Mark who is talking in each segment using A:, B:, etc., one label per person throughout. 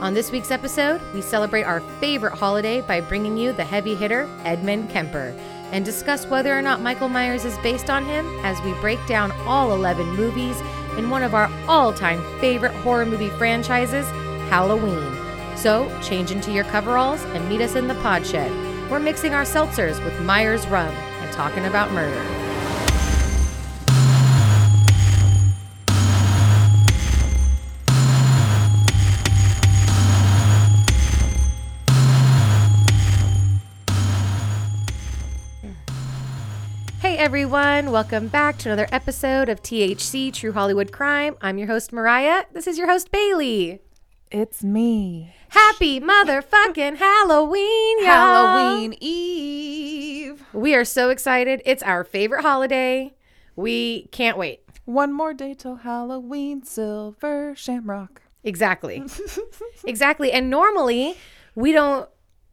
A: On this week's episode, we celebrate our favorite holiday by bringing you the heavy hitter Edmund Kemper and discuss whether or not Michael Myers is based on him as we break down all 11 movies in one of our all time favorite horror movie franchises, Halloween. So change into your coveralls and meet us in the pod shed. We're mixing our seltzers with Myers rum and talking about murder. Hey everyone, welcome back to another episode of THC True Hollywood Crime. I'm your host Mariah. This is your host Bailey.
B: It's me.
A: Happy motherfucking Halloween, y'all.
B: Halloween Eve.
A: We are so excited. It's our favorite holiday. We can't wait.
B: One more day till Halloween, silver shamrock.
A: Exactly. exactly. And normally we don't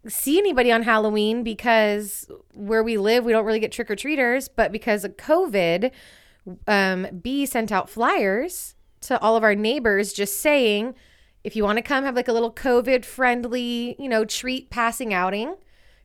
A: see anybody on Halloween because where we live, we don't really get trick or treaters. But because of COVID, um, B sent out flyers to all of our neighbors just saying, if you want to come have like a little COVID friendly, you know, treat passing outing,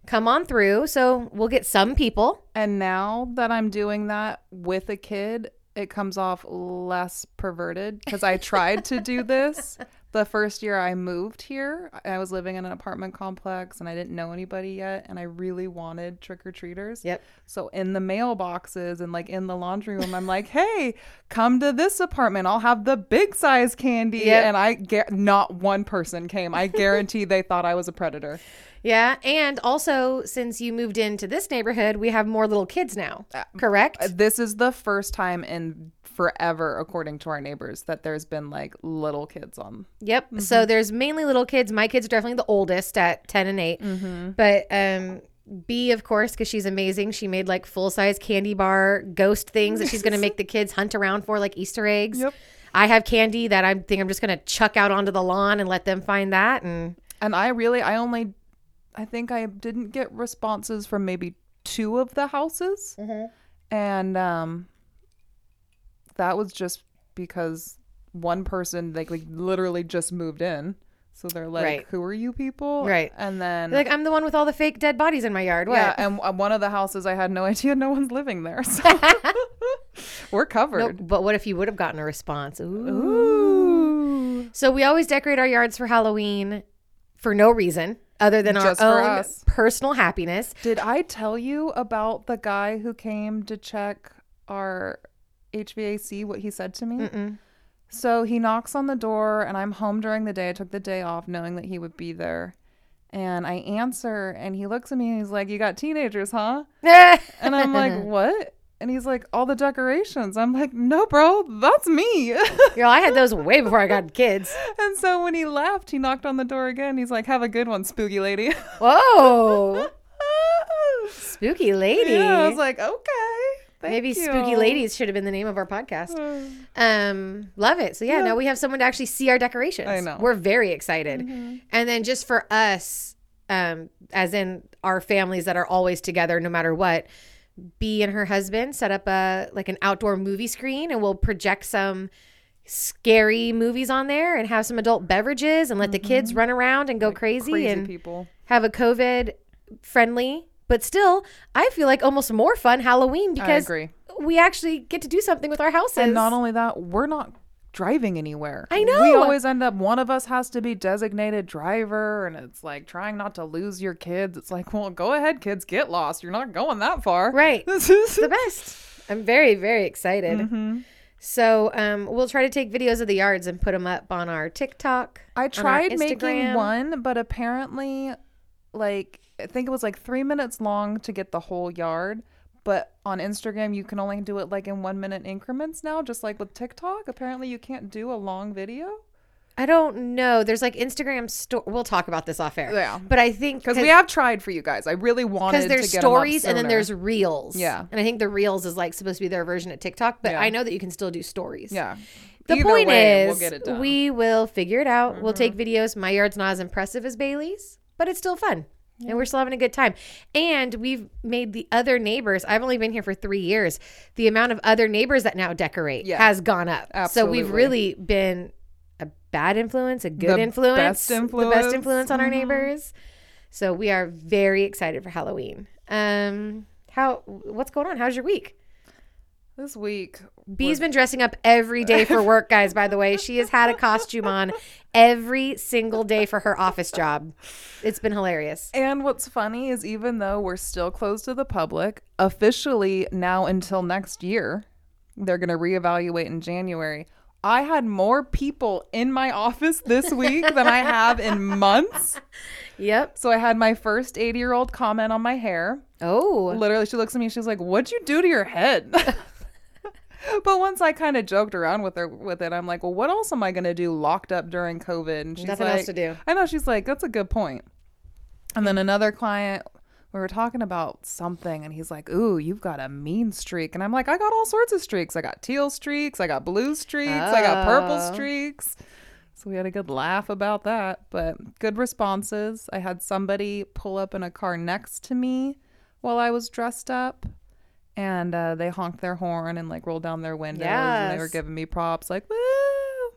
A: come on through. So we'll get some people.
B: And now that I'm doing that with a kid, it comes off less perverted because I tried to do this the first year I moved here. I was living in an apartment complex and I didn't know anybody yet, and I really wanted trick or treaters.
A: Yep.
B: So in the mailboxes and like in the laundry room, I'm like, "Hey, come to this apartment. I'll have the big size candy."
A: Yep.
B: And I get not one person came. I guarantee they thought I was a predator.
A: Yeah. And also, since you moved into this neighborhood, we have more little kids now, correct?
B: Uh, This is the first time in forever, according to our neighbors, that there's been like little kids on.
A: Yep. So
B: Mm-hmm.
A: there's mainly little kids. My kids are definitely the oldest at 10 and 8.
B: Mm-hmm.
A: But um B of course cuz she's amazing. She made like full-size candy bar ghost things that she's going to make the kids hunt around for like Easter eggs.
B: Yep.
A: I have candy that I think I'm just going to chuck out onto the lawn and let them find that and
B: And I really, I only, I think I didn't get responses from maybe two of the houses,
A: Mm-hmm.
B: and um, that was just because one person like like literally just moved in, so they're like,
A: Right.
B: "Who are you people?"
A: Right.
B: and then.
A: like I'm the one with all the fake dead bodies in my yard. What?
B: yeah, and uh, one of the houses I had no idea no one's living there. So we're
A: No,
B: covered.
A: but what if you would have gotten a response? Ooh.
B: Ooh.
A: So we always decorate our yards for Halloween for no reason other than
B: Just for
A: our own
B: us.
A: personal happiness.
B: Did I tell you about the guy who came to check our HVAC? What he said to me? So he knocks on the door, and I'm home during the day. I took the day off knowing that he would be there. And I answer, and he looks at me and he's like, You got teenagers, huh? And I'm like, What? And he's like, All the decorations. I'm like, No, bro, that's me.
A: Girl, I had those way before I got kids.
B: and so when he left, he knocked on the door again. He's like, Have a good one, spooky lady.
A: Whoa. Spooky lady.
B: Yeah, I was like, Okay. thank
A: Maybe spooky
B: you." Uh.
A: ladies should have been the name of our podcast. Um, love it. So yeah, now we have someone to actually see our decorations.
B: I know. Mm-hmm.
A: We're very excited. And then just for us, um, as in our families that are always together no matter what, B and her husband set up a like an outdoor movie screen and we'll project some scary movies on there and have some adult beverages and let the kids run around and go crazy,
B: Mm-hmm. crazy
A: and
B: people.
A: have a COVID friendly, but still, I feel like almost more fun Halloween because
B: agree.
A: we actually get to do something with our houses.
B: And not only that, we're not driving anywhere.
A: I know!
B: We always end up one of us has to be designated driver and it's like trying not to lose your kids. It's like, well, go ahead, kids, get lost. You're not going that far.
A: Right.
B: This is
A: the best. I'm very, very excited.
B: Mm-hmm.
A: So um, we'll try to take videos of the yards and put them up on our TikTok.
B: I tried making
A: Instagram.
B: one, but apparently like I think it was like three minutes long to get the whole yard. But on Instagram, you can only do it like in one minute increments now, just like with TikTok. Apparently, you can't do a long video.
A: I don't know. There's like Instagram store. We'll talk about this off air.
B: Yeah.
A: But I think
B: Because we have tried for you guys. I really wanted
A: because there's
B: to get 'em up
A: stories and then
B: sooner.
A: there's reels.
B: Yeah.
A: And I think the reels is like supposed to be their version of TikTok, but I know that you can still do stories.
B: yeah.
A: The
B: Either
A: point
B: way,
A: is,
B: we'll get it done. Mm-hmm.
A: we will figure it out. We'll take videos. My yard's not as impressive as Bailey's, but it's still fun. And we're still having a good time. And we've made the other neighbors, I've only been here for three years, the amount of other neighbors that now decorate
B: Yeah.
A: has gone up. So we've
B: Absolutely.
A: really been a bad influence, a good
B: The
A: influence,
B: best
A: the best
B: influence.
A: influence on our
B: Mhm.
A: neighbors. So we are very excited for Halloween. Um, how what's going on? How's your week?
B: This week,
A: Bee's been dressing up every day for work, guys, by the way. She has had a costume on every single day for her office job. It's been hilarious.
B: And what's funny is even though we're still closed to the public, officially now until next year, they're going to reevaluate in January. I had more people in my office this week than I have in months.
A: Yep.
B: So I had my first 80 year old comment on my hair.
A: Oh.
B: Literally, she looks at me, she's like, What'd you do to your head? but once I kind of joked around with her with it, I'm like, Well, what else am I going to do locked up during COVID? And she's
A: Nothing
B: like,
A: else to do.
B: I know she's like, that's a good point. And then another client, we were talking about something, and he's like, "Ooh, you've got a mean streak," and I'm like, "I got all sorts of streaks. I got teal streaks. I got blue streaks. I got purple
A: Oh.
B: streaks." So we had a good laugh about that, but good responses. I had somebody pull up in a car next to me while I was dressed up, and uh, they honked their horn and like rolled down their windows, and they were
A: Yes.
B: giving me props, like "woo."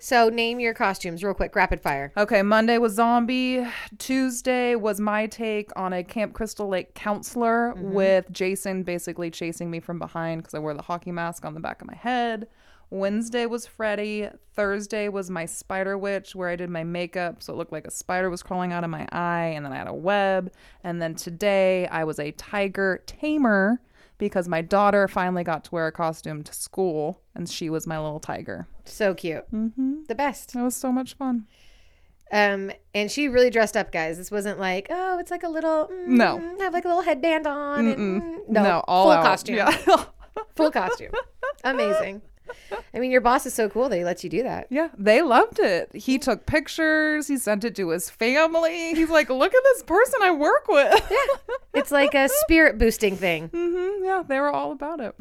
A: So name your costumes real quick, rapid fire.
B: Okay, Monday was zombie. Tuesday was my take on a Camp Crystal Lake counselor
A: Mm-hmm.
B: with Jason basically chasing me from behind because I wore the hockey mask on the back of my head. Wednesday was Freddy. Thursday was my spider witch where I did my makeup so it looked like a spider was crawling out of my eye and then I had a web. And then today I was a tiger tamer because my daughter finally got to wear a costume to school and she was my little tiger.
A: So cute.
B: Mm-hmm.
A: The best.
B: It was so much fun.
A: Um, and she really dressed up, guys. This wasn't like, oh, it's like a little mm,
B: No.
A: I have like a little headband on. And, mm, no,
B: all
A: full
B: out.
A: costume.
B: Yeah.
A: Full costume. Amazing. I mean, your boss is so cool that he lets you do that.
B: yeah, they loved it. He took pictures. He sent it to his family. He's like, look at this person I work with. Yeah,
A: It's like a spirit boosting thing.
B: hmm yeah they were all about it.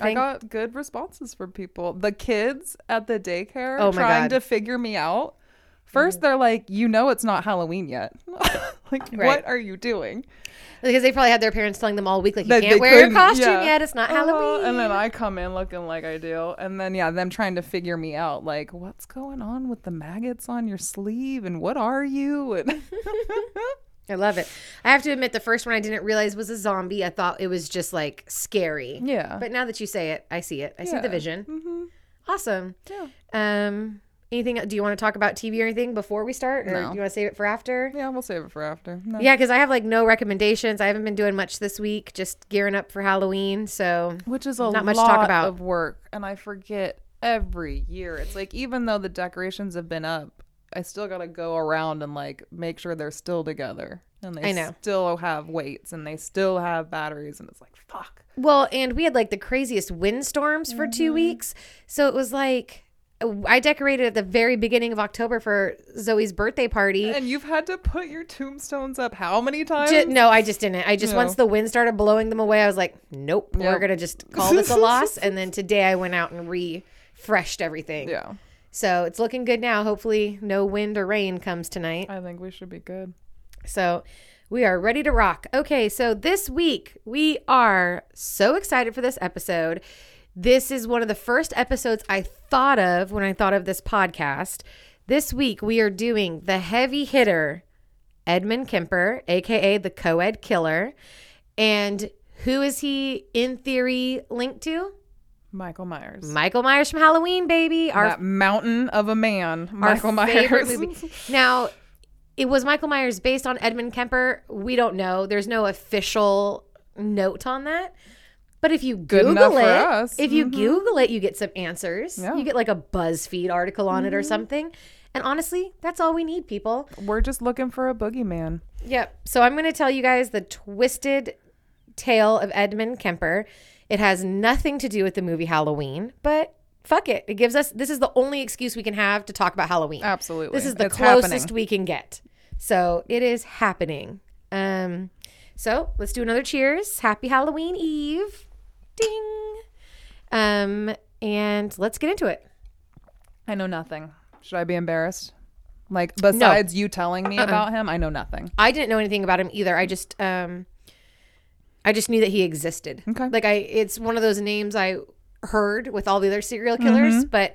B: I
A: Thank-
B: got good responses from people. The kids at the daycare
A: Oh my
B: trying
A: God. Mm-hmm.
B: to figure me out. First, they're like, you know, it's not Halloween yet. like,
A: Right.
B: what are you doing?
A: Because they probably had their parents telling them all week, like, you
B: That
A: can't
B: they
A: wear your
B: couldn't,
A: costume
B: yeah.
A: yet. It's not
B: Uh-huh,
A: Halloween.
B: And then I come in looking like I do. And then, yeah, them trying to figure me out like, what's going on with the maggots on your sleeve and what are you? And
A: I love it. I have to admit, the first one I didn't realize was a zombie. I thought it was just like scary.
B: yeah.
A: But now that you say it, I see it. I see the
B: Yeah.
A: vision.
B: hmm
A: Awesome.
B: Yeah.
A: Um, anything? Do you want to talk about TV or anything before we start, or
B: No.
A: do you want to save it for after?
B: Yeah, we'll save it for after. No.
A: Yeah, because I have like no recommendations. I haven't been doing much this week, just gearing up for Halloween. So
B: Which is a
A: Not much to
B: lot
A: talk about.
B: of work. And I forget every year. It's like, even though the decorations have been up, I still got to go around and like make sure they're still together. And they
A: I know.
B: still have weights and they still have batteries. And it's like, fuck.
A: well, and we had like the craziest windstorms for two weeks. So it was like I decorated at the very beginning of October for Zoe's birthday party.
B: And you've had to put your tombstones up how many times?
A: Ju- no, I just didn't. I just
B: No.
A: once the wind started blowing them away, I was like, nope, we're
B: Yep.
A: gonna just call this a loss. and then today I went out and refreshed everything.
B: Yeah,
A: So it's looking good now. Hopefully, no wind or rain comes tonight.
B: I think we should be good.
A: So we are ready to rock. Okay, so this week we are so excited for this episode. This is one of the first episodes I thought of when I thought of this podcast. This week we are doing the heavy hitter, Edmund Kemper, aka the co ed killer. And who is he in theory linked to?
B: Michael Myers.
A: Michael Myers from Halloween, baby. Our
B: that mountain of a man, Michael
A: favorite
B: Myers.
A: movie. Now, it was Michael Myers based on Edmund Kemper. We don't know. There's no official note on that. But if you
B: enough
A: Google
B: for
A: it,
B: us. Mm-hmm.
A: if you Google it, you get some answers.
B: Yeah. Mm-hmm.
A: You get like a BuzzFeed article on it or something. And honestly, that's all we need, people.
B: We're just looking for a boogeyman.
A: Yep. So I'm going to tell you guys the twisted tale of Edmund Kemper. It has nothing to do with the movie Halloween, but fuck it. It gives us this is the only excuse we can have to talk about Halloween.
B: Absolutely.
A: This is the
B: It's
A: closest
B: happening.
A: we can get. So it is happening. Um, so let's do another cheers. Happy Halloween Eve. Ding. Um, and let's get into it.
B: I know nothing. Should I be embarrassed? Like besides you telling
A: Uh-uh.
B: me about him, I know nothing.
A: I didn't know anything about him either. I just um I just knew that he existed.
B: Okay.
A: Like I it's one of those names I heard with all the other serial killers,
B: Mm-hmm.
A: but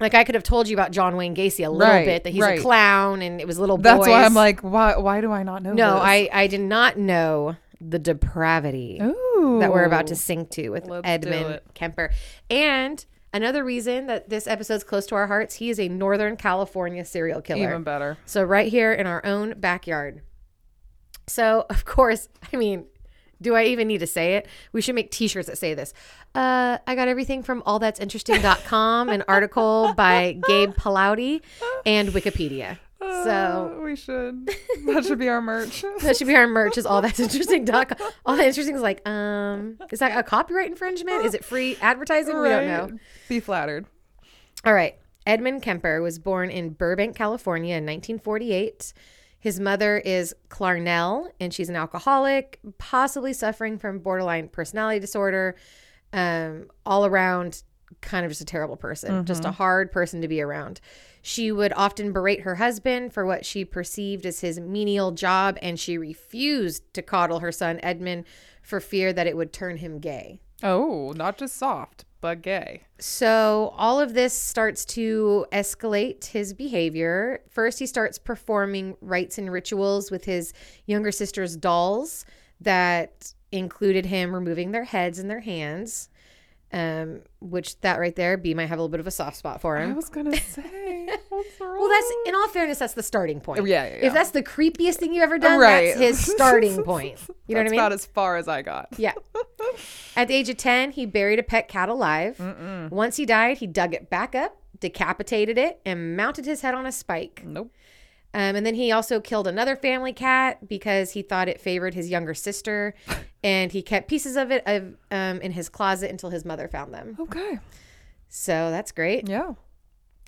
A: like I could have told you about John Wayne Gacy a little
B: Right,
A: bit that he's
B: right.
A: a clown and it was little
B: That's
A: boys.
B: why I'm like, why why do I not know
A: No,
B: this?
A: I I did not know the depravity
B: Ooh.
A: that we're about to sink to with
B: Let's do
A: Edmund
B: it.
A: Kemper. And another reason that this episode's close to our hearts, he is a Northern California serial killer.
B: even better.
A: So right here in our own backyard. So of course, I mean, do I even need to say it? We should make t-shirts that say this. Uh, I got everything from allthat'sinteresting.com, an article by Gabe Palauti, and Wikipedia. So
B: Uh, we should. That should be our merch.
A: that should be our merch is all that's interesting.com. All that interesting is like, um, is that a copyright infringement? Is it free advertising? We don't know.
B: Right? Be flattered.
A: All right. Edmund Kemper was born in Burbank, California in 1948. His mother is Clarnell, and she's an alcoholic, possibly suffering from borderline personality disorder. Um, all around, kind of just a terrible person, just a hard person to be around. She would often berate her husband for what she perceived as his menial job, and she refused to coddle her son Edmund for fear that it would turn him gay.
B: Oh, not just soft, but gay.
A: So all of this starts to escalate his behavior. First, he starts performing rites and rituals with his younger sister's dolls that included him removing their heads and their hands. Um, which that right there, B might have a little bit of a soft spot for
B: I
A: him.
B: was gonna say. What's wrong?
A: Well, that's in all fairness, that's the starting point.
B: Yeah, yeah, yeah.
A: If that's the creepiest thing you've ever done,
B: Right.
A: that's his starting point. You know what
B: That's
A: I
B: about
A: mean?
B: as far as I got.
A: yeah. At the age of 10, he buried a pet cat alive. Once he died, he dug it back up, decapitated it, and mounted his head on a spike.
B: Nope.
A: Um, and then he also killed another family cat because he thought it favored his younger sister, and he kept pieces of it of, um, in his closet until his mother found them.
B: Okay.
A: So that's great.
B: Yeah.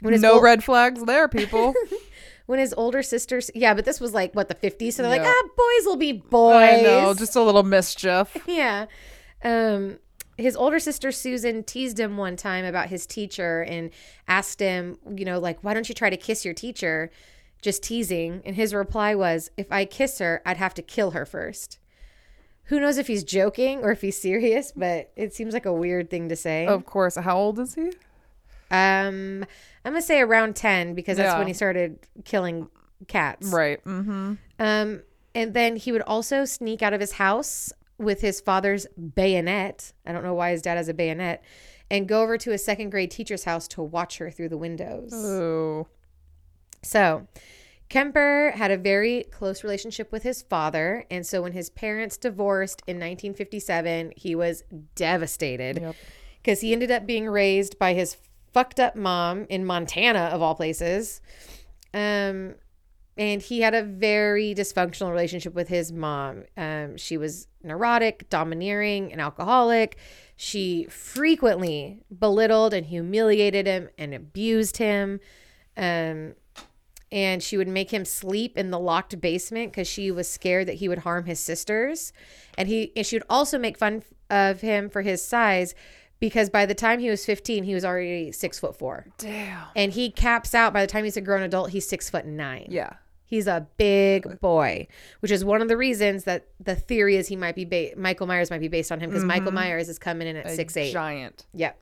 A: When his
B: no
A: ol-
B: red flags there, people.
A: when his older sisters, yeah, but this was like what the fifties, so they're
B: Yeah.
A: like, ah, boys will be boys.
B: I know, just a little mischief.
A: yeah. Um, his older sister Susan teased him one time about his teacher and asked him, you know, like, why don't you try to kiss your teacher? Just teasing. And his reply was, if I kiss her, I'd have to kill her first. Who knows if he's joking or if he's serious, but it seems like a weird thing to say.
B: Of course. How old is he?
A: Um, I'm gonna say around ten because that's
B: Yeah.
A: when he started killing cats.
B: Right. Mm-hmm.
A: Um, and then he would also sneak out of his house with his father's bayonet. I don't know why his dad has a bayonet, and go over to his second grade teacher's house to watch her through the windows.
B: Oh.
A: So, Kemper had a very close relationship with his father, and so when his parents divorced in 1957, he was devastated
B: Yep.
A: because he ended up being raised by his fucked up mom in Montana of all places. Um and he had a very dysfunctional relationship with his mom. Um, she was neurotic, domineering, and alcoholic. She frequently belittled and humiliated him and abused him. Um, and she would make him sleep in the locked basement because she was scared that he would harm his sisters. And he and she would also make fun of him for his size because by the time he was 15, he was already six foot four.
B: Damn.
A: And he caps out by the time he's a grown adult, he's six foot nine.
B: Yeah.
A: He's a big boy, which is one of the reasons that the theory is he might be ba- Michael Myers might be based on him
B: Mm-hmm.
A: because Michael Myers is coming in at six eight.
B: Giant.
A: Yep.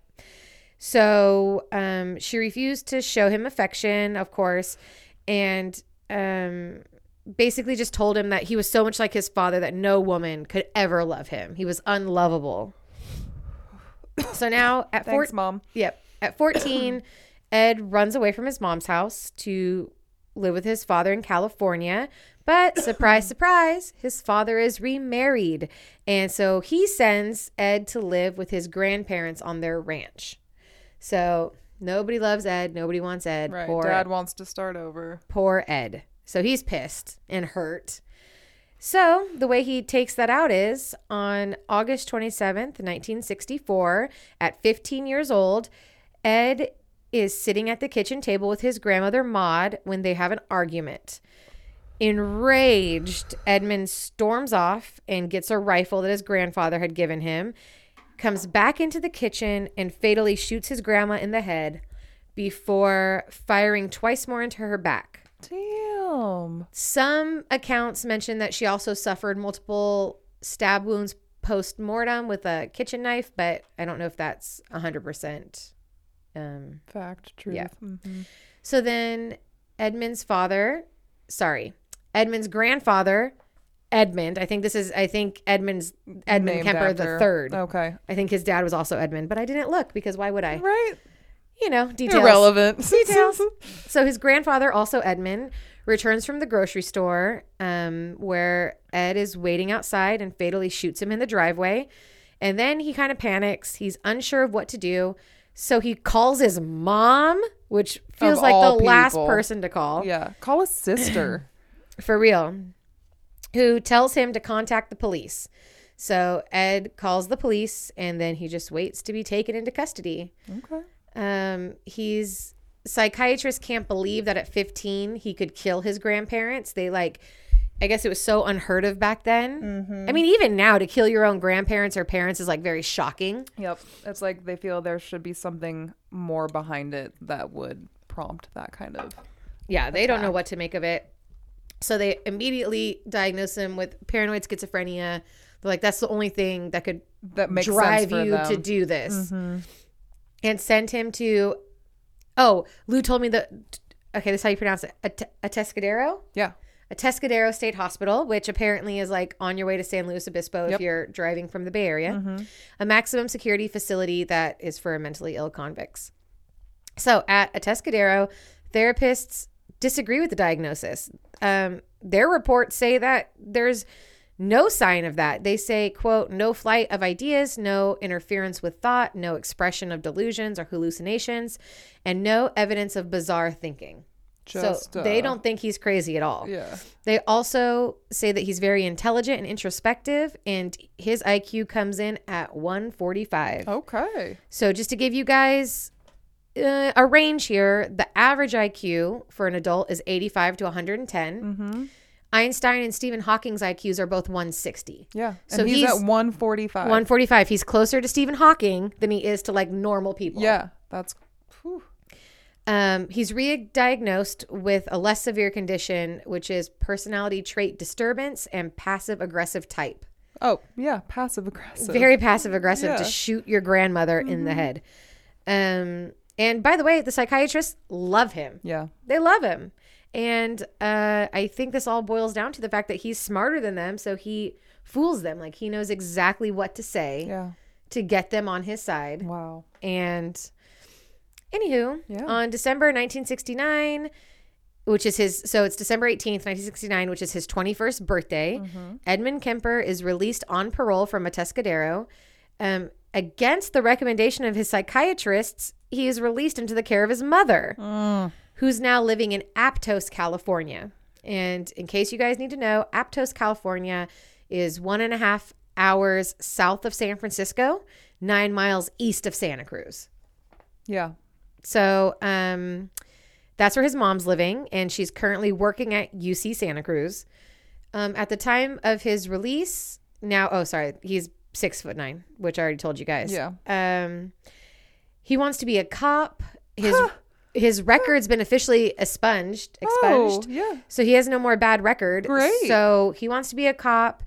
A: So um, she refused to show him affection, of course, and um, basically just told him that he was so much like his father that no woman could ever love him. He was unlovable. So now at
B: Thanks,
A: fourteen.
B: mom.
A: Yep. At 14, Ed runs away from his mom's house to live with his father in California. But surprise, surprise, his father is remarried. And so he sends Ed to live with his grandparents on their ranch. So nobody loves Ed. Nobody wants Ed.
B: Right.
A: Poor
B: Dad wants to start over.
A: poor Ed. So he's pissed and hurt. So the way he takes that out is on August 27th, 1964, at 15 years old, Ed is sitting at the kitchen table with his grandmother Maud when they have an argument. Enraged, Edmund storms off and gets a rifle that his grandfather had given him, comes back into the kitchen and fatally shoots his grandma in the head before firing twice more into her back.
B: Damn.
A: Some accounts mention that she also suffered multiple stab wounds post mortem with a kitchen knife, but I don't know if that's 100%. Um,
B: Fact, truth.
A: Yeah.
B: Mhm.
A: so then Edmund's father, sorry, Edmund's grandfather, Edmund, I think this is, I think Edmund's, Edmund
B: Named
A: Kemper the
B: after- Oh.
A: third.
B: Okay.
A: I think his dad was also Edmund, but I didn't look because why would I?
B: Right?
A: You know, details.
B: Irrelevant.
A: Details. So his grandfather, also Edmund, returns from the grocery store um, where Ed is waiting outside and fatally shoots him in the driveway. And then he kind of panics. He's unsure of what to do. So he calls his mom, which feels like the
B: all
A: last
B: people.
A: person to call
B: yeah. Call a sister.
A: for real, who tells him to contact the police. So Ed calls the police and then he just waits to be taken into custody.
B: okay.
A: Um, he's psychiatrist can't believe that at 15 he could kill his grandparents. They like, I guess it was so unheard of back then. I mean, even now to kill your own grandparents or parents is like very shocking.
B: Yep. It's like they feel there should be something more behind it that would prompt that kind of.
A: Yeah, they don't know what to make of it. So they immediately diagnose him with paranoid schizophrenia. They're like, that's the only thing that could
B: That makes
A: drive
B: sense for
A: you
B: them. Mm-hmm.
A: to do this and send him to oh lou told me that okay this is how you pronounce it a, t- a tescadero
B: yeah.
A: a tescadero state hospital which apparently is like on your way to san luis obispo if
B: Yep. Mm-hmm.
A: you're driving from the bay area a maximum security facility that is for mentally ill convicts so at a tescadero therapists disagree with the diagnosis um, their reports say that there's no sign of that. They say, quote, no flight of ideas, no interference with thought, no expression of delusions or hallucinations, and no evidence of bizarre thinking.
B: Just,
A: so they
B: uh,
A: don't think he's crazy at all.
B: Yeah.
A: They also say that he's very intelligent and introspective, and his IQ comes in at 145.
B: Okay.
A: So, just to give you guys uh, a range here, the average IQ for an adult is 85 to 110.
B: Mm-hmm.
A: Einstein and Stephen Hawking's IQs are both 160.
B: Yeah. And
A: So
B: he's,
A: he's-
B: at 145.
A: 145. He's closer to Stephen Hawking than he is to like normal people.
B: Yeah. That's. Whew.
A: Um, he's re-diagnosed with a less severe condition, which is personality trait disturbance and passive aggressive type.
B: Oh, yeah. Passive aggressive.
A: Very passive aggressive to
B: Yeah. Mm-hmm.
A: shoot your grandmother in the head. Um, and by the way, the psychiatrists love him.
B: yeah.
A: They love him. And uh, I think this all boils down to the fact that he's smarter than them, so he fools them. Like he knows exactly what to say
B: Yeah.
A: to get them on his side.
B: Wow.
A: And anywho,
B: Yeah.
A: on December 1969, which is his, so it's December 18th, 1969, which is his 21st birthday, Edmund Kemper is released on parole from a Tescadero. Um, against the recommendation of his psychiatrists, he is released into the care of his mother, who's now living in Aptos, California. And in case you guys need to know, Aptos, California is one and a half hours south of San Francisco, nine miles east of Santa Cruz.
B: Yeah.
A: So um, that's where his mom's living, and she's currently working at UC Santa Cruz. Um, at the time of his release, now oh sorry, he's six foot nine, which I already told you guys.
B: Yeah.
A: Um, he wants to be a cop. His his record's been officially expunged. Expunged.
B: Oh, yeah.
A: So he has no more bad record.
B: Great.
A: So he wants to be a cop,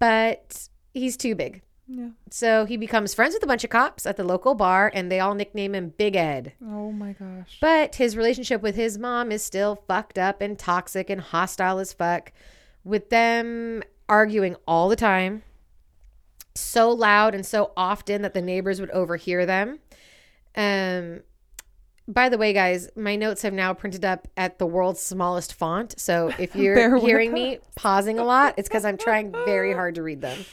A: but he's too big.
B: Yeah.
A: So he becomes friends with a bunch of cops at the local bar, and they all nickname him Big Ed.
B: Oh my gosh.
A: But his relationship with his mom is still fucked up and toxic and hostile as fuck, with them arguing all the time, so loud and so often that the neighbors would overhear them. Um, by the way, guys, my notes have now printed up at the world's smallest font. So if
B: Bear
A: you're
B: with
A: hearing me pausing a lot, it's because I'm trying very hard to read them.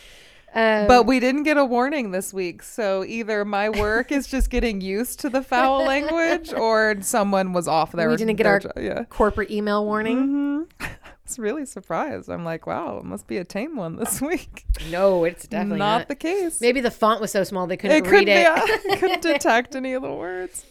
A: Um,
B: But we didn't get a warning this week, so either my work is just getting used to the foul language, or someone was off there.
A: We didn't get
B: their
A: our-
B: jo- yeah.
A: corporate email warning.
B: hmm I was really surprised. I'm like, wow, it must be a tame one this week.
A: No, it's definitely
B: not,
A: not.
B: the case.
A: Maybe the font was so small they couldn't
B: it
A: read
B: couldn't.
A: it.
B: Yeah, I couldn't detect any of the words.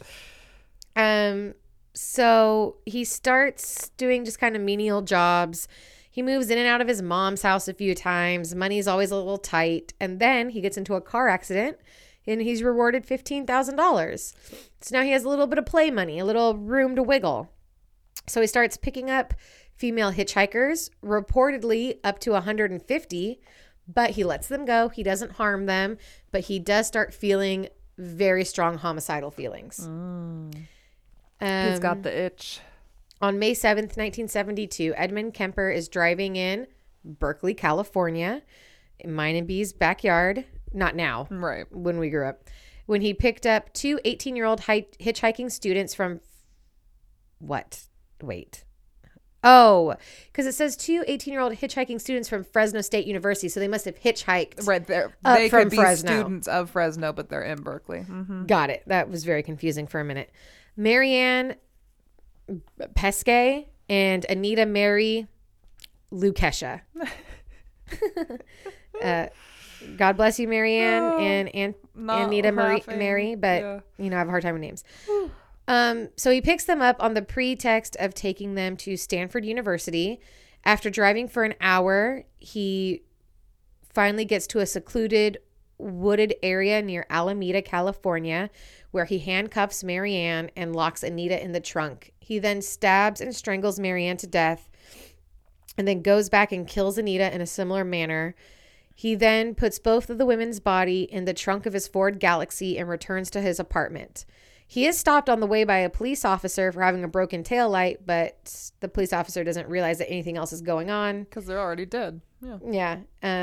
A: Um, so he starts doing just kind of menial jobs. He moves in and out of his mom's house a few times. Money's always a little tight. And then he gets into a car accident and he's rewarded $15,000. So now he has a little bit of play money, a little room to wiggle. So he starts picking up female hitchhikers, reportedly up to 150, but he lets them go. He doesn't harm them, but he does start feeling very strong homicidal feelings. Um,
B: He's got the itch.
A: on May 7th, 1972, Edmund Kemper is driving in Berkeley, California, in mine and B's backyard. Not now,
B: Right.
A: when we grew up. When he picked up two 18 year old hi- hitchhiking students from what? Wait. Oh, because it says two 18 year old hitchhiking students from Fresno State University. So they must have hitchhiked.
B: Right there.
A: Up
B: they
A: from
B: could be
A: Fresno. Mm-hmm.
B: students of Fresno, but they're in Berkeley. hmm
A: Got it. That was very confusing for a minute. Marianne Pesque and Anita Mary Lukesha. uh, God bless you, Marianne and Aunt
B: not
A: Anita Marie,
B: laughing.
A: Mary, but
B: Yeah.
A: you know I have a hard time with names. um, so he picks them up on the pretext of taking them to Stanford University. After driving for an hour, he finally gets to a secluded wooded area near Alameda, California, where he handcuffs Marianne and locks Anita in the trunk. He then stabs and strangles Marianne to death and then goes back and kills Anita in a similar manner. He then puts both of the women's body in the trunk of his Ford Galaxy and returns to his apartment. He is stopped on the way by a police officer for having a broken taillight, but the police officer doesn't realize that anything else is going on.
B: Because they're already dead. Yeah.
A: Yeah.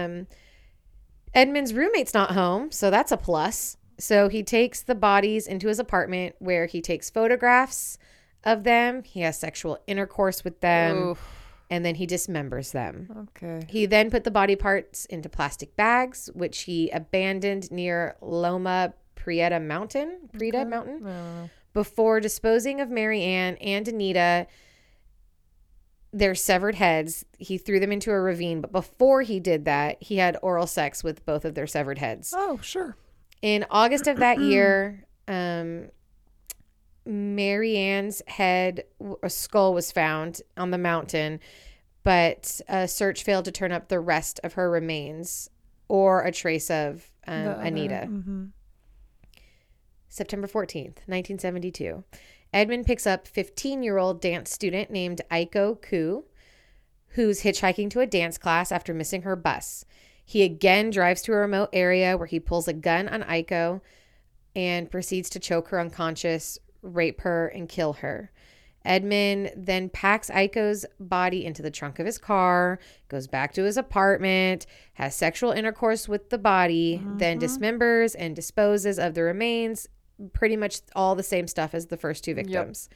A: Um, Edmund's roommate's not home, so that's a plus. So he takes the bodies into his apartment where he takes photographs of them. He has sexual intercourse with them,
B: Oof.
A: and then he dismembers them.
B: Okay.
A: He then put the body parts into plastic bags, which he abandoned near Loma Prieta Mountain, Prieta Mountain,
B: Uh,
A: before disposing of Mary Ann and Anita. Their severed heads. He threw them into a ravine, but before he did that, he had oral sex with both of their severed heads.
B: oh, sure.
A: In August of that year, um, Mary Ann's head, a skull was found on the mountain, but a search failed to turn up the rest of her remains or a trace of um, Anita.
B: hmm
A: September 14th, 1972. Edmund picks up 15 year old dance student named Aiko Ku, who's hitchhiking to a dance class after missing her bus. He again drives to a remote area where he pulls a gun on Aiko and proceeds to choke her unconscious, rape her, and kill her. Edmund then packs Aiko's body into the trunk of his car, goes back to his apartment, has sexual intercourse with the body, then dismembers and disposes of the remains, pretty much all the same stuff as the first two victims.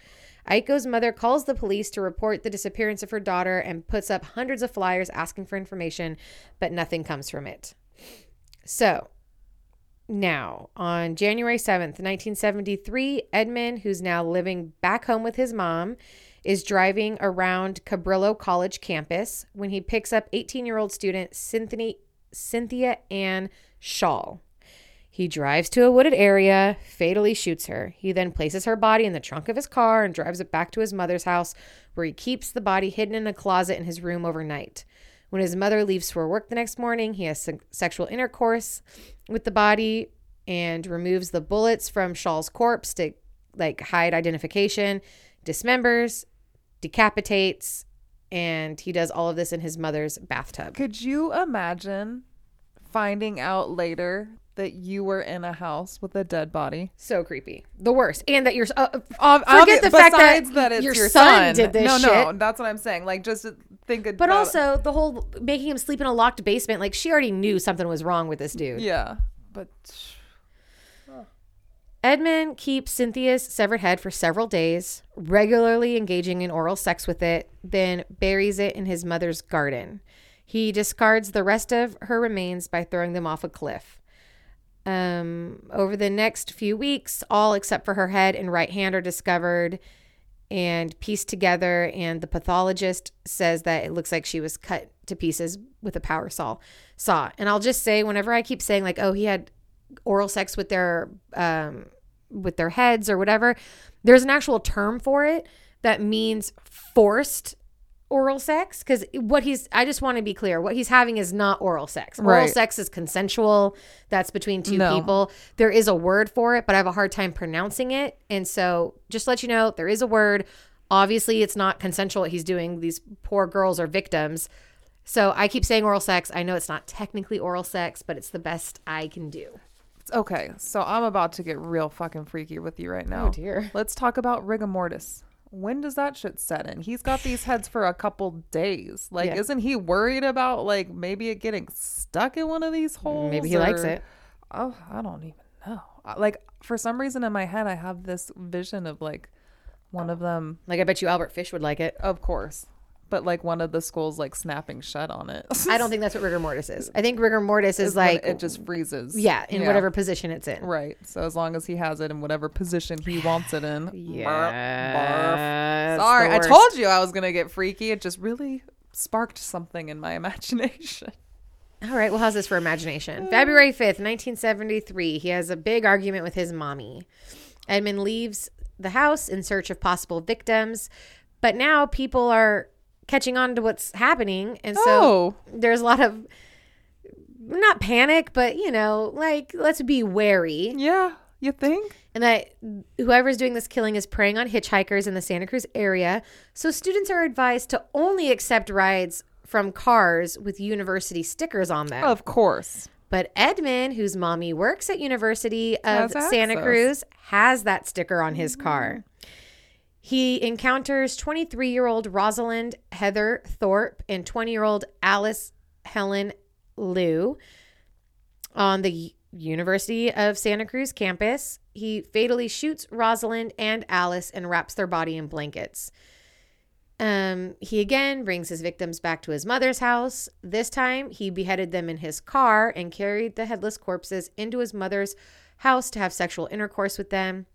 A: Aiko's mother calls the police to report the disappearance of her daughter and puts up hundreds of flyers asking for information, but nothing comes from it. So, now, on January 7th, 1973, Edmund, who's now living back home with his mom, is driving around Cabrillo College campus when he picks up 18 year old student Cynthia, Cynthia Ann Shaw. He drives to a wooded area, fatally shoots her. He then places her body in the trunk of his car and drives it back to his mother's house, where he keeps the body hidden in a closet in his room overnight. When his mother leaves for work the next morning, he has se- sexual intercourse with the body and removes the bullets from Shaw's corpse to like hide identification, dismembers, decapitates, and he does all of this in his mother's bathtub.
B: Could you imagine finding out later that you were in a house with a dead body?
A: So creepy. The worst. And that your uh, uh, forget the fact that,
B: Besides
A: your, son, did this
B: no,
A: shit.
B: No, that's what I'm saying. Like, just think about
A: But also the whole making him sleep in a locked basement. Like she already knew something was wrong with this dude.
B: Yeah. But
A: Edmund keeps Cynthia's severed head for several days, regularly engaging in oral sex with it, then buries it in his mother's garden. He discards the rest of her remains by throwing them off a cliff. Um, over the next few weeks, all except for her head and right hand are discovered and pieced together. And the pathologist says that it looks like she was cut to pieces with a power saw. Saw. And I'll just say, whenever I keep saying like, "Oh, he had oral sex with their um, with their heads or whatever," there's an actual term for it that means forced oral sex. Because what he's, I just want to be clear, what he's having is not oral sex. Oral
B: Right.
A: sex is consensual. That's between two
B: No.
A: people. There is a word for it, but I have a hard time pronouncing it. And so just to let you know, there is a word. Obviously, it's not consensual what he's doing. These poor girls are victims. So I keep saying oral sex. I know it's not technically oral sex, but it's the best I can do.
B: Okay, so I'm about to get real fucking freaky with you right now.
A: Oh, dear.
B: Let's talk about rigor mortis. When does that shit set in? He's got these heads for a couple days. Like,
A: Yeah.
B: isn't he worried about like maybe it getting stuck in one of these holes?
A: Mm, Maybe he likes
B: or-
A: it.
B: Oh, I don't even know. I- Like for some reason in my head, I have this vision of like one of them,
A: Like I bet you Albert Fish would like it.
B: of course, but like one of the skulls like snapping shut on it.
A: I don't think that's what rigor mortis is. I think rigor mortis is
B: When
A: like
B: it just freezes.
A: yeah, in whatever position it's in.
B: Right. So as long as he has it in whatever position he wants it in.
A: Yeah.
B: Sorry, I told you I was gonna get freaky. It just really sparked something in my imagination.
A: All right, well, how's this for
B: Mm.
A: imagination? February 5th, 1973, he has a big argument with his mommy. Edmund leaves the house in search of possible victims, but now people are catching on to what's happening. And so
B: Oh.
A: there's a lot of not panic, but you know, like, let's be wary.
B: Yeah, you think?
A: And that whoever's doing this killing is preying on hitchhikers in the Santa Cruz area. So students are advised to only accept rides from cars with university stickers on them.
B: Of course.
A: But Edmund, whose mommy works at University of
B: Has
A: Santa
B: access.
A: Cruz, has that sticker on his car. He encounters 23 year old Rosalind Heather Thorpe and 20 year old Alice Helen Liu on the U- University of Santa Cruz campus. He fatally shoots Rosalind and Alice and wraps their body in blankets. Um, he again brings his victims back to his mother's house. This time, he beheaded them in his car and carried the headless corpses into his mother's house to have sexual intercourse with them.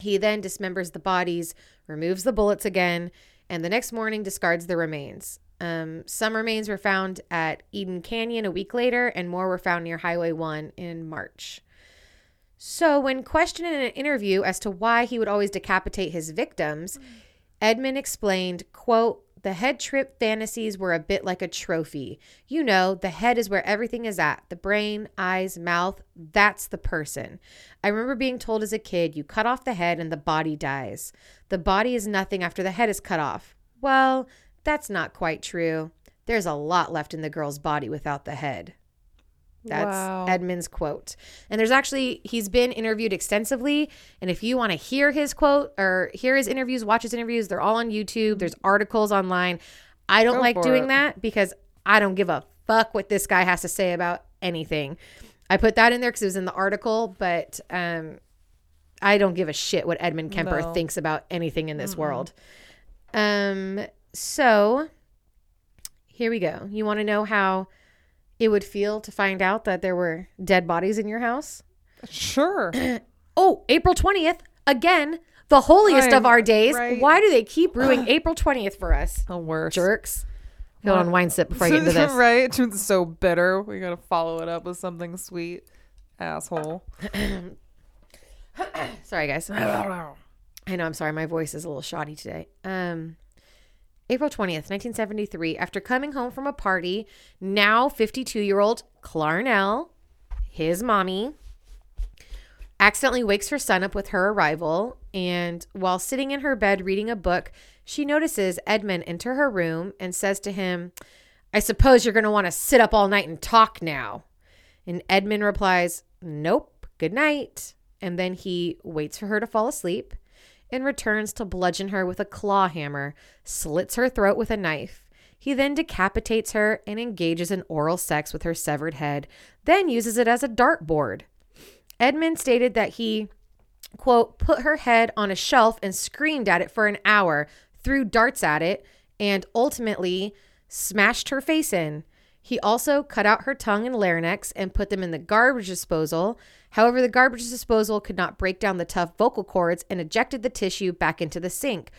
A: He then dismembers the bodies, removes the bullets again, and the next morning discards the remains. Um, some remains were found at Eden Canyon a week later, and more were found near Highway 1 in March. So, when questioned in an interview as to why he would always decapitate his victims, Edmund explained, quote, the head trip fantasies were a bit like a trophy. You know, the head is where everything is at the brain, eyes, mouth. That's the person. I remember being told as a kid, you cut off the head and the body dies. The body is nothing after the head is cut off. Well, that's not quite true. There's a lot left in the girl's body without the head. That's
B: Wow.
A: Edmund's quote. And there's actually, he's been interviewed extensively. And if you want to hear his quote or hear his interviews, watch his interviews, they're all on YouTube. There's articles online. I don't
B: Go
A: like
B: for
A: doing
B: it.
A: that because I don't give a fuck what this guy has to say about anything. I put that in there because it was in the article, but um, I don't give a shit what Edmund Kemper
B: No.
A: thinks about anything in this world. Um, so here we go. You want to know how it would feel to find out that there were dead bodies in your house?
B: Sure.
A: Oh, April 20th, again, the holiest of
B: Right,
A: our days.
B: right.
A: Why do they keep ruining April 20th for us?
B: the worst.
A: Jerks. Hold on, wine sip before I get into this.
B: right? It's so bitter. We gotta follow it up with something sweet. Asshole.
A: Sorry, guys. I know, I'm sorry, my voice is a little shoddy today. Um, April 20th, 1973, after coming home from a party, now 52 year old Clarnell, his mommy, accidentally wakes her son up with her arrival. And while sitting in her bed reading a book, she notices Edmund enter her room and says to him, I suppose you're going to want to sit up all night and talk now. And Edmund replies, Nope, good night. And then he waits for her to fall asleep and returns to bludgeon her with a claw hammer, slits her throat with a knife. He then decapitates her and engages in oral sex with her severed head, then uses it as a dartboard. Edmund stated that he, quote, put her head on a shelf and screamed at it for an hour, threw darts at it, and ultimately smashed her face in. He also cut out her tongue and larynx and put them in the garbage disposal. However, the garbage disposal could not break down the tough vocal cords and ejected the tissue back into the sink.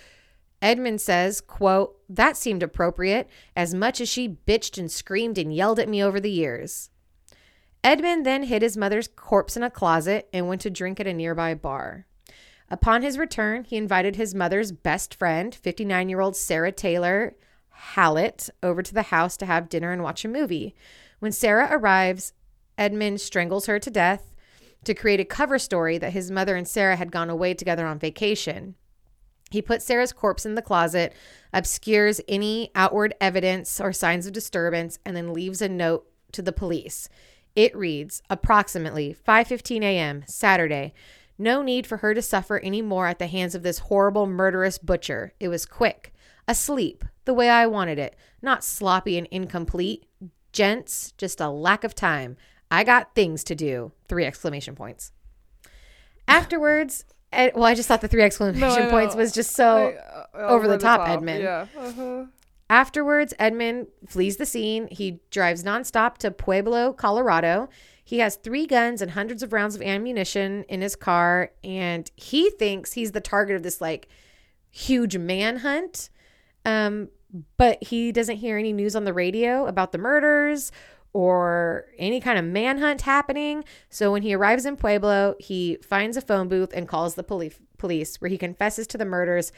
A: Edmund says, quote, that seemed appropriate, as much as she bitched and screamed and yelled at me over the years. Edmund then hid his mother's corpse in a closet and went to drink at a nearby bar. Upon his return, he invited his mother's best friend, 59 year old Sarah Taylor Hallett, over to the house to have dinner and watch a movie. When Sarah arrives, Edmund strangles her to death to create a cover story that his mother and Sarah had gone away together on vacation. He puts Sarah's corpse in the closet, obscures any outward evidence or signs of disturbance, and then leaves a note to the police. It reads approximately 5:15 a.m. Saturday. No need for her to suffer any more at the hands of this horrible murderous butcher. It was quick, asleep, the way I wanted it, not sloppy and incomplete. Gents, just a lack of time. I got things to do. Three exclamation points. Afterwards, Ed, well, I just thought the three exclamation
B: I
A: points
B: know.
A: was just so
B: Like, uh,
A: over the top, Edmund.
B: Yeah. Uh-huh.
A: Afterwards, Edmund flees the scene. He drives nonstop to Pueblo, Colorado. He has three guns and hundreds of rounds of ammunition in his car, and he thinks he's the target of this like huge manhunt. Um, but he doesn't hear any news on the radio about the murders or any kind of manhunt happening. So when he arrives in Pueblo, he finds a phone booth and calls the poli- police, where he confesses to the murders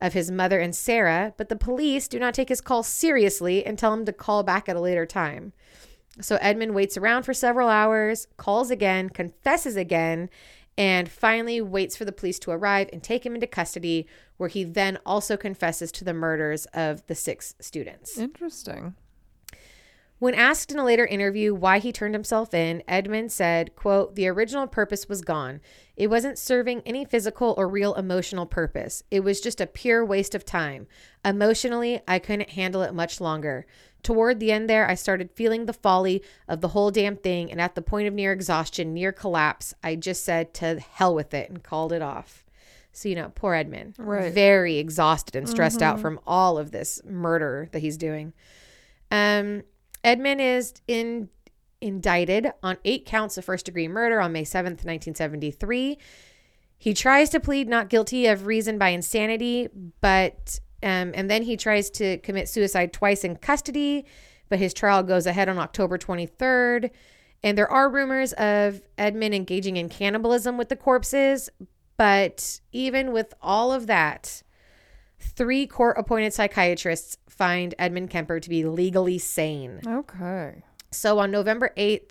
A: of his mother and Sarah. But the police do not take his call seriously and tell him to call back at a later time. So Edmund waits around for several hours, calls again, confesses again, and finally waits for the police to arrive and take him into custody, where he then also confesses to the murders of the six students.
B: Interesting.
A: When asked in a later interview why he turned himself in, Edmund said, quote, the original purpose was gone. It wasn't serving any physical or real emotional purpose. It was just a pure waste of time. Emotionally, I couldn't handle it much longer. Toward the end there, I started feeling the folly of the whole damn thing, and at the point of near exhaustion, near collapse, I just said to hell with it and called it off. So, you know, poor Edmund.
B: Right.
A: Very exhausted and stressed out from all of this murder that he's doing. Um, Edmund is in, indicted on eight counts of first degree murder on May 7th, 1973. He tries to plead not guilty of reason by insanity, but, um, and then he tries to commit suicide twice in custody, but his trial goes ahead on October 23rd. And there are rumors of Edmund engaging in cannibalism with the corpses, but even with all of that, Three court appointed psychiatrists find Edmund Kemper to be legally sane.
B: Okay.
A: So on November 8th,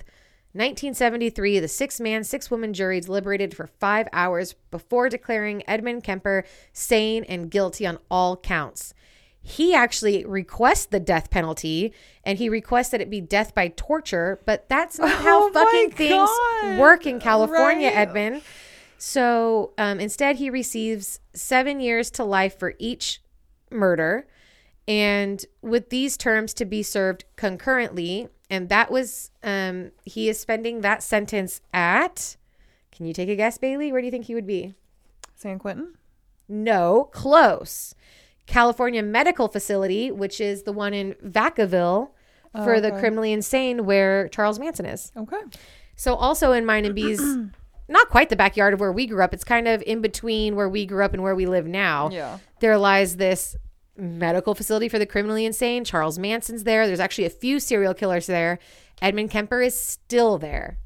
A: 1973, the six man, six woman jury deliberated for five hours before declaring Edmund Kemper sane and guilty on all counts. He actually requests the death penalty and he requests that it be death by torture, but that's not how
B: Oh my
A: fucking things
B: God.
A: work in California,
B: Right.
A: Edmund. So um, instead, he receives seven years to life for each murder and with these terms to be served concurrently and that was um he is spending that sentence at can you take a guess bailey where do you think he would be
B: San Quentin.
A: no close california medical facility which is the one in vacaville for the criminally insane where charles manson is
B: Okay.
A: so also in mine and b's not quite the backyard of where we grew up it's kind of in between where we grew up and where we live now
B: Yeah.
A: there lies this medical facility for the criminally insane. Charles Manson's there. There's actually a few serial killers there. Edmund Kemper is still there.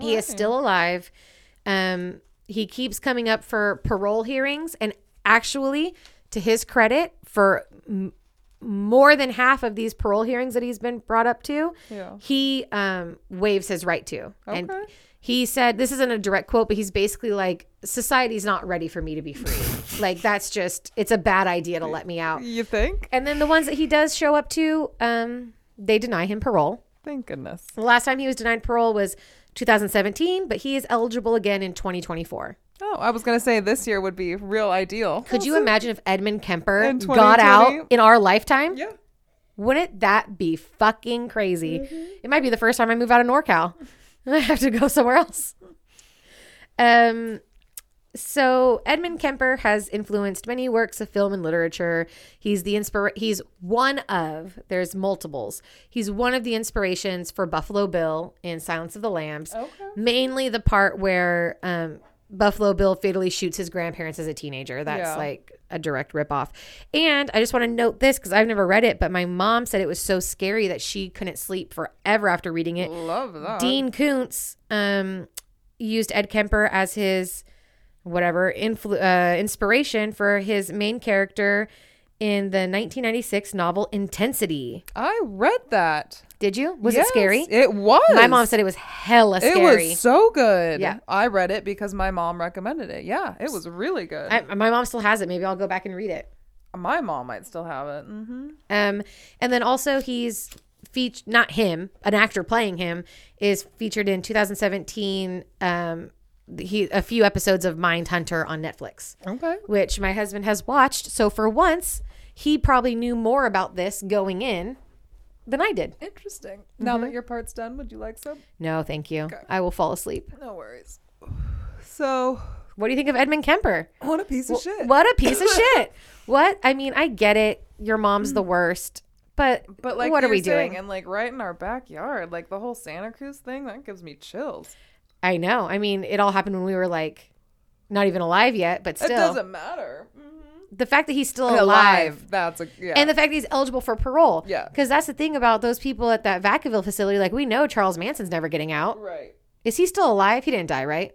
A: he is still alive. Um, he keeps coming up for parole hearings, and actually, to his credit, for m- more than half of these parole hearings that he's been brought up to,
B: Yeah.
A: he um, waives his right to. And
B: Okay.
A: he said, this isn't a direct quote, but he's basically like, society's not ready for me to be free. like, that's just, it's a bad idea to let me out.
B: You think?
A: And then the ones that he does show up to, um, they deny him parole.
B: Thank goodness.
A: The last time he was denied parole was 2017, but he is eligible again in 2024.
B: Oh, I was gonna say this year would be real ideal.
A: Could you imagine if Edmund Kemper
B: In
A: got
B: 2020?
A: out in our lifetime?
B: Yeah.
A: Wouldn't that be fucking crazy?
B: Mm-hmm.
A: It might be the first time I move out of NorCal. I have to go somewhere else. Um, so Edmund Kemper has influenced many works of film and literature. He's the inspira- He's one of there's multiples. He's one of the inspirations for Buffalo Bill and Silence of the Lambs.
B: Okay.
A: Mainly the part where um, Buffalo Bill fatally shoots his grandparents as a teenager. That's
B: Yeah.
A: like a direct ripoff. And I just want to note this because I've never read it, but my mom said it was so scary that she couldn't sleep forever after reading it.
B: Love that.
A: Dean Koontz um, used Ed Kemper as his whatever influ- uh, inspiration for his main character in the 1996 novel Intensity.
B: I read that.
A: Did you? Was
B: Yes,
A: it scary?
B: It was.
A: My mom said it was hella
B: it
A: scary.
B: was so good.
A: Yeah.
B: I read it because my mom recommended it. Yeah, it was really good.
A: I, my mom still has it. Maybe I'll go back and read it.
B: my mom might still have it. hmm
A: Um, and then also he's featured, not him, an actor playing him is featured in 2017. Um, he a few episodes of Mind Hunter on Netflix,
B: Okay.
A: which my husband has watched. So for once, he probably knew more about this going in than I did.
B: Interesting. Now
A: Mm-hmm.
B: that your part's done, would you like some?
A: No, thank you. I will fall asleep.
B: No worries. So,
A: What do you think of Edmund Kemper?
B: what a piece of shit.
A: What a piece of shit. What? I mean, I get it. Your mom's the worst. But,
B: But like,
A: what are
B: you're
A: we
B: saying,
A: doing?
B: And like, right in our backyard, like the whole Santa Cruz thing, that gives me chills.
A: I know. I mean, it all happened when we were like not even alive yet, but
B: It
A: still.
B: doesn't matter. Mhm.
A: The fact that he's still alive,
B: That's a yeah.
A: and the fact that he's eligible for parole.
B: Yeah.
A: Because that's the thing about those people at that Vacaville facility. Like, we know Charles Manson's never getting out.
B: right.
A: Is he still alive? He didn't die, right?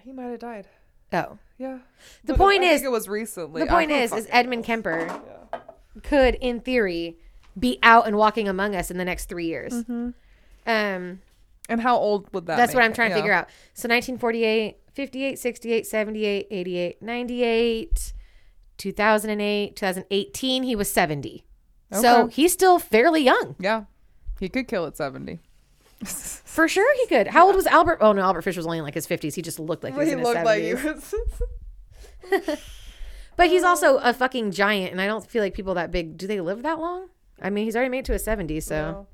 B: He might have died.
A: Oh.
B: Yeah.
A: The
B: But
A: point
B: I think
A: is-
B: it was recently.
A: The
B: I
A: point
B: don't
A: is, is
B: fucking
A: Edmund Kemper
B: know. Yeah.
A: could, in theory, be out and walking among us in the next three years.
B: Mm-hmm.
A: Um,
B: And how old would that?
A: That's what
B: make
A: I'm
B: it?
A: trying to
B: Yeah.
A: figure out. So 1948, 58, 68, 78, 88, 98, 2008, 2018, he was 70. So
B: Okay.
A: he's still fairly young.
B: Yeah. He could kill at seventy.
A: For sure he could. How old was Albert? Oh no, Albert Fish was only in like his 50s. He just looked like he was
B: he
A: in his
B: looked
A: 70s.
B: like he was.
A: But he's also a fucking giant and I don't feel like people that big do they live that long? I mean, he's already made it to his 70s, so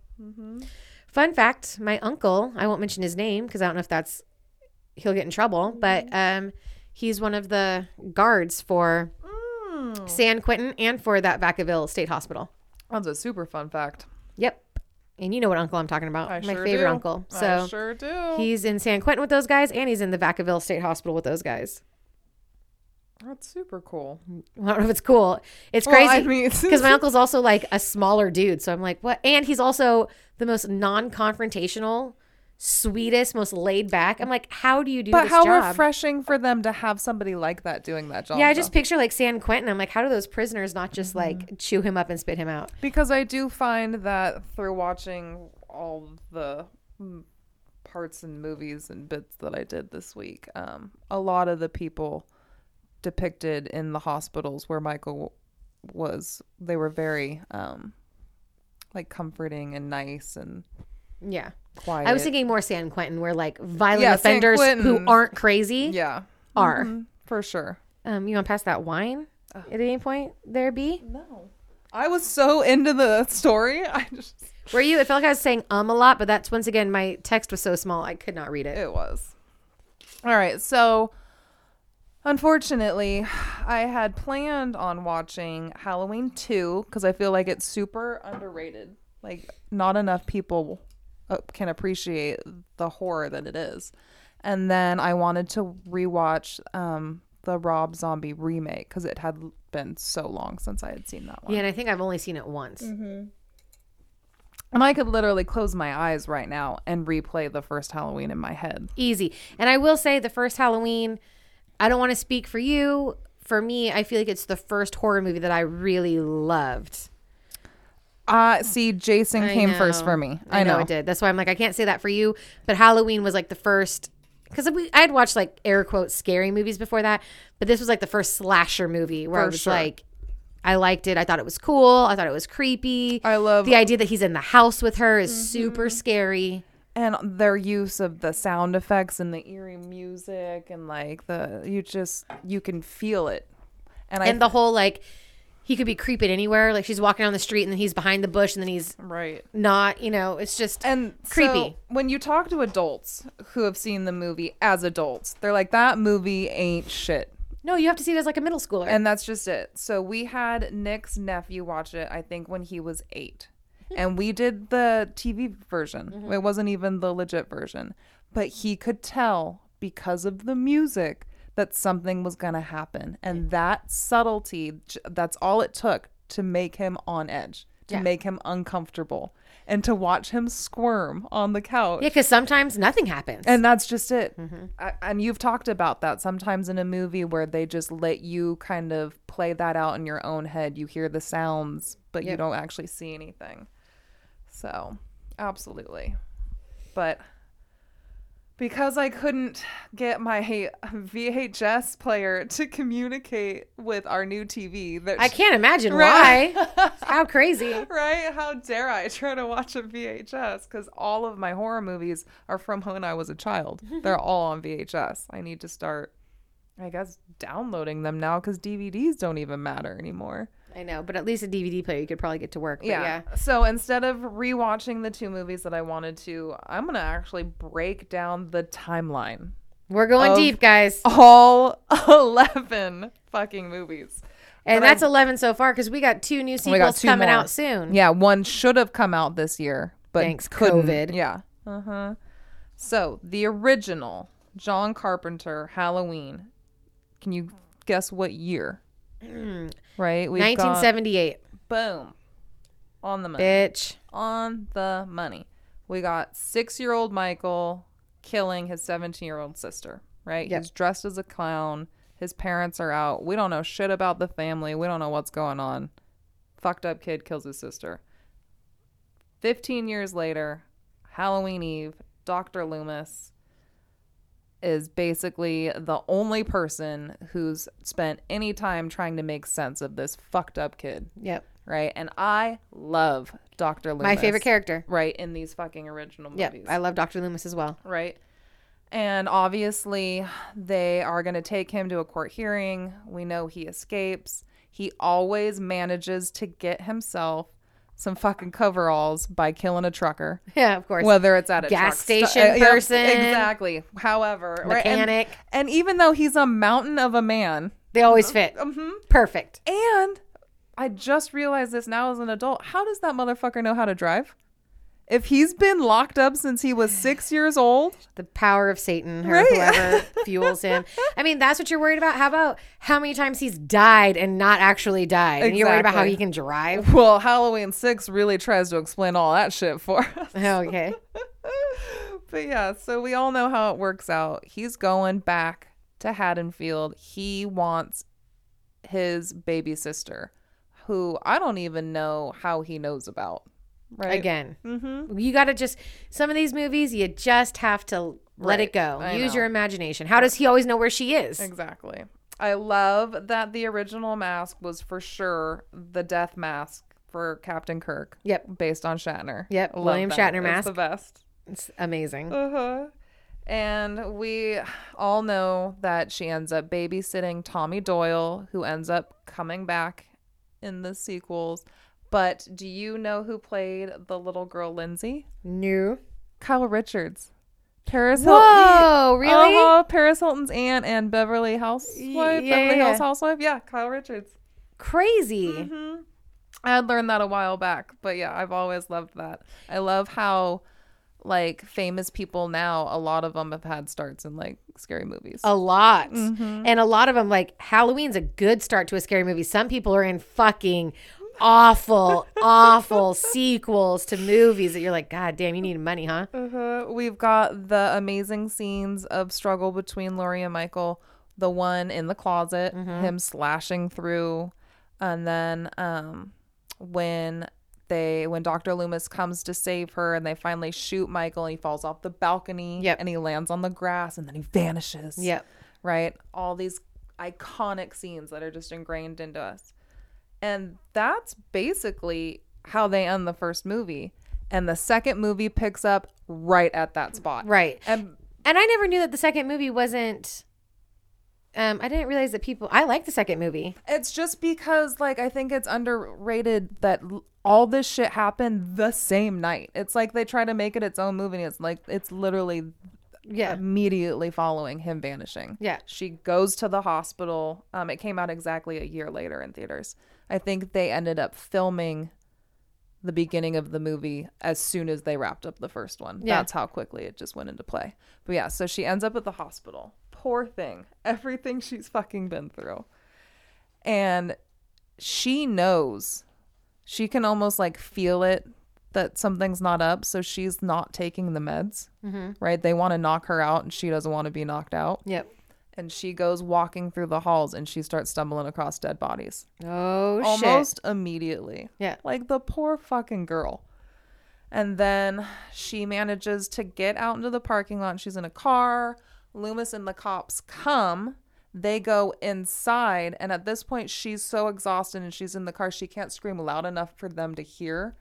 A: Fun fact, my uncle, I won't mention his name because I don't know if that's he'll get in trouble, but
B: Mm-hmm.
A: um he's one of the guards for
B: Mm.
A: San Quentin and for that Vacaville State Hospital.
B: That's a super fun fact.
A: Yep. And you know what uncle I'm talking about.
B: I
A: my
B: sure
A: favorite
B: do.
A: uncle. So
B: I sure do.
A: he's in San Quentin with those guys and he's in the Vacaville State Hospital with those guys.
B: That's super cool.
A: I don't know if it's cool. It's
B: Well, I
A: crazy.
B: mean-
A: Because my uncle's also like a smaller dude. So I'm like, what? And he's also the most non confrontational, sweetest, most laid back. I'm like, how do you do
B: But
A: this
B: how
A: job?
B: refreshing for them to have somebody like that doing that job.
A: yeah, I
B: though.
A: just picture like San Quentin. I'm like, how do those prisoners not just
B: Mm-hmm.
A: like chew him up and spit him out?
B: Because I do find that through watching all the mm, parts and movies and bits that I did this week, um, a lot of the people depicted in the hospitals where Michael was, they were very um, like comforting and nice and
A: Yeah.
B: quiet.
A: I was thinking more San Quentin, where like violent
B: Yeah, San
A: offenders who
B: Quentin.
A: aren't crazy
B: yeah,
A: are.
B: Mhm, for sure.
A: Um, you want to pass that wine at any point there, B?
B: No. I was so into the story. I just,
A: Were you? It felt like I was saying um a lot, but that's once again, my text was so small, I could not read it.
B: It was. All right. So, unfortunately, I had planned on watching Halloween 2 because I feel like it's super underrated. Like, not enough people uh, can appreciate the horror that it is. And then I wanted to rewatch um, the Rob Zombie remake because it had been so long since I had seen that one.
A: Yeah, and I think I've only seen it once.
B: Mm-hmm. And I could literally close my eyes right now and replay the first Halloween in my head.
A: Easy. And I will say the first Halloween, I don't want to speak for you. For me, I feel like it's the first horror movie that I really loved.
B: Uh see, Jason
A: I
B: came first
A: know.
B: for me. I, know.
A: it did. That's why I'm like, I can't say that for you. But Halloween was like the first because we I'd watched like air quotes scary movies before that, but this was like the first slasher movie where I
B: For
A: was
B: sure.
A: like, I liked it. I thought it was cool. I thought it was creepy.
B: I love- Mm-hmm.
A: the idea that he's in the house with her is super scary.
B: And their use of the sound effects and the eerie music and like the you just you can feel it. And,
A: and
B: I
A: the whole like he could be creeping anywhere like she's walking down the street and then he's behind the bush and then he's
B: right.
A: not you know it's just
B: And
A: Creepy.
B: so, when you talk to adults who have seen the movie as adults, they're like that movie ain't shit.
A: no you have to see it as like a middle schooler
B: And that's just it. So we had Nick's nephew watch it, I think, when he was eight. And we did the TV version. It wasn't even the legit version. But he could tell because of the music that something was going to happen. And that subtlety, j- that's all it took to make him on edge, to
A: Yeah.
B: make him uncomfortable and to watch him squirm on the couch.
A: Yeah, because sometimes nothing happens.
B: And that's just it.
A: Mm-hmm.
B: I, and you've talked about that sometimes in a movie where they just let you kind of play that out in your own head. You hear the sounds, but you
A: Yep.
B: don't actually see anything. So, absolutely. But because I couldn't get my VHS player to communicate with our new TV, that
A: I can't imagine
B: Right.
A: why. How crazy.
B: right? How dare I try to watch a VHS? Because all of my horror movies are from when I was a child. They're all on VHS. I need to start, I guess, downloading them now because DVDs don't even matter anymore.
A: I know, but at least a DVD player you could probably get to work. But yeah.
B: So instead of rewatching the two movies that I wanted to, I'm going to actually break down the timeline.
A: We're going
B: Of- Oh,
A: deep, guys.
B: All 11 fucking movies.
A: and
B: but
A: that's 11 so far because we got two new
B: we got
A: sequels
B: Oh two
A: coming
B: more.
A: out soon.
B: Yeah, one should have come out this year, but
A: Thanks,
B: couldn't.
A: COVID.
B: Yeah. Uh huh. So the original John Carpenter Halloween. Can you guess what year? right. We've got-
A: 1978.
B: boom on the money.
A: Bitch.
B: On the money. We got six-year-old Michael killing his seventeen-year-old sister. Right.
A: Yep.
B: He's dressed as a clown. His parents are out. We don't know shit about the family. We don't know what's going on. Fucked up kid kills his sister. 15 years later, Halloween Eve, Dr. Loomis is basically the only person who's spent any time trying to make sense of this fucked up kid,
A: Yep.
B: right? And I love Dr. Loomis.
A: My favorite character.
B: Right, in these fucking original movies
A: Yep. I love Dr. Loomis as well.
B: right? And obviously, they are going to take him to a court hearing. We know he escapes. He always manages to get himself some fucking coveralls by killing a trucker.
A: Yeah, of course.
B: Whether it's at a
A: Gas
B: truck sta- uh,
A: station
B: yep,
A: person.
B: exactly. However, right, and-
A: Mechanic.
B: and even though he's a mountain of a man,
A: they always
B: uh-huh.
A: fit.
B: Mm-hmm.
A: Perfect.
B: and I just realized this now as an adult. How does that motherfucker know how to drive? If he's been locked up since he was six years old,
A: The power of Satan or
B: Right.
A: whoever fuels him. I mean, that's what you're worried about. How about how many times he's died and not actually died? And you're worried about how
B: Exactly.
A: he can drive?
B: Well, Halloween 6 really tries to explain all that shit for us.
A: okay.
B: but yeah, so we all know how it works out. He's going back to Haddonfield. He wants his baby sister, who I don't even know how he knows about. Right? Mm-hmm.
A: Again. You got to just, some of these movies, you just have to let it
B: Right.
A: go.
B: I
A: Use
B: know.
A: your imagination. How does he always know where she is?
B: Exactly. I love that the original mask was for sure the death mask for Captain Kirk.
A: Yep.
B: Based on Shatner.
A: Yep,
B: I love
A: William
B: that.
A: Shatner
B: It's the best.
A: It's amazing.
B: Uh-huh. And we all know that she ends up babysitting Tommy Doyle, who ends up coming back in the sequels. But do you know who played the little girl Lindsay?
A: New.
B: Kyle Richards. Paris Hilton.
A: Whoa, really?
B: Uh-huh, Paris Hilton's aunt and Beverly Housewife.
A: Y- yeah,
B: Beverly
A: yeah, yeah.
B: Hills Housewife. Yeah, Kyle Richards.
A: Crazy.
B: I had learned that a while back, but yeah, I've always loved that. I love how like famous people now, a lot of them have had starts in like scary movies.
A: A lot.
B: Mm-hmm.
A: And a lot of them, like Halloween's a good start to a scary movie. Some people are in fucking awful, awful sequels to movies that you're like, God damn, you need money, huh?
B: Uh-huh. We've got the amazing scenes of struggle between Laurie and Michael, the one in the closet,
A: Mm-hmm.
B: him slashing through, and then um, when they when Dr. Loomis comes to save her and they finally shoot Michael and he falls off the balcony
A: Yep.
B: and he lands on the grass and then he vanishes.
A: Yep.
B: right? All these iconic scenes that are just ingrained into us. And that's basically how they end the first movie. And the second movie picks up right at that spot.
A: Right.
B: And
A: And I never knew that the second movie wasn't. Um, I didn't realize that people. I like the second movie.
B: it's just because, like, I think it's underrated that l- all this shit happened the same night. It's like they try to make it its own movie. And it's like, it's literally
A: Yeah.
B: immediately following him vanishing.
A: Um, Yeah.
B: She goes to the hospital. Um, it came out exactly a year later in theaters. I think they ended up filming the beginning of the movie as soon as they wrapped up the first one.
A: Yeah.
B: That's how quickly it just went into play. But yeah, so she ends up at the hospital. Poor thing. Everything she's fucking been through. And she knows she can almost like feel it that something's not up. So she's not taking the meds,
A: Mm-hmm.
B: right? They want to knock her out and she doesn't want to be knocked out.
A: Yep.
B: And she goes walking through the halls and she starts stumbling across dead bodies
A: Oh shit.
B: almost immediately.
A: Yeah.
B: Like the poor fucking girl. And then she manages to get out into the parking lot. She's in a car. Loomis and the cops come. They go inside. And at this point, she's so exhausted and she's in the car, she can't scream loud enough for them to hear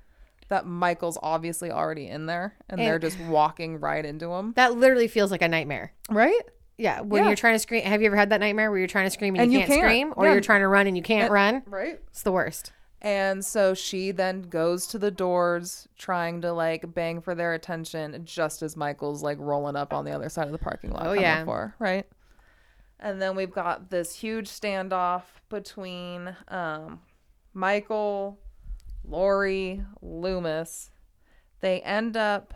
B: that Michael's obviously already in there and, they're
A: And-
B: just walking right into him.
A: That literally feels like a nightmare.
B: Right?
A: Yeah, when
B: Yeah.
A: you're trying to scream. Have you ever had that nightmare where you're trying to scream and,
B: And
A: you,
B: you
A: can't,
B: can't.
A: scream, or
B: Yeah.
A: you're trying to run and you can't run?
B: Right.
A: It's the worst.
B: And so she then goes to the doors trying to like bang for their attention just as Michael's like rolling up on the other side of the parking lot.
A: Oh,
B: coming
A: yeah.
B: For, her, right. And then we've got this huge standoff between um, Michael, Lori, Loomis. They end up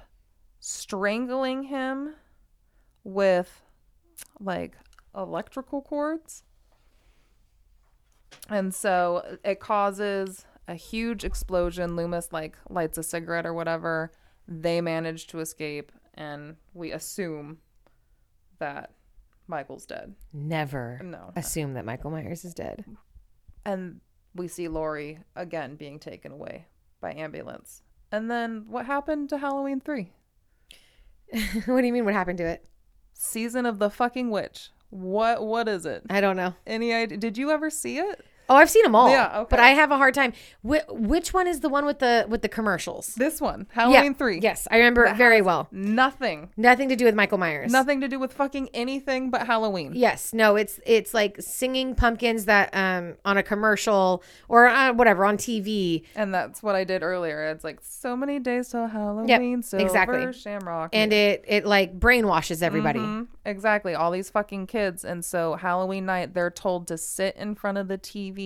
B: strangling him with like electrical cords. And so uh, it causes a huge explosion. Loomis like lights a cigarette or whatever. They manage to escape and we assume that Michael's dead.
A: Never
B: No.
A: assume that Michael Myers is dead.
B: And we see Lori again being taken away by ambulance. And then what happened to Halloween 3?
A: what do you mean? What happened to it?
B: Season of the fucking witch. What what is it?
A: I don't know.
B: Any idea? Did you ever see it?
A: Oh, I've seen them all.
B: Yeah,
A: But
B: okay.
A: I have a hard time. Wh- which one is the one with the with the commercials?
B: This one, Halloween
A: yeah.
B: 3.
A: Yes, I remember it very well.
B: Nothing.
A: Nothing to do with Michael Myers.
B: Nothing to do with fucking anything but Halloween.
A: Yes, no, it's it's like singing pumpkins that um on a commercial or uh, whatever on TV.
B: And that's what I did earlier. It's like so many days till Halloween, so
A: exactly.
B: exactly. Shamrock,
A: And it it like brainwashes everybody.
B: Mhm. exactly all these fucking kids. And so Halloween night, they're told to sit in front of the TV,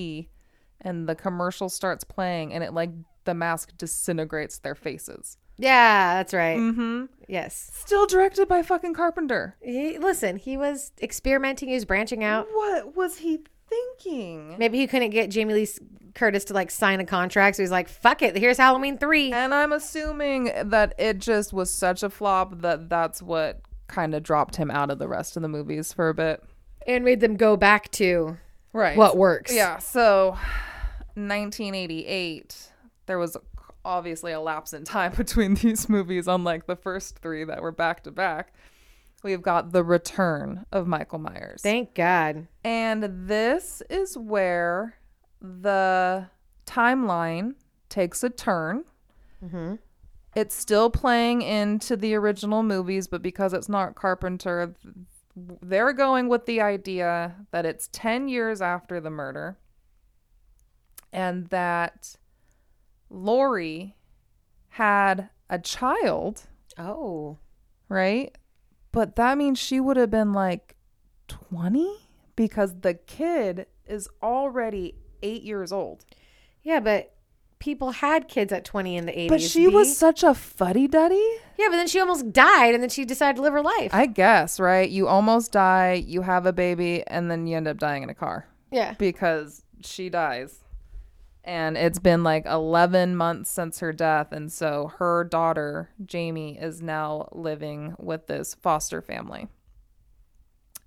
B: and the commercial starts playing, and it like the mask disintegrates their faces.
A: Yeah, that's right.
B: Mm-hmm.
A: Yes.
B: Still directed by fucking Carpenter.
A: He, listen, he was experimenting. He was branching out.
B: What was he thinking?
A: Maybe he couldn't get Jamie Lee Curtis to like sign a contract, so he's like, "Fuck it, here's Halloween three.
B: And I'm assuming that it just was such a flop that that's what kind of dropped him out of the rest of the movies for a bit.
A: and made them go back to
B: Right.
A: what works.
B: Yeah. So, 1988, there was obviously a lapse in time between these movies, unlike the first three that were back to back. We've got the return of Michael Myers.
A: Thank God.
B: and this is where the timeline takes a turn. It's still playing into the original movies, but because it's not Carpenter, they're going with the idea that it's 10 years after the murder and that Lori had a child,
A: Oh,
B: right? But that means she would have been like 20 because the kid is already eight years old.
A: yeah, but people had kids at twenty in the eighties.
B: But she was such a fuddy duddy.
A: yeah, but then she almost died, and then she decided to live her life.
B: I guess, right? You almost die, you have a baby, and then you end up dying in a car.
A: yeah,
B: because she dies. And it's been like 11 months since her death. And so her daughter, Jamie, is now living with this foster family.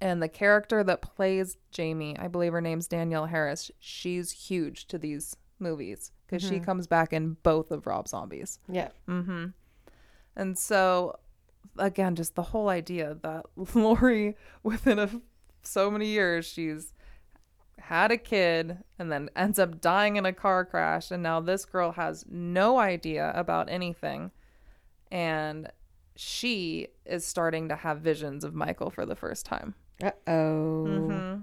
B: And the character that plays Jamie, I believe her name's Danielle Harris, she's huge to these movies because she comes back in both of Rob Zombie's.
A: yeah.
B: And so, again, just the whole idea that Lori, within a, so many years, she's had a kid and then ends up dying in a car crash. And now this girl has no idea about anything. And she is starting to have visions of Michael for the first time.
A: Uh oh.
B: Mm-hmm.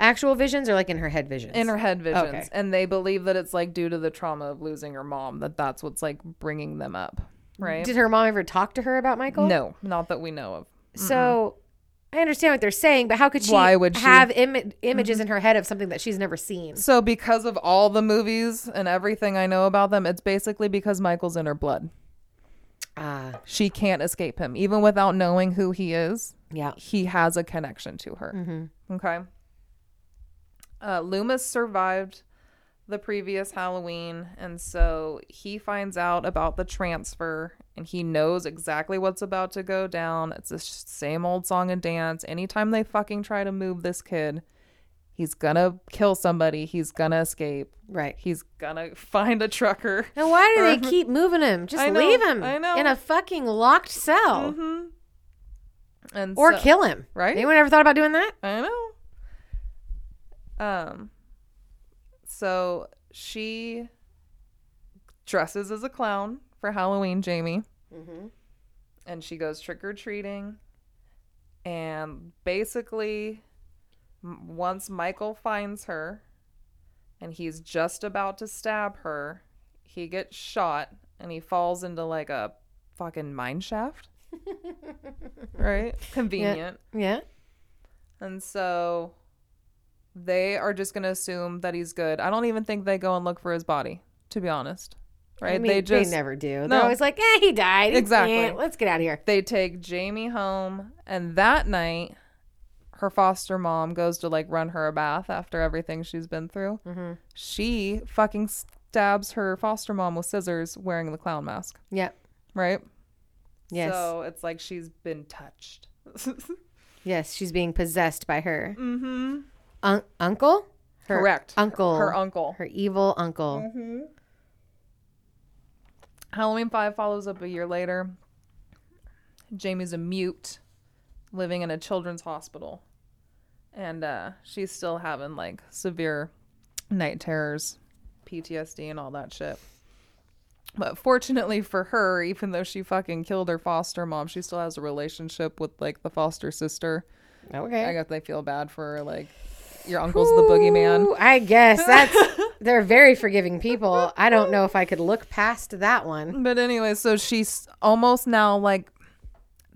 A: Actual visions or like in her head visions?
B: in her head visions
A: Okay.
B: and they believe that it's like due to the trauma of losing her mom that that's what's like bringing them up right
A: Did her mom ever talk to her about Michael?
B: no not that we know of
A: So I understand what they're saying, but how could Mm-hmm. she, Mm-hmm.
B: Why would she-
A: have Im- images in her head of something that she's never seen?
B: So because of all the movies and everything I know about them, it's basically because Michael's in her blood.
A: Ah,
B: She can't escape him. Even without knowing who he is,
A: yeah.
B: he has a connection to her. Okay. Uh, Loomis survived the previous Halloween. And so he finds out about the transfer and he knows exactly what's about to go down. It's the same old song and dance. Anytime they fucking try to move this kid, he's gonna kill somebody, he's gonna escape.
A: Right. Uh-huh.
B: He's gonna find a trucker.
A: And why do
B: Or-
A: they keep moving him? Just
B: I know,
A: leave him
B: I know.
A: in a fucking locked cell
B: Mhm. And
A: or
B: so-
A: kill him.
B: Right?
A: Anyone ever thought about doing that?
B: I know. Um so she dresses as a clown for Halloween, Jamie,
A: Mm-hmm.
B: and she goes trick or treating. And basically m- once Michael finds her and he's just about to stab her, he gets shot and he falls into like a fucking mine shaft. right? Convenient.
A: Yeah.
B: And so they are just going to assume that he's good. I don't even think they go and look for his body, to be honest. Right?
A: I mean,
B: they just
A: they never do. They're
B: No.
A: always like, eh, he died. He's-
B: Exactly.
A: eh, let's get out of here.
B: they take Jamie home, and that night her foster mom goes to like run her a bath after everything she's been through.
A: Mhm.
B: She fucking stabs her foster mom with scissors wearing the clown mask,
A: Yep.
B: right?
A: Yes.
B: So it's like she's been touched.
A: Yes. She's being possessed by her
B: mm-hmm.
A: Un- uncle. Her
B: Correct.
A: Uncle.
B: Her uncle.
A: Her evil uncle.
B: Halloween 5 follows up a year later. Jamie's a mute living in a children's hospital. And uh, she's still having like severe night terrors, PTSD, and all that shit. But fortunately for her, even though she fucking killed her foster mom, she still has a relationship with like the foster sister. I
A: Okay.
B: guess they feel bad for her, like your uncle's the boogeyman.
A: Ooh, I guess that's. they're very forgiving people. I don't know if I could look past that one.
B: But anyway, so she's almost now like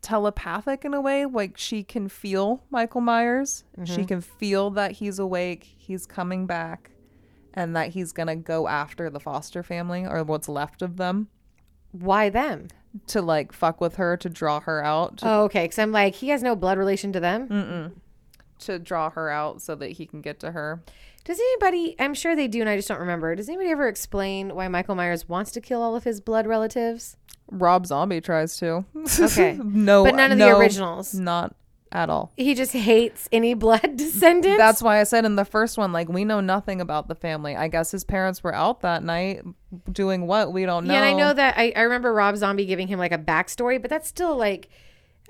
B: telepathic in a way. Like she can feel Michael Myers.
A: Mm-hmm.
B: She can feel that he's awake, he's coming back, and that he's going to go after the foster family or what's left of them
A: Why them?
B: to like fuck with her, to draw her out, to,
A: Oh, okay. Because I'm like, he has no blood relation to them.
B: Mm. to draw her out so that he can get to her.
A: Does anybody, I'm sure they do, and I just don't remember. Does anybody ever explain why Michael Myers wants to kill all of his blood relatives?
B: Rob Zombie tries to.
A: Okay.
B: no.
A: But none of the
B: no,
A: originals.
B: Not at all.
A: He just hates any blood descendants.
B: That's why I said in the first one, like we know nothing about the family. I guess his parents were out that night doing what we don't know.
A: Yeah, and I know that I, I remember Rob Zombie giving him like a backstory, but that's still like,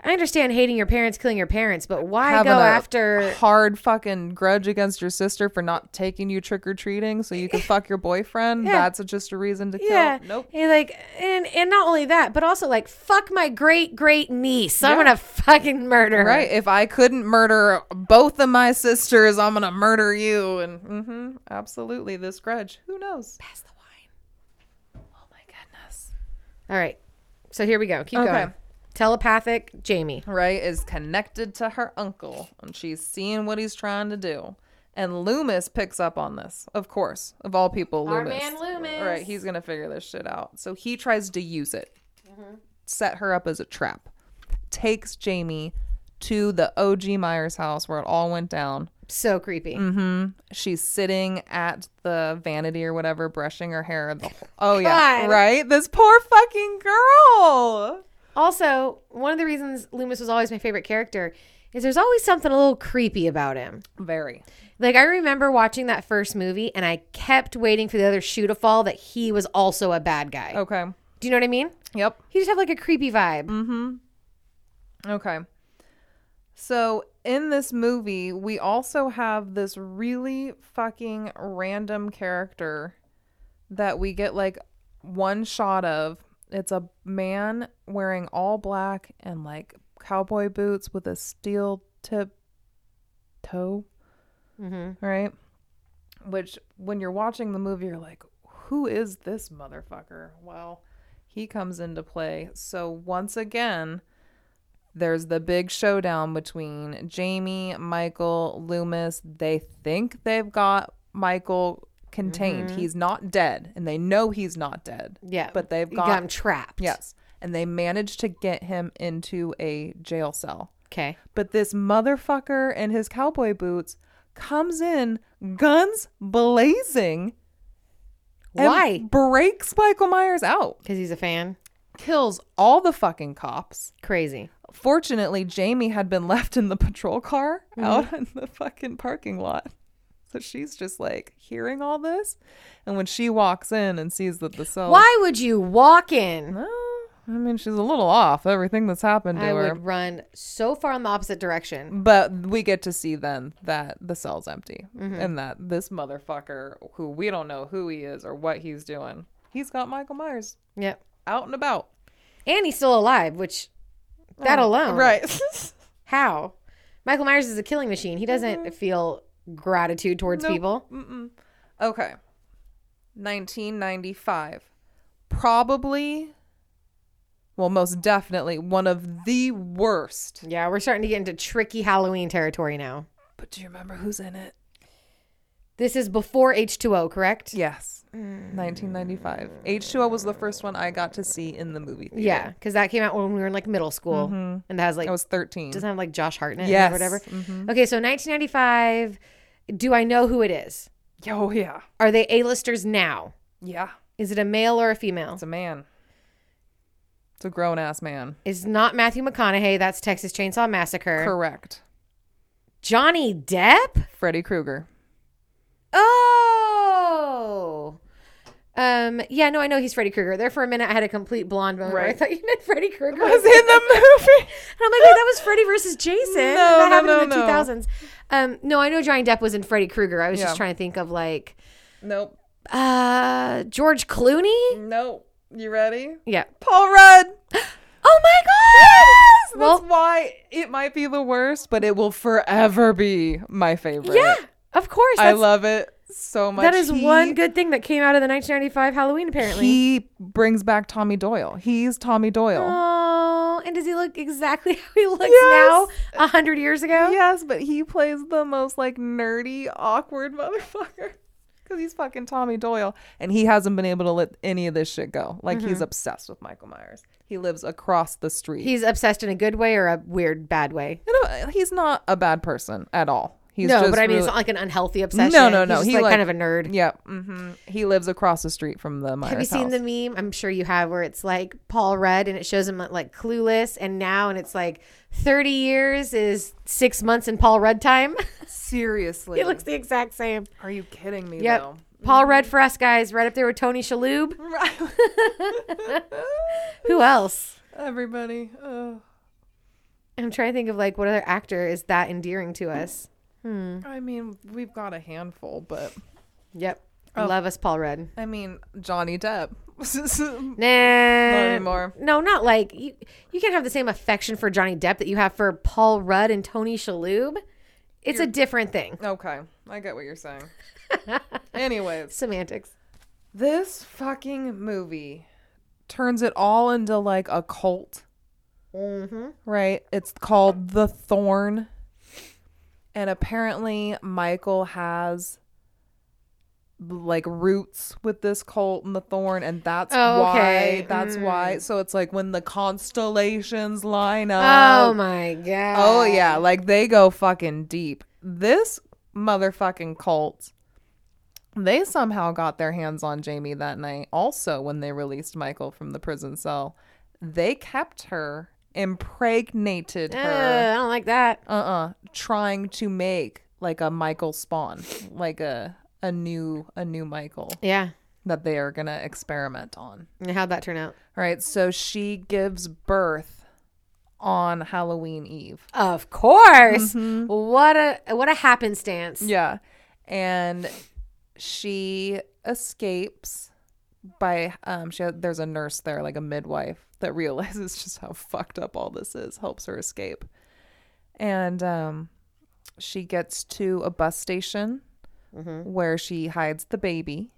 A: I understand hating your parents, killing your parents, but why
B: Having
A: go
B: a
A: after?
B: hard fucking grudge against your sister for not taking you trick or treating so you can fuck your boyfriend. That's just a reason to kill.
A: Yeah,
B: Nope.
A: And like, and and not only that, but also like, fuck my great great niece. I'm gonna fucking murder her.
B: Right. If I couldn't murder both of my sisters, I'm gonna murder you. And hmm absolutely, this grudge. Who knows?
A: Pass the wine.
B: Oh my goodness.
A: All right, so here we go. Keep
B: Okay.
A: going. Telepathic Jamie.
B: Right is connected to her uncle, and she's seeing what he's trying to do. And Loomis picks up on this, of course, of all people.
A: Our
B: Loomis.
A: man Loomis.
B: Right, he's gonna figure this shit out. So he tries to use it,
A: Mm-hmm.
B: set her up as a trap, takes Jamie to the OG Myers house where it all went down.
A: So creepy.
B: Mm-hmm. She's sitting at the vanity or whatever, brushing her hair. The whole- oh yeah,
A: God.
B: right. This poor fucking girl.
A: Also, one of the reasons Loomis was always my favorite character is there's always something a little creepy about him.
B: Very.
A: Like I remember watching that first movie and I kept waiting for the other shoe to fall that he was also a bad guy.
B: Okay.
A: Do you know what I mean?
B: Yep.
A: He just had like a creepy vibe.
B: Mm-hmm. Okay. So in this movie, we also have this really fucking random character that we get like one shot of. It's a man wearing all black and like cowboy boots with a steel tip toe,
A: Mhm.
B: right? Which, when you're watching the movie, you're like, who is this motherfucker? Well, he comes into play. So, once again, there's the big showdown between Jamie, Michael, Loomis. They think they've got Michael contained. He's not dead, and they know he's not dead.
A: Mm-hmm. Yeah.
B: But they've
A: You
B: got,
A: got him trapped.
B: yes, and they managed to get him into a jail cell.
A: Okay.
B: But this motherfucker in his cowboy boots comes in, guns blazing, and
A: Why?
B: breaks Michael Myers out,
A: Because he's a fan.
B: kills all the fucking cops.
A: Crazy.
B: Fortunately, Jamie had been left in the patrol car
A: Mm-hmm.
B: out in the fucking parking lot. So she's just like hearing all this. And when she walks in and sees that the cell.
A: Why would you walk in?
B: Well, I mean, she's a little off everything that's happened to
A: I
B: her.
A: would run so far in the opposite direction.
B: But we get to see then that the cell's empty and that this motherfucker, who we don't know who he is or what he's doing, he's got Michael Myers
A: Yep.
B: out and about.
A: And he's still alive, which that alone.
B: Right.
A: How? Michael Myers is a killing machine. He doesn't feel gratitude towards people.
B: okay. 1995. Probably, well, most definitely one of the worst.
A: Yeah, we're starting to get into tricky Halloween territory now.
B: But do you remember who's in it?
A: This is before H2O, correct?
B: Yes. 1995. H2O was the first one I got to see in the movie theater.
A: Yeah, because that came out when we were in like middle school and that has like,
B: I Mm-hmm. was 13.
A: doesn't have like Josh Hartnett
B: Yes. Mm-hmm.
A: or whatever. Okay, so 1995, do I know who it is?
B: Oh, yeah.
A: Are they A-listers now?
B: Yeah.
A: Is it a male or a female?
B: It's a man. It's a grown ass man.
A: It's not Matthew McConaughey. That's Texas Chainsaw Massacre.
B: Correct.
A: Johnny Depp?
B: Freddy Krueger.
A: Oh. Um. Yeah. No, I know he's Freddy Krueger. There for a minute, I had a complete blonde moment. Where I
B: Right.
A: thought you meant Freddy Krueger.
B: Was in the movie.
A: And I'm like, wait, that was Freddy versus Jason.
B: No,
A: that
B: no,
A: happened in the
B: no, no.
A: 2000s. Um. No, I know Johnny Depp was in Freddy Krueger. I was just
B: Yeah.
A: trying to think of like,
B: Nope.
A: uh, George Clooney.
B: Nope. You ready?
A: Yeah.
B: Paul Rudd.
A: Oh my God.
B: That's
A: Well,
B: why it might be the worst, but it will forever be my favorite.
A: yeah. Of course.
B: I
A: that's-
B: love it so much.
A: That is
B: He-
A: one good thing that came out of the 1995 Halloween. Apparently.
B: He brings back Tommy Doyle. He's Tommy Doyle.
A: Oh, and does he look exactly how he looks
B: Yes.
A: now, a hundred years ago?
B: Yes, but he plays the most like nerdy, awkward motherfucker. Because he's fucking Tommy Doyle. And he hasn't been able to let any of this shit go. Like he's
A: Mm-hmm.
B: obsessed with Michael Myers. He lives across the street.
A: He's obsessed in a good way or a weird bad way.
B: You know, he's not a bad person at all. He's
A: no,
B: just
A: but I mean, it's
B: really-
A: not like an unhealthy obsession.
B: No, no, no.
A: He's just,
B: He,
A: like,
B: like-
A: kind of a nerd.
B: Yeah. hmm He lives across the street from the Myers
A: Have you seen
B: house.
A: the meme? I'm sure you have, where it's like Paul Rudd and it shows him like clueless, and now and it's like 30 years is six months in Paul Rudd time.
B: Seriously.
A: he looks the exact same.
B: Are you kidding me
A: Yep.
B: though?
A: Paul Rudd for us guys, right up there with Tony Shalhoub. Who else?
B: Everybody. Oh,
A: I'm trying to think of like what other actor is that endearing to us. Mm.
B: I mean, we've got a handful, but
A: Yep.
B: Oh.
A: Love us, Paul Rudd.
B: I mean, Johnny Depp.
A: Nah.
B: anymore.
A: No, not like you, you can't have the same affection for Johnny Depp that you have for Paul Rudd and Tony Shalhoub. It's a different thing.
B: Okay, I get what you're saying. Anyways,
A: Semantics.
B: this fucking movie turns it all into like a cult,
A: Mm-hmm.
B: right? It's called The Thorn. And apparently, Michael has like roots with this cult and the thorn and that's
A: Oh, okay. Mm.
B: why that's why so it's like when the constellations line up
A: Oh my god.
B: Oh yeah, like they go fucking deep. This motherfucking cult. They somehow got their hands on Jamie that night. Also, when they released Michael from the prison cell, they kept her, impregnated
A: Uh,
B: her.
A: I don't like that.
B: Uh uh trying to make like a Michael spawn, like a a new a new Michael
A: Yeah.
B: that they are gonna experiment on.
A: And how'd that turn out?
B: All right, so she gives birth on Halloween Eve.
A: Of course. Mm-hmm. What a what a happenstance.
B: Yeah. And she escapes by um she had, there's a nurse there like a midwife that realizes just how fucked up all this is, helps her escape. And um she gets to a bus station
A: Mm-hmm.
B: where she hides the baby.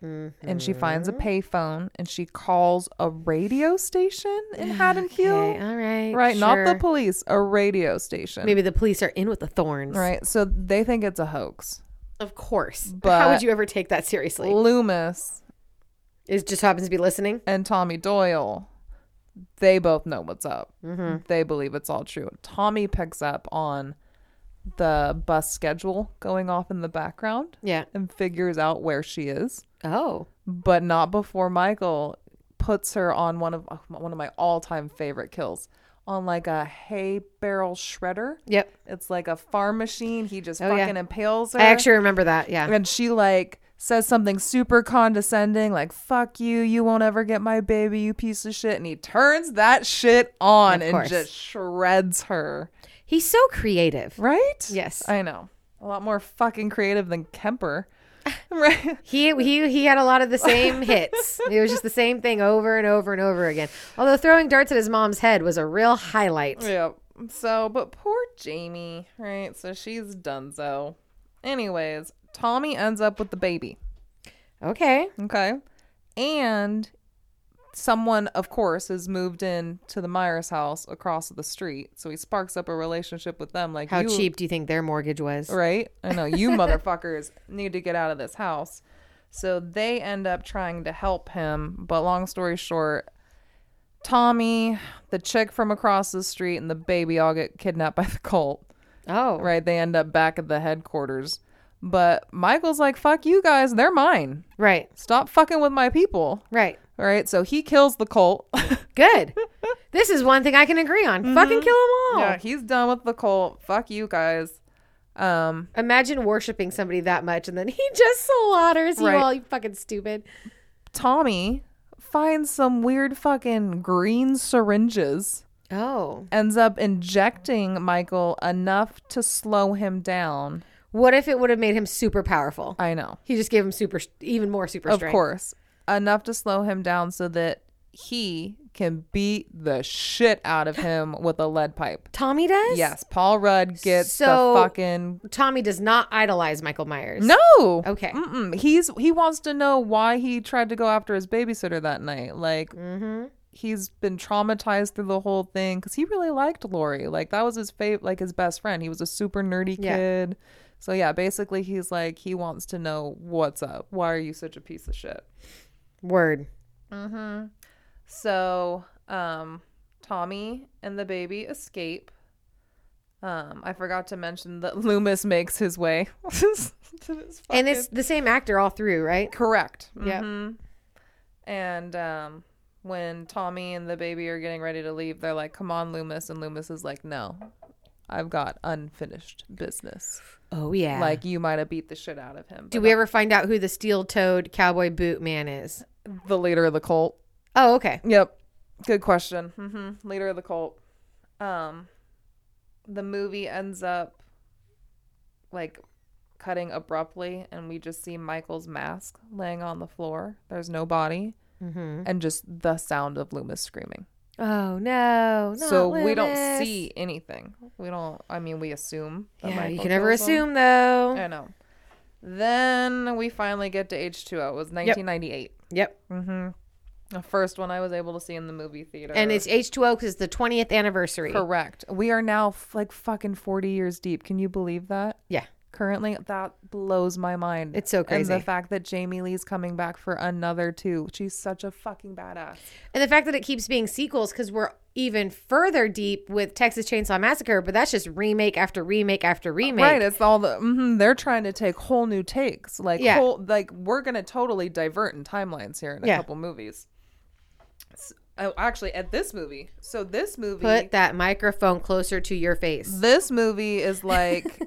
B: And she finds
A: Mm-hmm.
B: a payphone and she calls a radio station in Haddonfield.
A: Okay, all right.
B: Right, not the
A: sure.
B: police, a radio station.
A: Maybe the police are in with the thorns.
B: Right. So they think it's a hoax.
A: Of course. But how
B: But-
A: would you ever take that seriously?
B: Loomis
A: It just happens to be listening.
B: and Tommy Doyle, they both know what's up.
A: Mm-hmm.
B: They believe it's all true. Tommy picks up on the bus schedule going off in the background
A: Yeah.
B: and figures out where she is.
A: Oh.
B: but not before Michael puts her on one of one of my all-time favorite kills on like a hay barrel shredder.
A: Yep.
B: It's like a farm machine. He just
A: Oh, yeah.
B: fucking impales her.
A: I actually remember that. Yeah.
B: and she like says something super condescending like fuck you you won't ever get my baby you piece of shit and he turns that shit on
A: Of
B: and
A: course.
B: just shreds her
A: He's so creative.
B: right
A: Yes.
B: i know a lot more fucking creative than kemper right
A: He he he had a lot of the same hits. It was just the same thing over and over and over again. Although throwing darts at his mom's head was a real highlight.
B: yeah so but poor jamie right so she's done so anyways tommy ends up with the baby
A: Okay.
B: Okay. And someone, of course, has moved in to the Myers house across the street. So he sparks up a relationship with them. Like,
A: How
B: you,
A: cheap do you think their mortgage was?
B: Right? I know. You motherfuckers need to get out of this house. So they end up trying to help him. But long story short, Tommy, the chick from across the street, and the baby all get kidnapped by the cult
A: Oh.
B: right? They end up back at the headquarters. But Michael's like, fuck you guys, they're mine.
A: Right.
B: Stop fucking with my people.
A: Right.
B: All right, so he kills the cult.
A: Good. this is one thing I can agree on. Fucking kill them all.
B: yeah, he's done with the cult. Fuck you guys. Um,
A: Imagine worshiping somebody that much and then he just slaughters you
B: Right.
A: all, you fucking stupid.
B: Tommy finds some weird fucking green syringes,
A: Oh.
B: ends up injecting Michael enough to slow him down.
A: What if it would have made him super powerful?
B: I know.
A: He just gave him super, even more super
B: Of
A: strength.
B: course. Enough to slow him down so that he can beat the shit out of him with a lead pipe.
A: Tommy does?
B: Yes, Paul Rudd gets
A: So-
B: the fucking
A: Tommy does not idolize Michael Myers.
B: No. Mm.
A: Okay.
B: Mm-mm. He's he wants to know why he tried to go after his babysitter that night. Like
A: Mm-hmm.
B: he's been traumatized through the whole thing because he really liked Lori. Like that was his favorite, like his best friend. He was a super nerdy
A: Yeah.
B: kid. So yeah, basically he's like he wants to know what's up. Why are you such a piece of shit?
A: Word.
B: So um, Tommy and the baby escape. Um, I forgot to mention that Loomis makes his way. to this
A: And
B: fucking-
A: it's the same actor all through, right?
B: Correct.
A: Yeah.
B: Mhm. And um, when Tommy and the baby are getting ready to leave, they're like, "Come on, Loomis," and Loomis is like, "No, I've got unfinished business.
A: Oh, yeah. Like,
B: Like you might have beat the shit out of him."
A: do
B: but
A: we ever find out who the steel toed cowboy boot man is?
B: not- the leader of the cult?
A: Oh, okay.
B: Yep. Good question. hmm Leader of the cult. Um, the movie ends up like cutting abruptly, and we just see Michael's mask laying on the floor. There's no body.
A: Mm-hmm.
B: and just the sound of Loomis screaming.
A: Oh, no. not
B: so we don't
A: Loomis.
B: see anything. We don't. I mean, we assume. that
A: Yeah, you
B: Michael
A: can never
B: kills him.
A: assume, though.
B: I know. Then we finally get to H two O. It was 1998.
A: yep.
B: The first one I was able to see in the movie theater.
A: And it's H2O because it's the 20th anniversary.
B: correct. We are now f- like fucking 40 years deep. Can you believe that?
A: Yeah.
B: Currently, that blows my mind.
A: It's so crazy.
B: And the fact that Jamie Lee's coming back for another two. She's such a fucking badass.
A: And the fact that it keeps being sequels because we're even further deep with Texas Chainsaw Massacre, but that's just remake after remake after remake.
B: Right, it's all the mhm, they're trying to take whole new takes. Like
A: Yeah.
B: whole, like we're gonna totally divert in timelines here in a
A: Yeah.
B: couple movies. S- oh, actually, at this movie, so this movie,
A: Put that microphone closer to your face.
B: this movie is like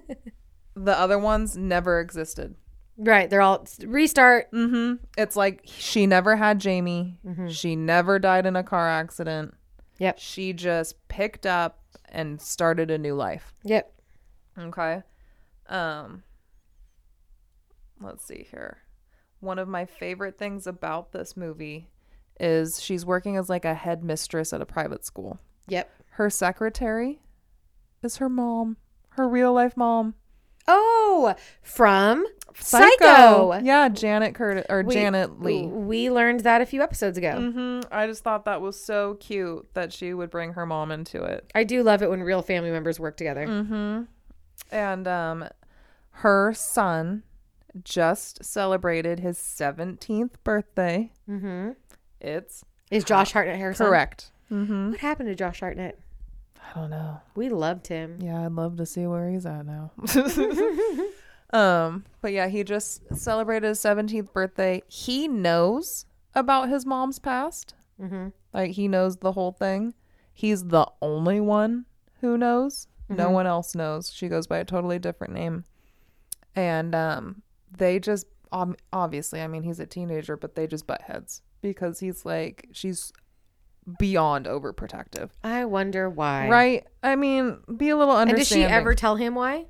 B: the other ones never existed.
A: Right. They're all restart.
B: Mm-hmm. It's like she never had Jamie. She never died in a car accident.
A: Mm-hmm. Yep.
B: She just picked up and started a new life.
A: Yep.
B: Okay. Um let's see here. One of my favorite things about this movie is she's working as like a headmistress at a private school.
A: Yep.
B: Her secretary is her mom, her real life mom.
A: Oh, from Psycho.
B: Yeah, Janet Curtis or
A: We-
B: Janet Lee.
A: We learned that a few episodes ago.
B: hmm I just thought that was so cute that she would bring her mom into it.
A: I do love it when real family members work together.
B: Mm. And um her son just celebrated his 17th birthday.
A: Mm-hmm.
B: It's
A: Is Josh Hartnett Harrison?
B: correct. Mm-hmm.
A: What happened to Josh Hartnett?
B: I don't know.
A: We loved him.
B: Yeah, I'd love to see where he's at now. Um, but yeah, he just celebrated his 17th birthday. He knows about his mom's past.
A: Mhm.
B: Like he knows the whole thing. He's the only one who knows.
A: Mm-hmm.
B: No one else knows. She goes by a totally different name. And um, they just ob- obviously, I mean, he's a teenager, but they just butt heads because he's like she's beyond overprotective.
A: I wonder why.
B: Right? I mean, be a little
A: And does she
B: understanding.
A: ever tell him why?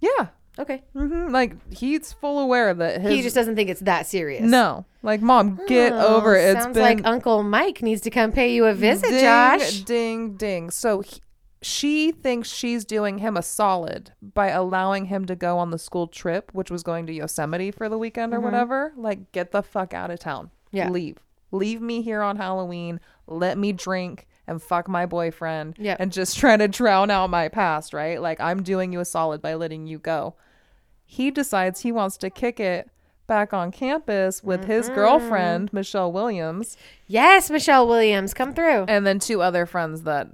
B: Yeah.
A: Okay.
B: hmm Like he's full aware that his
A: he just doesn't think it's that serious. Oh,
B: no. Like mom, get over it. It's
A: sounds
B: been
A: like Uncle Mike needs to come pay you a visit,
B: ding,
A: Josh.
B: Ding ding. So he, she thinks she's doing him a solid by allowing him to go on the school trip, which was going to Yosemite for the weekend or whatever. Like get the fuck out of town.
A: Mm-hmm. Yeah.
B: Leave. Leave me here on Halloween. Let me drink and fuck my boyfriend
A: Yep.
B: and just try to drown out my past, right? Like I'm doing you a solid by letting you go he decides he wants to kick it back on campus with his
A: Mm-hmm.
B: girlfriend Michelle Williams
A: Yes, Michelle Williams, come through.
B: and then two other friends that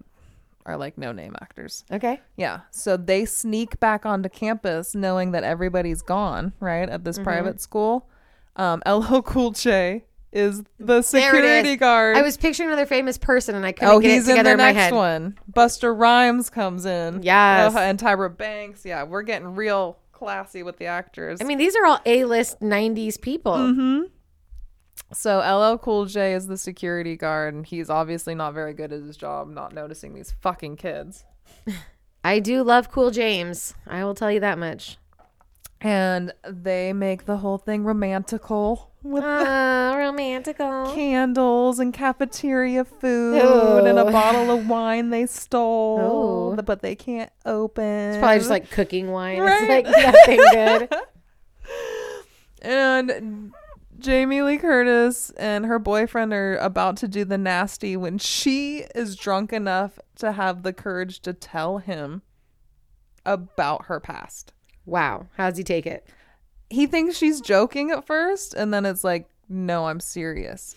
B: are like no name actors.
A: Okay.
B: Yeah. So they sneak back onto campus knowing that everybody's gone, right? At
A: Mm-hmm.
B: this private school. Um LL Cool J is
A: There it
B: the
A: is.
B: security guard.
A: I was picturing another famous person and I couldn't
B: Oh,
A: get
B: he's
A: it
B: in
A: together
B: the
A: in, my
B: next
A: head.
B: one. Buster Rhymes comes in.
A: Yes.
B: Uh, and Tyra Banks. Yeah, we're getting real classy with the actors.
A: I mean, these are all A-list 90s people.
B: Mm-hmm. So LL Cool J is the security guard, and he's obviously not very good at his job, not noticing these fucking kids.
A: I do love Cool James. I will tell you that much.
B: And they make the whole thing romantical with
A: Ah, romantical.
B: candles and cafeteria food
A: Ew.
B: and a bottle of wine they stole,
A: Ooh.
B: but they can't open. It's
A: Oh. Probably just like cooking wine.
B: Right.
A: It's like nothing good.
B: and Jamie Lee Curtis and her boyfriend are about to do the nasty when she is drunk enough to have the courage to tell him about her past.
A: Wow. How's he take it?
B: He thinks she's joking at first, and then it's like, no, I'm serious.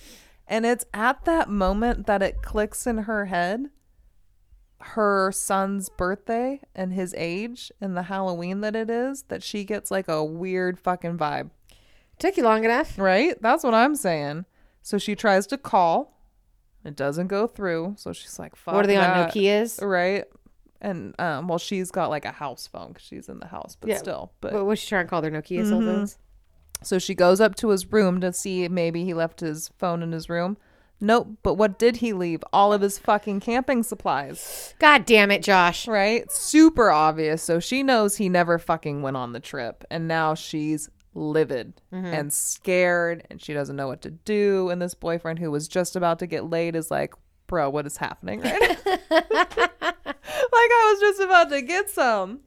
B: And it's at that moment that it clicks in her head her son's birthday and his age and the Halloween that it is that she gets like a weird fucking vibe.
A: Took you long enough.
B: Right? That's what I'm saying. So she tries to call. It doesn't go through. So she's like, fuck.
A: what are they on
B: that.
A: Nokia's?
B: Right? And um, well, she's got like a house phone 'cause she's in the house, but
A: Yeah.
B: still. But
A: What was she trying to call their Nokia cell
B: Mm-hmm.
A: phones?
B: so she goes up to his room to see if maybe he left his phone in his room. Nope. But what did he leave? All of his fucking camping supplies,
A: God damn it, Josh.
B: right? Super obvious. So she knows he never fucking went on the trip, and now she's livid and scared, and she doesn't know what to do. And this boyfriend who was just about to get laid is like, "Bro, what is happening right now?" like I was just about to get some.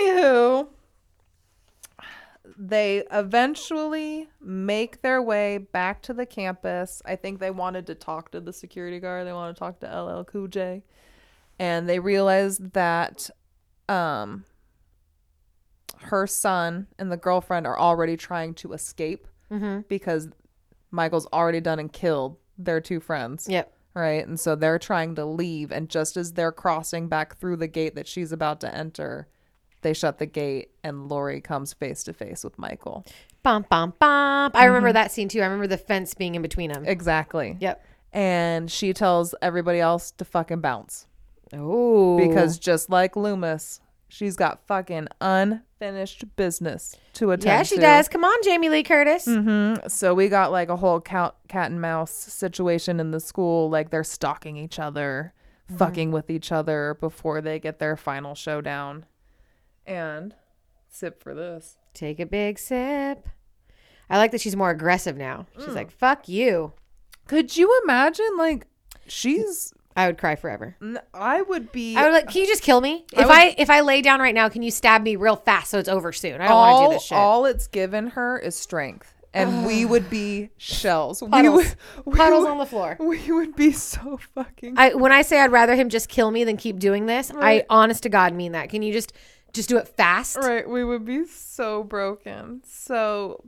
B: Anywho, they eventually make their way back to the campus. I think they wanted to talk to the security guard. They want to talk to LL Cool J, and they realize that um, her son and the girlfriend are already trying to escape because Michael's already done and killed their two friends
A: Yep.
B: right? And so they're trying to leave, and just as they're crossing back through the gate that she's about to enter, they shut the gate, and Lori comes face to face with Michael.
A: Bum, bum, bum. I
B: Mm-hmm.
A: remember that scene too. I remember the fence being in between them.
B: Exactly.
A: Yep.
B: And she tells everybody else to fucking bounce
A: Oh.
B: because just like Loomis, she's got fucking unfinished business to attend
A: Yeah, she
B: to.
A: does. Come on, Jamie Lee Curtis.
B: Mm-hmm. So we got like a whole cat, cat and mouse situation in the school. Like they're stalking each other,
A: Mm-hmm.
B: fucking with each other before they get their final showdown. And sip for this.
A: Take a big sip. I like that she's more aggressive now. She's
B: Mm.
A: like, fuck you.
B: Could you imagine? Like she's.
A: I would cry forever.
B: n- I would be.
A: I would like, can you just kill me? If
B: would-
A: I if I lay down right now, can you stab me real fast so it's over soon? I don't want to do
B: all,
A: this shit.
B: all it's given her is strength. And we would be shells. We
A: Puddles.
B: would, we
A: Puddles
B: would-
A: on the floor.
B: We would be so fucking.
A: I when I say I'd rather him just kill me than keep doing this, I honest to God mean that. Can you just just do it fast?
B: Right, we would be so broken. So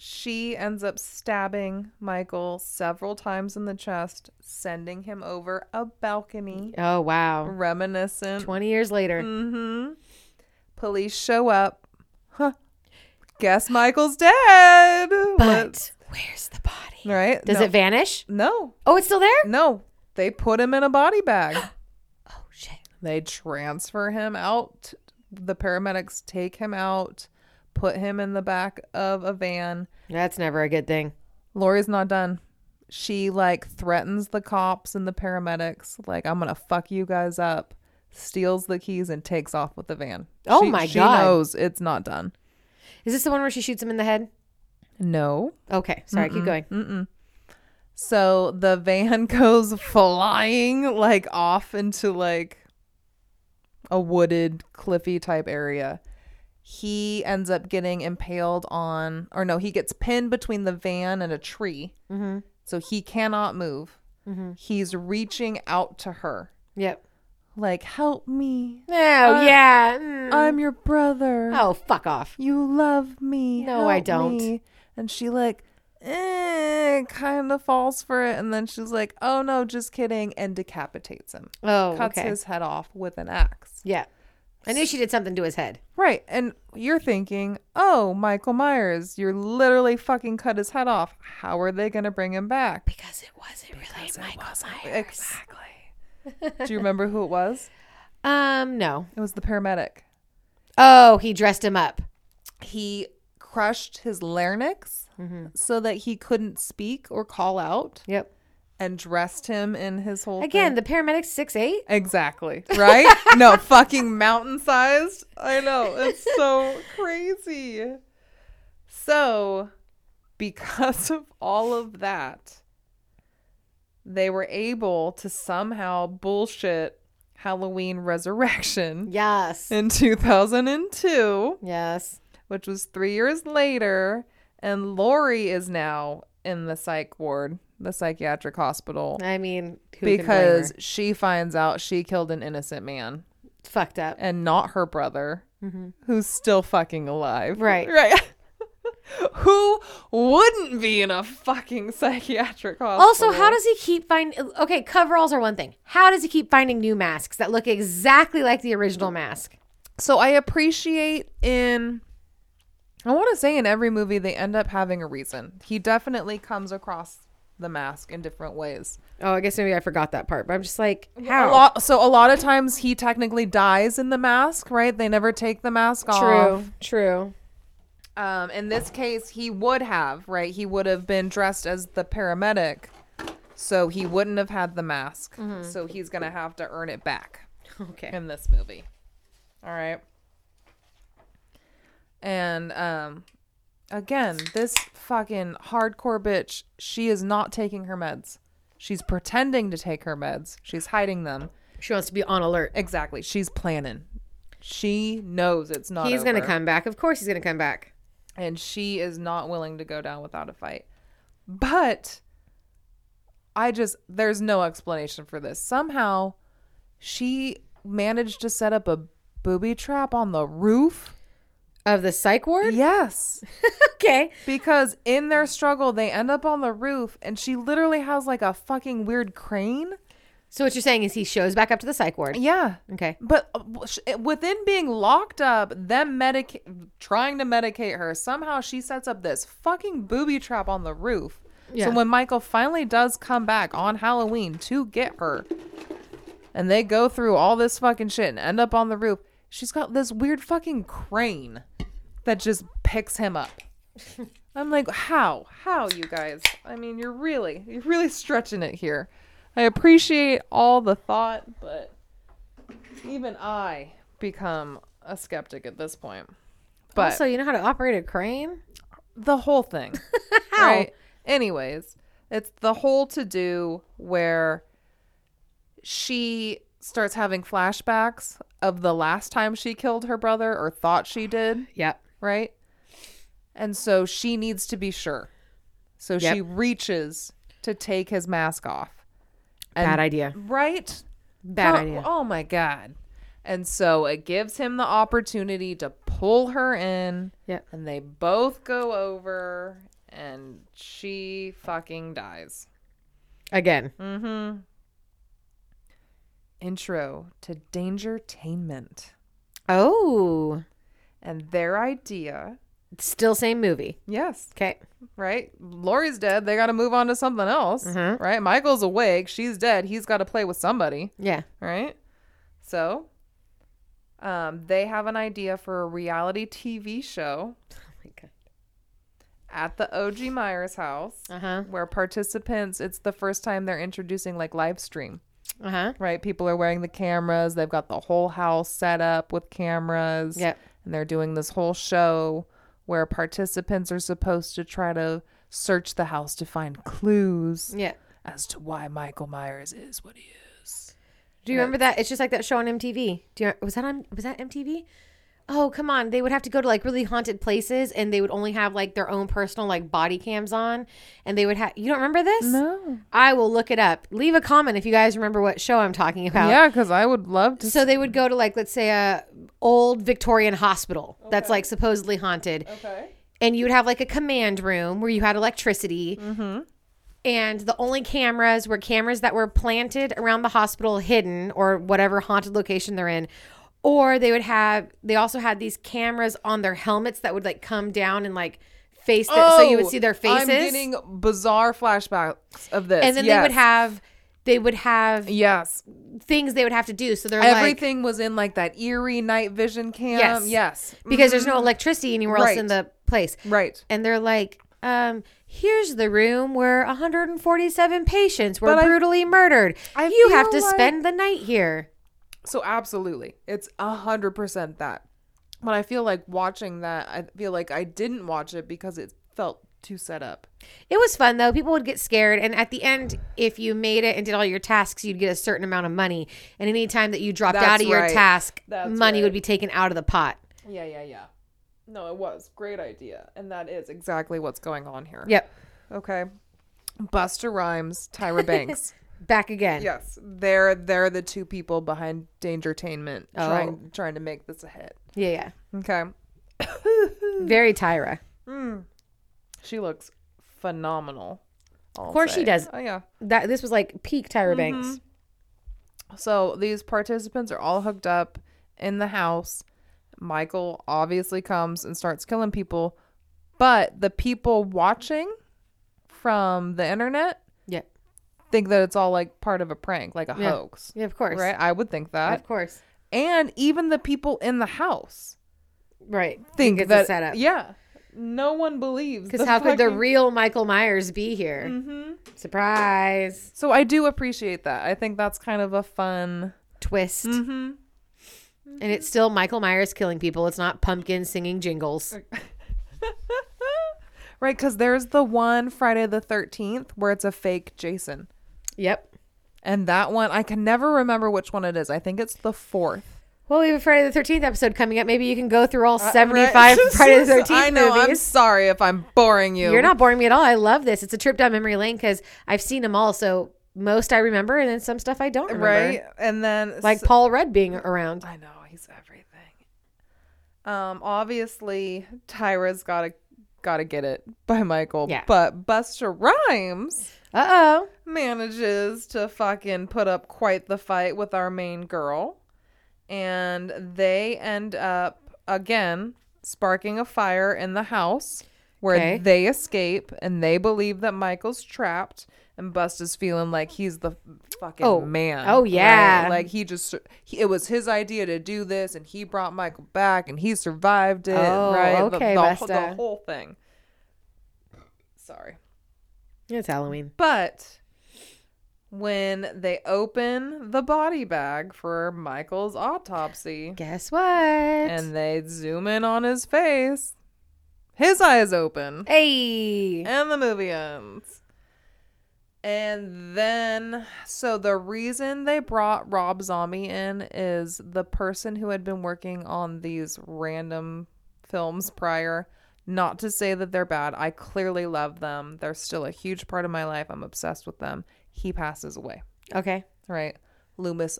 B: she ends up stabbing Michael several times in the chest, sending him over a balcony,
A: Oh wow.
B: reminiscent. Mm,
A: Twenty years later.
B: Mm-hmm. Police show up. Huh. Guess Michael's dead. Let's-
A: But where's the body?
B: right?
A: Does
B: no. Mm.
A: it vanish?
B: No,
A: Oh, it's still there?
B: no. They put him in a body bag.
A: Oh, shit.
B: they transfer him out. The paramedics take him out, put him in the back of a van.
A: That's never a good thing.
B: Lori's not done. She like threatens the cops and the paramedics, like, I'm gonna fuck you guys up, steals the keys and takes off with the van.
A: Oh
B: She-
A: my
B: she
A: God.
B: knows it's not done.
A: Is this the one where she shoots him in the head?
B: No.
A: Okay, sorry, keep going.
B: mm. So the van goes flying like off into like a wooded cliffy type area. He ends up getting impaled on or no, he gets pinned between the van and a tree.
A: Mhm.
B: So he cannot move. He's reaching out to her.
A: Yep.
B: Like, help me.
A: Oh, yeah. mm.
B: I'm your brother.
A: oh, fuck off.
B: You love me.
A: No, I
B: help
A: don't.
B: me." And she like eh, kind of falls for it, and then she's like, "Oh no, just kidding," and decapitates him,
A: Oh,
B: cuts
A: okay.
B: his head off with an axe.
A: yeah. I knew she did something to his head.
B: Right, and you're thinking, "Oh, Michael Myers, you're literally fucking cut his head off. How are they gonna bring him back?"
A: Because it wasn't really Michael
B: Exactly. Do you remember who it was?
A: Um, no.
B: It was the paramedic.
A: Oh, he dressed him up.
B: He crushed his larynx
A: Mm-hmm.
B: so that he couldn't speak or call out.
A: Yep.
B: and dressed him in his whole
A: Again, the paramedic six eight.
B: thing. exactly right no fucking mountain sized i know it's so crazy so because of all of that they were able to somehow bullshit halloween resurrection
A: Yes.
B: in 2002
A: Yes.
B: which was three years later and lori is now in the psych ward the psychiatric hospital
A: I mean, who
B: because she finds out she killed an innocent man
A: it's fucked up.
B: and not her brother, who's still fucking alive.
A: Right.
B: Mm-hmm. Right. Who wouldn't be in a fucking psychiatric hospital?
A: Also, how does he keep finding? Okay, coveralls are one thing. How does he keep finding new masks that look exactly like the original mask?
B: so I appreciate in I want to say in every movie they end up having a reason. He definitely comes across the mask in different ways.
A: Oh, I guess maybe I forgot that part, but I'm just like, how?
B: A lot, so a lot of times he technically dies in the mask, right? They never take the mask off.
A: True. True.
B: Um, in this case, he would have, right? He would have been dressed as the paramedic, so he wouldn't have had the mask.
A: Mm-hmm.
B: So he's gonna have to earn it back
A: Okay.
B: in this movie. All right. And um, again, this fucking hardcore bitch. She is not taking her meds. She's pretending to take her meds. She's hiding them.
A: She wants to be on alert.
B: Exactly. She's planning. She knows it's not.
A: He's gonna
B: over.
A: come back. Of course, he's gonna come back.
B: and she is not willing to go down without a fight. But I just there's no explanation for this. Somehow she managed to set up a booby trap on the roof.
A: Of the psych ward.
B: Yes,
A: Okay.
B: because in their struggle they end up on the roof and she literally has like a fucking weird crane.
A: So what you're saying is he shows back up to the psych ward.
B: Yeah.
A: Okay.
B: But uh, w- sh- within being locked up, them medic trying to medicate her, somehow she sets up this fucking booby trap on the roof.
A: Yeah.
B: So when Michael finally does come back on Halloween to get her, and they go through all this fucking shit and end up on the roof, she's got this weird fucking crane that just picks him up. I'm like, how? How, you guys? I mean, you're really, you're really stretching it here. I appreciate all the thought, but even I become a skeptic at this point. But
A: also, you know how to operate a crane?
B: the whole thing. Right? Anyways, it's the whole to do where she starts having flashbacks of the last time she killed her brother or thought she did,
A: Yep.
B: right? And so she needs to be sure. So she
A: Yep.
B: reaches to take his mask off.
A: Bad idea.
B: Right?
A: Bad
B: Oh-
A: idea.
B: Oh my God. And so it gives him the opportunity to pull her in.
A: Yep.
B: And they both go over and she fucking dies. Mm-hmm.
A: Again.
B: Intro to Dangertainment.
A: Oh,
B: and their idea.
A: still same movie.
B: Yes,
A: Okay.
B: right? Lori's dead. They got to move on to something else,
A: Mm-hmm.
B: right? Michael's awake. She's dead. He's got to play with somebody,
A: Yeah.
B: right? So, um, they have an idea for a reality TV show
A: Oh my god.
B: at the OG Myers house
A: Uh huh.
B: where participants, it's the first time they're introducing like live stream,
A: Uh huh.
B: right? People are wearing the cameras. They've got the whole house set up with cameras.
A: Yep.
B: and they're doing this whole show where participants are supposed to try to search the house to find clues
A: Yeah.
B: as to why Michael Myers is what he is.
A: Do you remember that? It's just like that show on MTV. Do you was that on was that MTV? Oh come on! They would have to go to like really haunted places, and they would only have like their own personal like body cams on, and they would have. You don't remember this?
B: No.
A: I will look it up. Leave a comment if you guys remember what show I'm talking about.
B: Yeah, because I would love to.
A: So they would go to like let's say a old Victorian hospital that's like supposedly haunted,
B: okay.
A: and you would have like a command room where you had electricity.
B: Mm-hmm.
A: And the only cameras were cameras that were planted around the hospital, hidden or whatever haunted location they're in. Or they would have, they also had these cameras on their helmets that would like come down and like face, the, so you would see their faces.
B: Oh, I'm getting bizarre flashbacks of this.
A: and then they would
B: Yes.
A: have, they would have
B: Yes.
A: things they would have to do. So they're like,
B: Everything was in like that eerie night vision cam.
A: Yes.
B: Yes.
A: because there's no electricity anywhere else in
B: Mm-hmm. Right.
A: the place.
B: Right.
A: and they're like, um, here's the room where 147 patients were
B: But I-
A: brutally murdered.
B: I
A: you have to
B: feel like-
A: spend the night here.
B: So absolutely, it's a hundred percent that. But I feel like watching that. I feel like I didn't watch it because it felt too set up.
A: It was fun though. People would get scared, and at the end, if you made it and did all your tasks, you'd get a certain amount of money. And any time that you dropped
B: That's
A: out of your
B: right.
A: task,
B: That's
A: money
B: right.
A: would be taken out of the pot.
B: Yeah, yeah, yeah. No, it was great idea, and that is exactly what's going on here.
A: Yep,
B: Okay. Buster Rhymes, Tyra Banks.
A: back again.
B: yes, they're they're the two people behind Dangertainment
A: Oh.
B: trying trying to make this a hit.
A: yeah, yeah.
B: Okay.
A: Very Tyra.
B: She looks phenomenal. Of
A: course she does.
B: Oh yeah.
A: That this was like peak Tyra
B: Mm-hmm.
A: Banks.
B: So these participants are all hooked up in the house. Michael obviously comes and starts killing people, but the people watching from the internet
A: Yeah,
B: think that it's all like part of a prank, like a
A: Yeah.
B: hoax.
A: yeah, of course,
B: Right? I would think that.
A: of course,
B: And even the people in the house
A: right.
B: think
A: it's
B: that
A: a setup.
B: Yeah. No one believes.
A: Because how could the real Michael Myers be here?
B: Mm-hmm.
A: Surprise
B: So I do appreciate that. I think that's kind of a fun
A: twist.
B: Mm-hmm.
A: And it's still Michael Myers killing people. It's not pumpkin singing jingles.
B: Right, because there's the one Friday the 13th where it's a fake Jason.
A: Yep.
B: And that one, I can never remember which one it is. I think it's the fourth.
A: Well, we have a Friday the Thirteenth episode coming up. Maybe you can go through all seventy-five Friday the
B: Uh, I
A: Thirteenth
B: know. I'm
A: movies.
B: sorry if I'm boring you.
A: You're not boring me at all. I love this. It's a trip down memory lane because I've seen them all. So most I remember, and then some stuff I don't remember.
B: right. And then
A: Like Paul Rudd being around.
B: I know he's everything. Um, obviously Tyra's gotta gotta get it by Michael.
A: Yeah.
B: But Buster Rhymes
A: Uh oh.
B: manages to fucking put up quite the fight with our main girl. And they end up, again, sparking a fire in the house where
A: Okay.
B: they escape and they believe that Michael's trapped. And Bust is feeling like he's the fucking
A: Oh.
B: man.
A: Oh, yeah.
B: Like he just, he, it was his idea to do this and he brought Michael back and he survived it.
A: Oh,
B: right.
A: okay,
B: the, the, the
A: Busta.
B: whole thing. Sorry.
A: It's Halloween.
B: But when they open the body bag for Michael's autopsy
A: Guess what?
B: and they zoom in on his face, his eyes open
A: hey.
B: and the movie ends. And then, so the reason they brought Rob Zombie in is the person who had been working on these random films prior. Not to say that they're bad. I clearly love them. They're still a huge part of my life. I'm obsessed with them. He passes away,
A: Okay.
B: right? Loomis,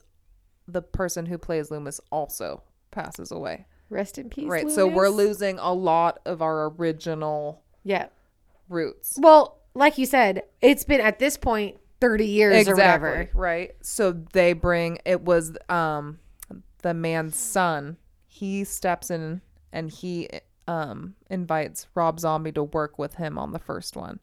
B: the person who plays Loomis, also passes away,
A: Rest in peace.
B: right? So we're
A: Lunas.
B: losing a lot of our original
A: Yeah.
B: roots.
A: Well, like you said, it's been at this point 30 years or whatever.
B: Right. So they bring it was um the man's son he steps in and he um invites Rob Zombie to work with him on the first one.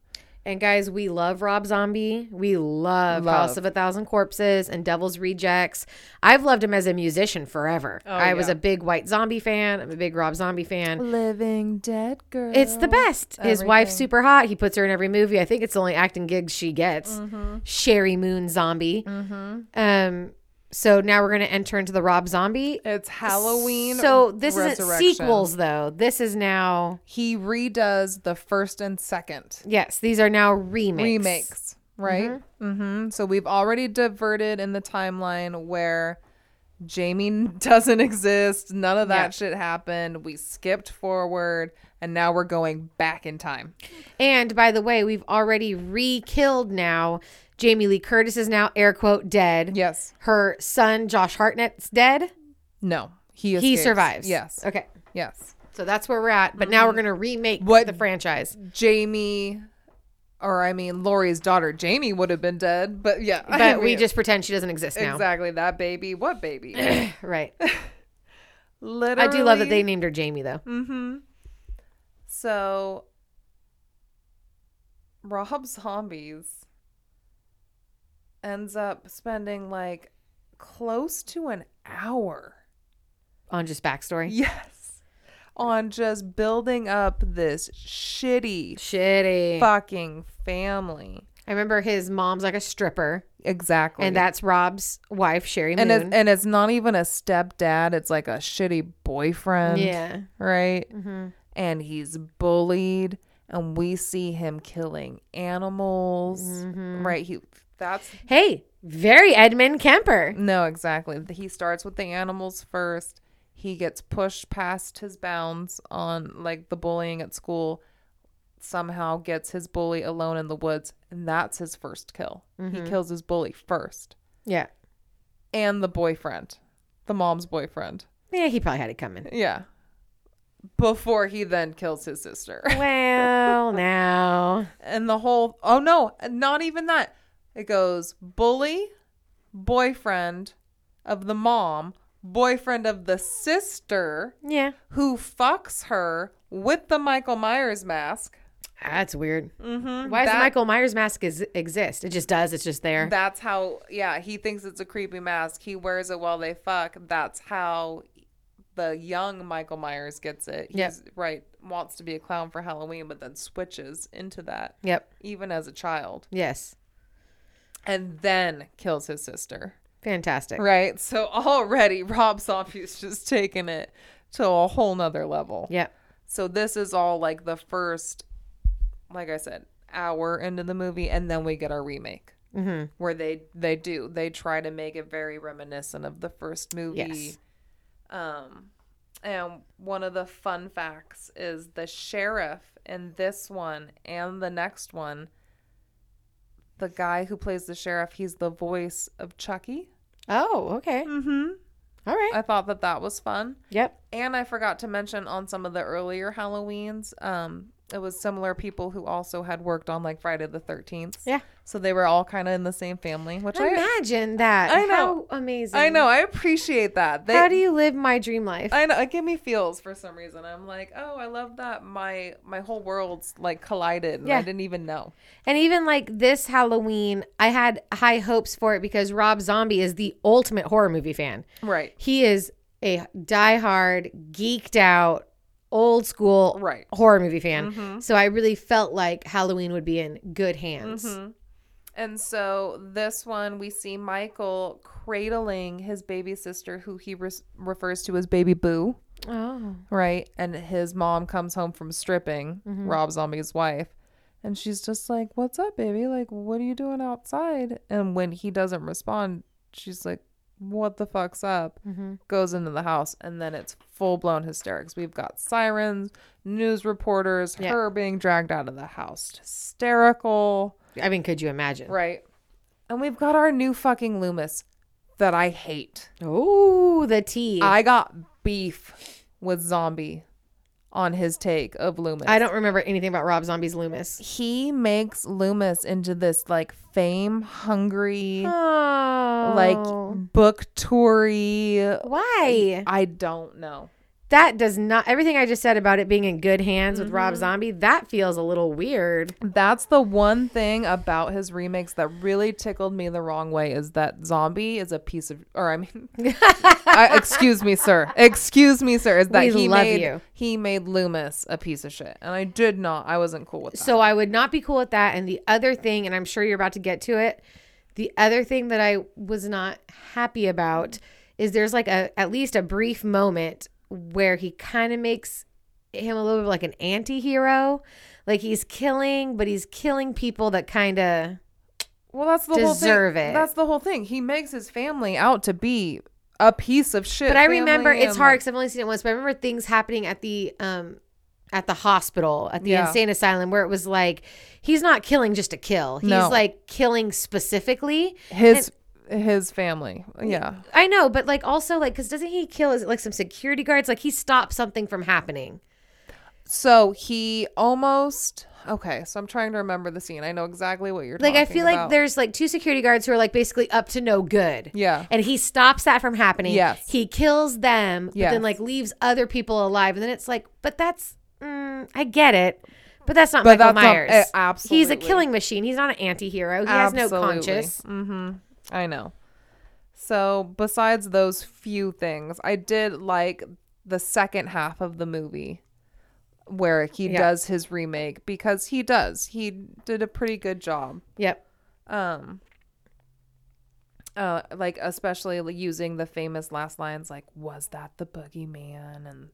A: And guys, we love Rob Zombie. We love,
B: Love.
A: House of a Thousand Corpses and Devil's Rejects. I've loved him as a musician forever. I was
B: Oh, yeah.
A: a big White Zombie fan. I'm a big Rob Zombie fan.
B: Living Dead Girl.
A: It's the best. His wife's
B: everything.
A: super hot. He puts her in every movie. I think it's the only acting gigs she gets.
B: Mm-hmm.
A: Sherry Moon Zombie. Um, so now we're going to enter into the Rob Zombie.
B: It's Halloween.
A: So this isn't
B: Resurrection.
A: sequels, though. This is now,
B: He redoes the first and second
A: yes, these are now remakes.
B: remakes, right? Mm-hmm. So we've already diverted in the timeline where Jamie doesn't exist. None of that
A: Yeah.
B: shit happened. We skipped forward, and now we're going back in time.
A: And by the way, we've already re-killed now. Jamie Lee Curtis is now air quote dead.
B: Yes.
A: Her son Josh Hartnett's dead.
B: No. He
A: He
B: escapes.
A: survives. Uh,
B: Yes.
A: Okay.
B: Yes.
A: So that's where we're at. But now we're gonna remake
B: What-
A: the franchise.
B: Jamie, or I mean Lori's daughter Jamie would have been dead, but yeah. I
A: But we
B: mean,
A: just pretend she doesn't exist now.
B: exactly that baby. What baby?
A: Right. I
B: Literally.
A: do love that they named her Jamie though.
B: Mm-hmm. So, Rob Zombies ends up spending like close to an hour.
A: On just backstory.
B: Yes. On just building up this shitty
A: Shitty.
B: fucking family.
A: I remember his mom's like a stripper.
B: Exactly.
A: And that's Rob's wife, Sherry Moon.
B: Oh, and it's, and it's not even a stepdad. It's like a shitty boyfriend.
A: yeah.
B: Right.
A: Mhm.
B: And he's bullied, and we see him killing animals. Right. He. That's
A: Hey, very Edmund Kemper.
B: no exactly. He starts with the animals first. He gets pushed past his bounds on like the bullying at school. Somehow gets his bully alone in the woods, and that's his first kill. He kills his bully first,
A: Yeah.
B: and the boyfriend, the mom's boyfriend.
A: Yeah, he probably had it coming.
B: Yeah. Before he then kills his sister.
A: Well, now.
B: And the whole oh no, not even that. It goes bully, boyfriend of the mom, boyfriend of the sister
A: Yeah.
B: who fucks her with the Michael Myers mask.
A: That's weird.
B: Mm-hmm.
A: Why does the Michael Myers mask is, exist? It just does. It's just there.
B: That's how yeah, he thinks it's a creepy mask. He wears it while they fuck. That's how the young Michael Myers gets it.
A: Yep.
B: He's right, wants to be a clown for Halloween, but then switches into that.
A: yep.
B: even as a child,
A: Yes.
B: and then kills his sister.
A: Fantastic.
B: Right? So already Rob Zombie's just taken it to a whole nother level.
A: Yep.
B: So this is all like the first, like I said, hour into the movie, and then we get our remake. Mm-hmm. Where they they do they try to make it very reminiscent of the first movie,
A: Yes.
B: um, and one of the fun facts is the sheriff in this one and the next one. The guy who plays the sheriff, he's the voice of Chucky.
A: Oh, okay.
B: Mm-hmm.
A: All right.
B: I thought that that was fun.
A: yep.
B: And I forgot to mention on some of the earlier Halloweens, um, it was similar people who also had worked on like Friday the 13th.
A: Yeah.
B: So they were all kind of in the same family, which I
A: Imagine that.
B: I know.
A: How amazing.
B: I know. I appreciate that. They,
A: How do you live my dream life?
B: I know it gave me feels for some reason. I'm like, oh, I love that my my whole world's like collided and
A: Yeah.
B: I didn't even know.
A: and even like this Halloween, I had high hopes for it because Rob Zombie is the ultimate horror movie fan.
B: Right.
A: He is a diehard, geeked out, old school
B: Right.
A: horror movie fan. So I really felt like Halloween would be in good hands.
B: Mm-hmm. And so this one we see Michael cradling his baby sister who he res- refers to as baby boo.
A: Oh.
B: right? And his mom comes home from stripping, Rob Zombie's wife, and she's just like, "What's up, baby? Like, what are you doing outside?" And when he doesn't respond, she's like, "What the fuck's up?" Goes into the house, and then it's full blown hysterics. We've got sirens, news reporters,
A: Yeah.
B: her being dragged out of the house, hysterical,
A: I mean, could you imagine?
B: right? And we've got our new fucking Loomis that I hate.
A: Oh, the tea. I,
B: I got beef with Zombie on his take of Loomis.
A: don't remember anything about Rob Zombie's Loomis.
B: he makes Loomis into this like fame hungry,
A: Oh.
B: like book toury.
A: why?
B: I don't know.
A: That does not everything I just said about it being in good hands with Rob Zombie, that feels a little weird.
B: That's the one thing about his remakes that really tickled me the wrong way is that zombie is a piece of, or I mean, I, excuse me, sir. Excuse me, sir. Is that
A: We
B: he
A: love
B: made
A: you.
B: he made Loomis a piece of shit, and I did not. I wasn't cool with that.
A: So I would not be cool with that. And the other thing, and I'm sure you're about to get to it, the other thing that I was not happy about is there's like a at least a brief moment where he kind of makes him a little bit like an anti-hero. Like he's killing, but he's killing people that kind of
B: Well, that's the
A: Deserve
B: whole thing.
A: it.
B: That's the whole thing. He makes his family out to be a piece of shit.
A: But I remember
B: family
A: it's
B: and,
A: hard because I've only seen it once. But I remember things happening at the um at the hospital at the
B: Yeah.
A: insane asylum where it was like he's not killing just to kill. He's
B: No.
A: like killing specifically.
B: like, his his family. Yeah,
A: I know, but like also like because doesn't he kill? Is it like some security guards? Like he stops something from happening.
B: So he almost okay. So I'm trying to remember the scene. I know exactly what you're
A: Like
B: talking
A: I feel
B: about.
A: like there's like two security guards who are like basically up to no good.
B: Yeah.
A: And he stops that from happening.
B: Yes.
A: He kills them, but then
B: Yes.
A: like leaves other people alive. And then it's like, but that's mm, I get it. But that's not
B: But
A: Michael
B: that's not-
A: Myers.
B: eh,
A: He's a
B: absolutely.
A: killing machine. He's not an anti hero. He has no conscience.
B: Mm-hmm. I know. So besides those few things, I did like the second half of the movie where he
A: Yeah.
B: does his remake because he does. He did a pretty good job.
A: Yep.
B: Um uh, like especially like, using the famous last lines like was that the boogeyman and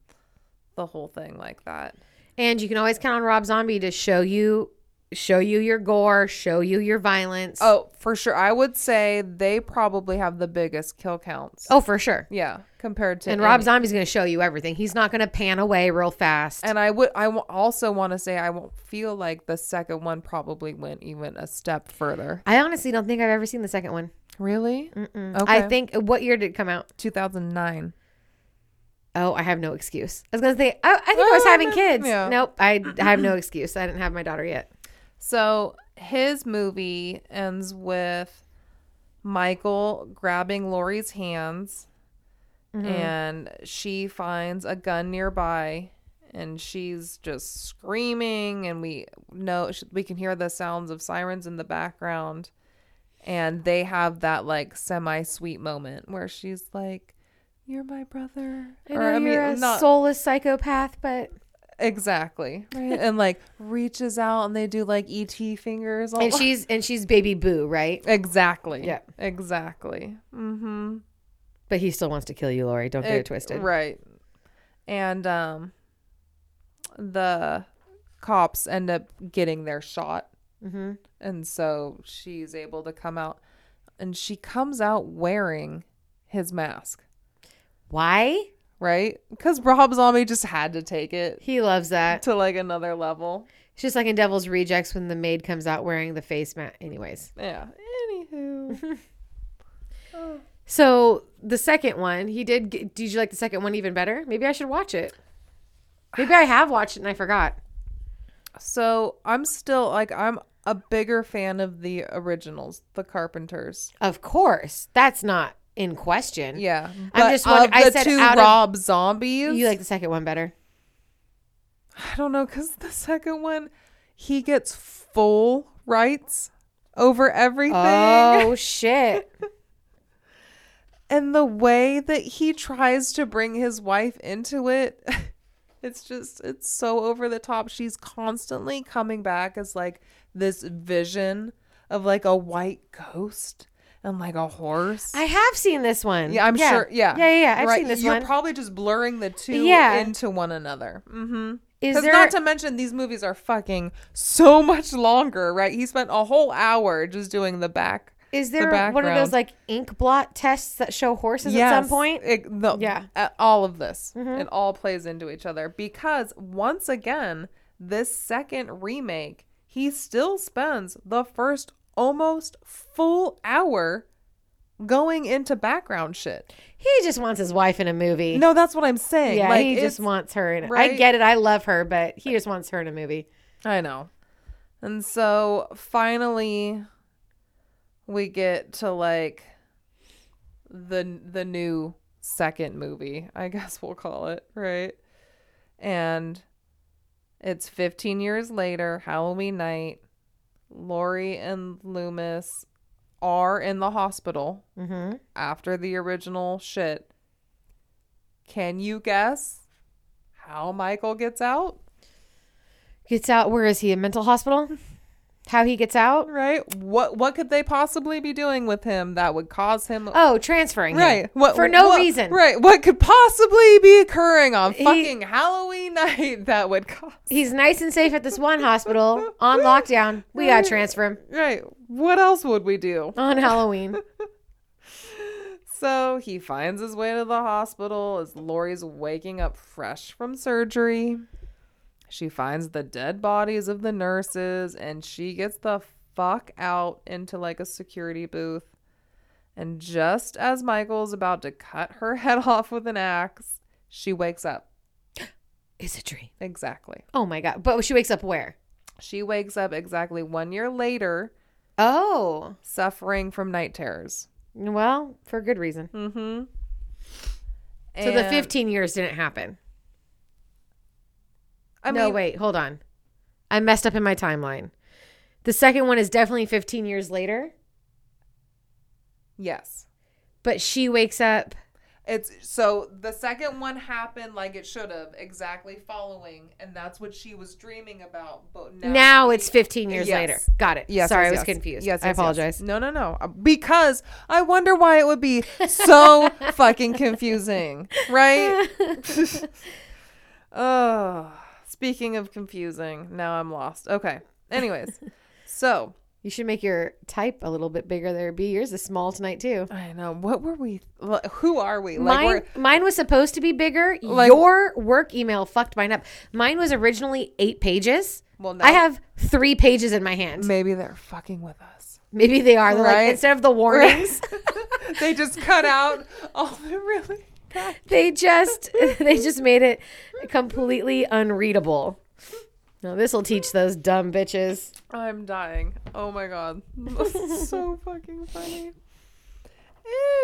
B: the whole thing like that
A: And you can always count on Rob Zombie to show you show you your gore, show you your violence.
B: Oh, for sure. I would say they probably have the biggest kill counts.
A: Oh, for sure.
B: Yeah, compared to
A: And Rob
B: any-
A: Zombie's going to show you everything. He's not going to pan away real fast.
B: And I would I wa- also want to say I won't feel like the second one probably went even a step further.
A: I honestly don't think I've ever seen the second one.
B: Really? Mm-mm.
A: I think uh, what year did it come out?
B: 2009.
A: Oh, I have no excuse. I was gonna say I, I think I was having kids.
B: Yeah.
A: Nope, I have no excuse. I didn't have my daughter yet.
B: So his movie ends with Michael grabbing Lori's hands and she finds a gun nearby and she's just screaming and we know sh- we can hear the sounds of sirens in the background and they have that like semi sweet moment where she's like you're my brother
A: soulless psychopath, but
B: exactly right and like reaches out and they do like et fingers all
A: and she's and she's baby Boo, right?
B: Exactly.
A: Yeah.
B: Exactly. Mm-hmm.
A: But he still wants to kill you, Lori. Don't get it twisted.
B: Right. And um, the cops end up getting their shot,
A: Mm-hmm.
B: and so she's able to come out, and she comes out wearing his mask,
A: Why?
B: right? Because Rob Zombie just had to take it
A: He loves that.
B: to like another level.
A: It's just like in Devil's Rejects when the maid comes out wearing the face mask. Anyways,
B: Yeah. Anywho.
A: so the second one, he did. Get, did you like the second one even better? Maybe I should watch it. Maybe I have watched it and I forgot.
B: so I'm still like I'm a bigger fan of the originals, the Carpenters.
A: Of course, that's not in question.
B: Yeah,
A: just
B: of
A: wonder-
B: the
A: I said
B: two
A: out of-
B: Rob zombies.
A: You like the second one better.
B: I don't know because the second one, he gets full rights over everything, Uh.
A: Oh shit.
B: and the way that he tries to bring his wife into it, it's just it's so over the top. She's constantly coming back as like this vision of like a white ghost and like a horse.
A: I have seen this one.
B: yeah, I'm sure. Yeah,
A: Yeah, yeah, yeah. I've
B: Right,
A: seen this
B: You're
A: one.
B: probably just blurring the two
A: Yeah.
B: into one another. Mm-hmm.
A: Is
B: Because
A: there
B: not to mention these movies are fucking so much longer, right? He spent a whole hour just doing the back.
A: is
B: the
A: there one of those
B: background.
A: like ink blot tests that show horses
B: Yes,
A: at some point?
B: it- the-
A: Yeah. Mm-hmm.
B: uh, all of this it all plays into each other because once again, this second remake, he still spends the first almost full hour going into background shit.
A: He just wants his wife in a movie.
B: No, that's what I'm saying.
A: yeah,
B: like,
A: he
B: it's-
A: just wants her in. I
B: right?
A: get it. I love her, but he just wants her in a movie.
B: I know. And so finally we get to like the the new second movie, I guess we'll call it, right? And it's 15 years later, Halloween night. Lori and Loomis are in the hospital
A: Mm-hmm.
B: after the original shit. Can you guess how Michael gets out?
A: Gets out. Where is he? A mental hospital? How he gets out?
B: Right? What what could they possibly be doing with him that would cause him
A: Oh, transferring him.
B: Right. What
A: for no
B: what-
A: reason.
B: Right. What could possibly be occurring on fucking Halloween night that would cause
A: He's nice and safe at this one hospital on lockdown. We gotta transfer him
B: Right. What else would we do?
A: on Halloween.
B: So he finds his way to the hospital as Lori's waking up fresh from surgery. She finds the dead bodies of the nurses and she gets the fuck out into like a security booth. And just as Michael's about to cut her head off with an axe, she wakes up.
A: It's a dream.
B: Exactly.
A: Oh my god! But she wakes up where?
B: She wakes up exactly one year later,
A: Oh,
B: suffering from night terrors.
A: well, for good reason.
B: Mm hmm.
A: So the 15 years didn't happen.
B: I
A: no,
B: mean,
A: wait, hold on. I messed up in my timeline. The second one is definitely 15 years later,
B: Yes.
A: but she wakes up.
B: It's so the second one happened like it should have, exactly following, and that's what she was dreaming about. But now,
A: Now it's 15 years
B: Yes.
A: later. Got it.
B: Yes,
A: Sorry,
B: yes,
A: I was
B: yes.
A: confused.
B: Yes,
A: I
B: yes, yes.
A: apologize.
B: No, no, no. Uh, Because I wonder why it would be so fucking confusing, right? oh, speaking of confusing, now I'm lost. Okay. Anyways, so
A: You should make your type a little bit bigger there. B, yours is small tonight too.
B: I know what were we? like, Who are we? Like
A: Mine,
B: we're
A: mine was supposed to be bigger. Your work email fucked mine up. Mine was originally eight pages.
B: well, now
A: I have three pages in my hand.
B: maybe they're fucking with us.
A: Maybe they are. They're
B: Right.
A: like instead of the warnings,
B: they just cut out all the really.
A: they just they just made it completely unreadable. Now this will teach those dumb bitches.
B: I'm dying. Oh my god. This is so fucking funny.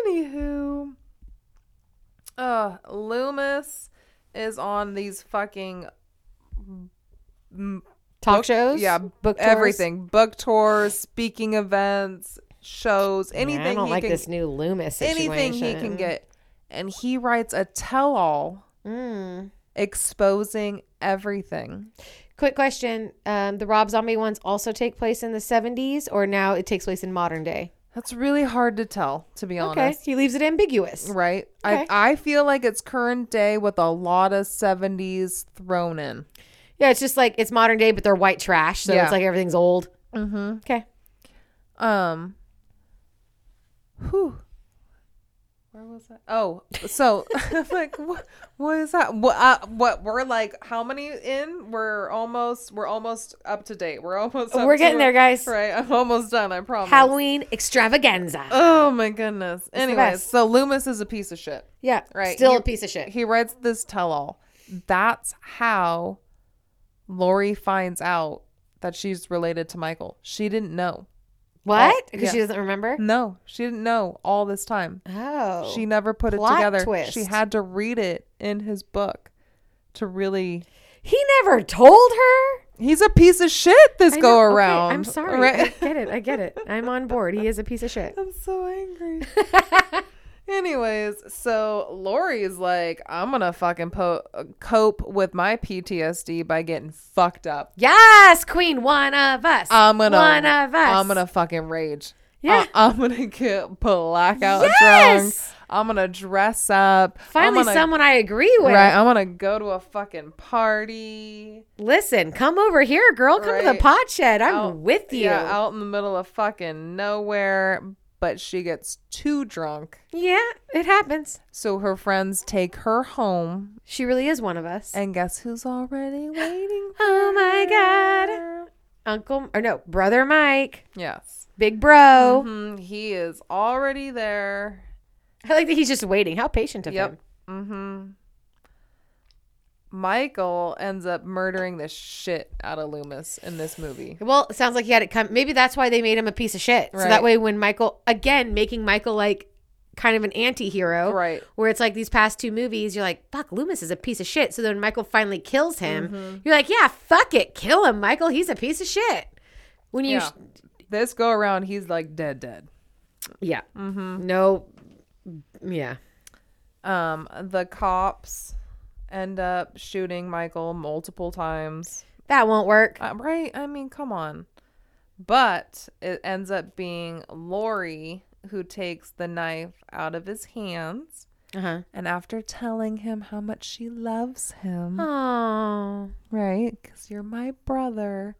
B: Anywho. Uh, Loomis is on these fucking m-
A: Talk
B: book-
A: shows,
B: Yeah,
A: book tours.
B: everything. Book tours, speaking events, shows, anything.
A: I don't
B: he
A: like
B: can,
A: this new Loomis situation.
B: Anything he can get, and he writes a tell-all
A: Mm.
B: exposing everything.
A: Quick question: um, The Rob Zombie ones also take place in the '70s, or now it takes place in modern day?
B: That's really hard to tell, to be honest.
A: Okay, he leaves it ambiguous.
B: Right.
A: Okay.
B: I, I feel like it's current day with a lot of 70s thrown in.
A: Yeah, it's just like it's modern day, but they're white trash, so
B: Yeah.
A: it's like everything's old.
B: Mm-hmm.
A: Okay,
B: Um. Whew. Where was that? Oh, so I'm like, what, what is that? What, uh, what? We're like, how many in? We're almost, we're almost up to date. We're almost. Up
A: We're
B: to
A: getting
B: it.
A: there, guys.
B: Right. I'm almost done. I promise.
A: Halloween extravaganza.
B: Oh my goodness. Anyways,
A: best.
B: so Loomis is a piece of shit.
A: yeah,
B: right,
A: Still
B: you-
A: a piece of shit.
B: he writes this tell all. That's how Lori finds out that she's related to Michael. She didn't know.
A: what? Because she
B: yeah.
A: doesn't remember.
B: No, she didn't know all this time.
A: Oh,
B: She never put it
A: Plot
B: together.
A: twist.
B: She had to read it in his book to really.
A: he never told her.
B: He's a piece of shit this
A: I
B: go
A: know- okay,
B: around.
A: I'm sorry. I
B: Right?
A: get it. I get it. I'm on board. He is a piece of shit.
B: I'm so angry. Anyways, so Lori's like, I'm gonna fucking po- cope with my PTSD by getting fucked up.
A: Yes, Queen, one of us.
B: I'm gonna
A: one of us.
B: I'm gonna fucking rage.
A: Yeah.
B: I, am gonna get blackout
A: Yes!
B: drunk. I'm gonna dress up. I'm
A: finally
B: gonna-
A: someone I agree with.
B: Right. I'm gonna go to a fucking party.
A: Listen, come over here, girl. Come to the
B: Right.
A: pot shed. I'm
B: Out-
A: with you.
B: Yeah, out in the middle of fucking nowhere. But she gets too drunk,
A: yeah, it happens.
B: so her friends take her home.
A: She really is one of us.
B: And guess who's already waiting?
A: Oh my God.
B: for her?
A: Uncle, or no, brother Mike,
B: Yes.
A: big bro.
B: Mhm, He is already there.
A: I like that he's just waiting. How patient of him.
B: Mm-hmm. Michael ends up murdering the shit out of Loomis in this movie.
A: Well, it sounds like he had it come. Maybe that's why they made him a piece of shit. So
B: Right.
A: that way, when Michael, again, making Michael like kind of an anti-hero
B: Right.
A: where it's like these past two movies you're like fuck loomis is a piece of shit so then michael finally kills him
B: Mm-hmm.
A: you're like yeah fuck it kill him michael he's a piece of shit when you
B: Yeah. This go around, he's like dead, dead.
A: yeah. no yeah
B: Um, the cops end up shooting Michael multiple times.
A: that won't work
B: Uh, right? I mean, come on. But it ends up being Lori who takes the knife out of his hands.
A: uh-huh
B: And after telling him how much she loves him, right?
A: oh
B: right? Because you're my brother,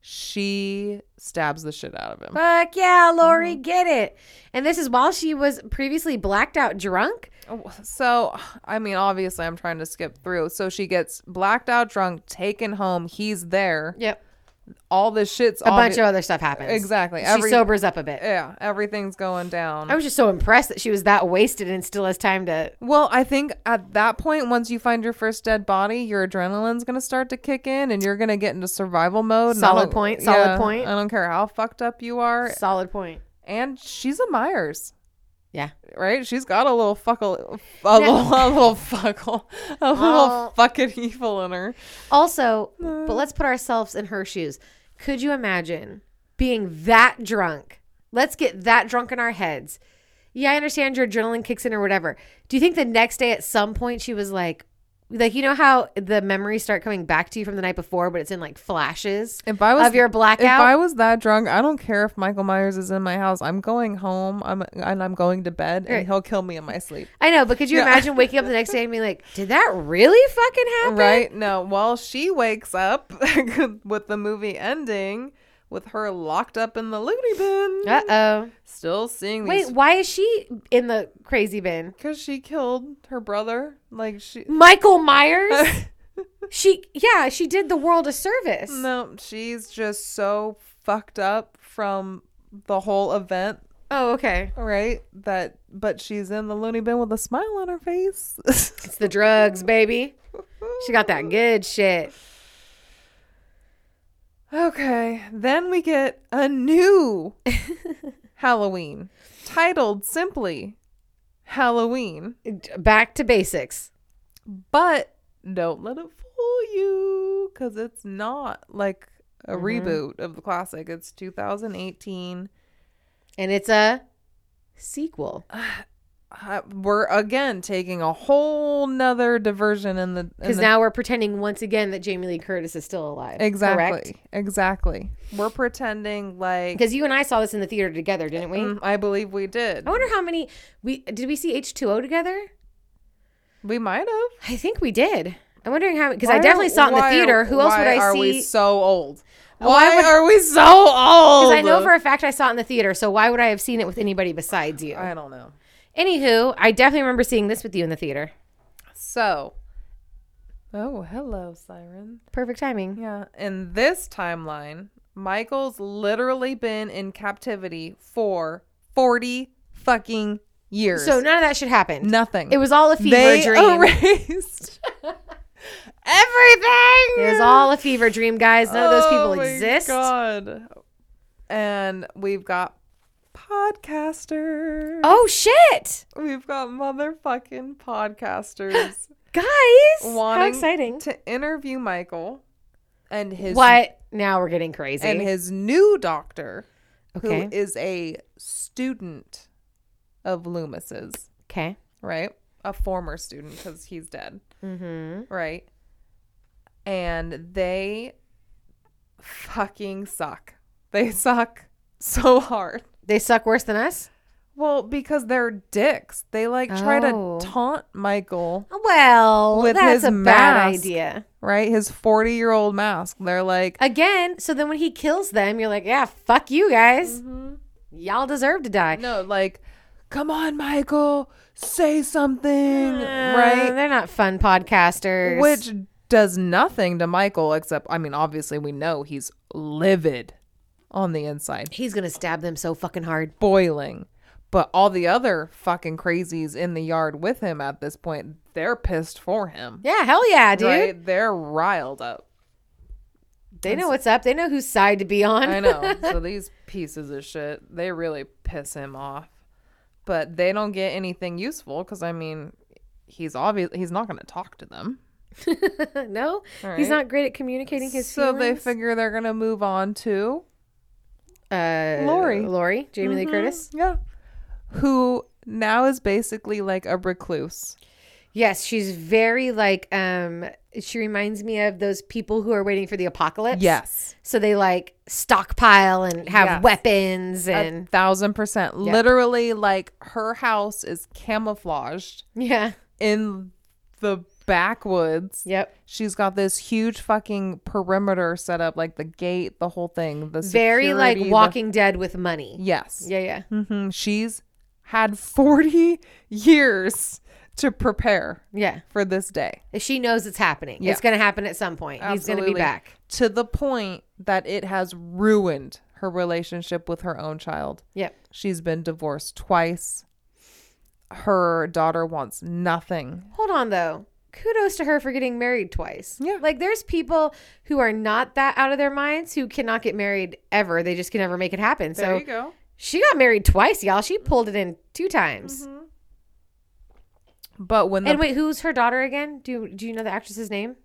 B: she stabs the shit out of him.
A: fuck yeah lori get it and this is while she was previously blacked out drunk
B: Oh, So, I mean, obviously, I'm trying to skip through. So she gets blacked out, drunk, taken home. He's there.
A: yep
B: All this shit's
A: a bunch of other stuff happens
B: exactly.
A: she
B: Every-
A: sobers up a bit
B: yeah, everything's going down.
A: I was just so impressed that she was that wasted and still has time to.
B: Well, I think at that point, once you find your first dead body, your adrenaline's gonna start to kick in, and you're gonna get into survival mode. and I
A: Solid
B: don't-
A: point, solid point.
B: I don't care how fucked up you are.
A: Solid point.
B: And she's a Myers,
A: Yeah.
B: right? She's got a little fuckle, a little, a little fuckle, a
A: Well-
B: little fucking evil in her.
A: Also, but let's put ourselves in her shoes. Could you imagine being that drunk? Let's get that drunk in our heads. Yeah, I understand your adrenaline kicks in or whatever. Do you think the next day at some point she was like, like you know how the memories start coming back to you from the night before, but it's in like flashes
B: If I was
A: of your blackout?
B: if I was that drunk, I don't care if Michael Myers is in my house. I'm going home. I'm and I'm going to bed, and he'll kill me in my sleep.
A: I know, but could you
B: Yeah.
A: imagine waking up the next day and being like, did that really fucking happen?
B: Right? No. Well, she wakes up with the movie ending with her locked up in the loony bin.
A: Uh oh.
B: Still seeing these.
A: Wait, why is she in the crazy bin?
B: Because she killed her brother. Like, she.
A: Michael Myers? she yeah, she did the world a service.
B: no, she's just so fucked up from the whole event,
A: Oh, okay.
B: right? That. But she's in the loony bin with a smile on her face.
A: It's the drugs, baby. She got that good shit.
B: Okay, then we get a new Halloween titled simply Halloween,
A: Back to basics.
B: but don't let it fool you because it's not like a reboot of the classic. It's 2018.
A: And it's a sequel.
B: Uh, We're again taking a whole nother diversion in the. in
A: Because
B: the-
A: now we're pretending once again that Jamie Lee Curtis is still alive.
B: Exactly. Exactly. We're pretending like.
A: Because you and I saw this in the theater together, didn't we?
B: Mm, I believe we did.
A: I wonder how many we did we see H2O together?
B: We might have.
A: I think we did. I'm wondering how because
B: Why
A: I
B: are-
A: definitely saw it in the
B: why-
A: theater. Who else would
B: why
A: I
B: are
A: see?
B: we so old? Why,
A: would-
B: are we so old?
A: Because I know for a fact I saw it in the theater, so why would I have seen it with anybody besides you?
B: I don't know.
A: Anywho, I definitely remember seeing this with you in the theater.
B: So, oh hello, siren.
A: Perfect timing.
B: Yeah, in this timeline, Michael's literally been in captivity for forty fucking years.
A: So none of that should happen.
B: nothing.
A: It was all a fever
B: they Oh,
A: dream.
B: erased everything.
A: It was all a fever dream, guys. None of those people
B: Oh my
A: exist.
B: God. And we've got podcasters.
A: Oh shit.
B: We've got motherfucking podcasters
A: Guys. How
B: wanting
A: exciting.
B: to interview Michael and his
A: what? Now we're getting crazy.
B: and his new doctor,
A: Okay.
B: who is a student of Loomis's,
A: okay.
B: right? A former student because he's dead,
A: Mm-hmm.
B: right? And they fucking suck. They suck so hard.
A: They suck worse than us?
B: Well, because they're dicks. They like try
A: Oh.
B: to taunt Michael.
A: Well,
B: With
A: that's
B: his
A: a bad
B: mask.
A: idea.
B: right? His 40 year old mask. They're like,
A: Again, so then when he kills them, you're like, yeah, fuck you guys. Y'all deserve to die.
B: Mm-hmm. no, like, come on, Michael, say something,
A: Uh,
B: right?
A: They're not fun podcasters.
B: Which does nothing to Michael except, I mean, obviously, we know he's livid on the inside,
A: he's gonna stab them so fucking hard.
B: boiling. But all the other fucking crazies in the yard with him at this point, they're pissed for him.
A: Yeah, hell yeah, dude.
B: Right? They're riled up.
A: They know what's up. They know whose side to be on.
B: I know. so these pieces of shit, they really piss him off. but they don't get anything useful because I mean, he's obvious he's not going to talk to them.
A: no,
B: All
A: he's
B: right.
A: not great at communicating his
B: so they
A: feelings.
B: figure they're going to move on to
A: uh,
B: Lori.
A: Lori, Jamie
B: Mm-hmm.
A: Lee Curtis.
B: yeah, who now is basically like a recluse.
A: Yes, she's very like. Um, she reminds me of those people who are waiting for the apocalypse.
B: Yes,
A: So they like stockpile and have
B: Yes.
A: weapons
B: a
A: and
B: thousand percent. Literally, like her house is camouflaged
A: yeah,
B: in the backwoods.
A: yep.
B: She's got this huge fucking perimeter set up, like the gate, the whole thing. The
A: Very like
B: security, the-
A: Walking Dead with money.
B: yes,
A: Yeah, yeah.
B: hmm She's had 40 years to prepare
A: Yeah.
B: for this day
A: She knows it's happening.
B: Yeah.
A: It's going to happen at some point. He's going to be
B: Absolutely.
A: back.
B: to the point that it has ruined her relationship with her own child.
A: Yep.
B: She's been divorced twice. Her daughter wants nothing.
A: Hold on though. Kudos to her for getting married twice.
B: Yeah.
A: Like there's people who are not that out of their minds who cannot get married ever. They just can never make it happen. so
B: go.
A: she got married twice, y'all. She pulled it in two times.
B: Mm-hmm. But when the
A: And wait, who's her daughter again? Do do you know the actress's name?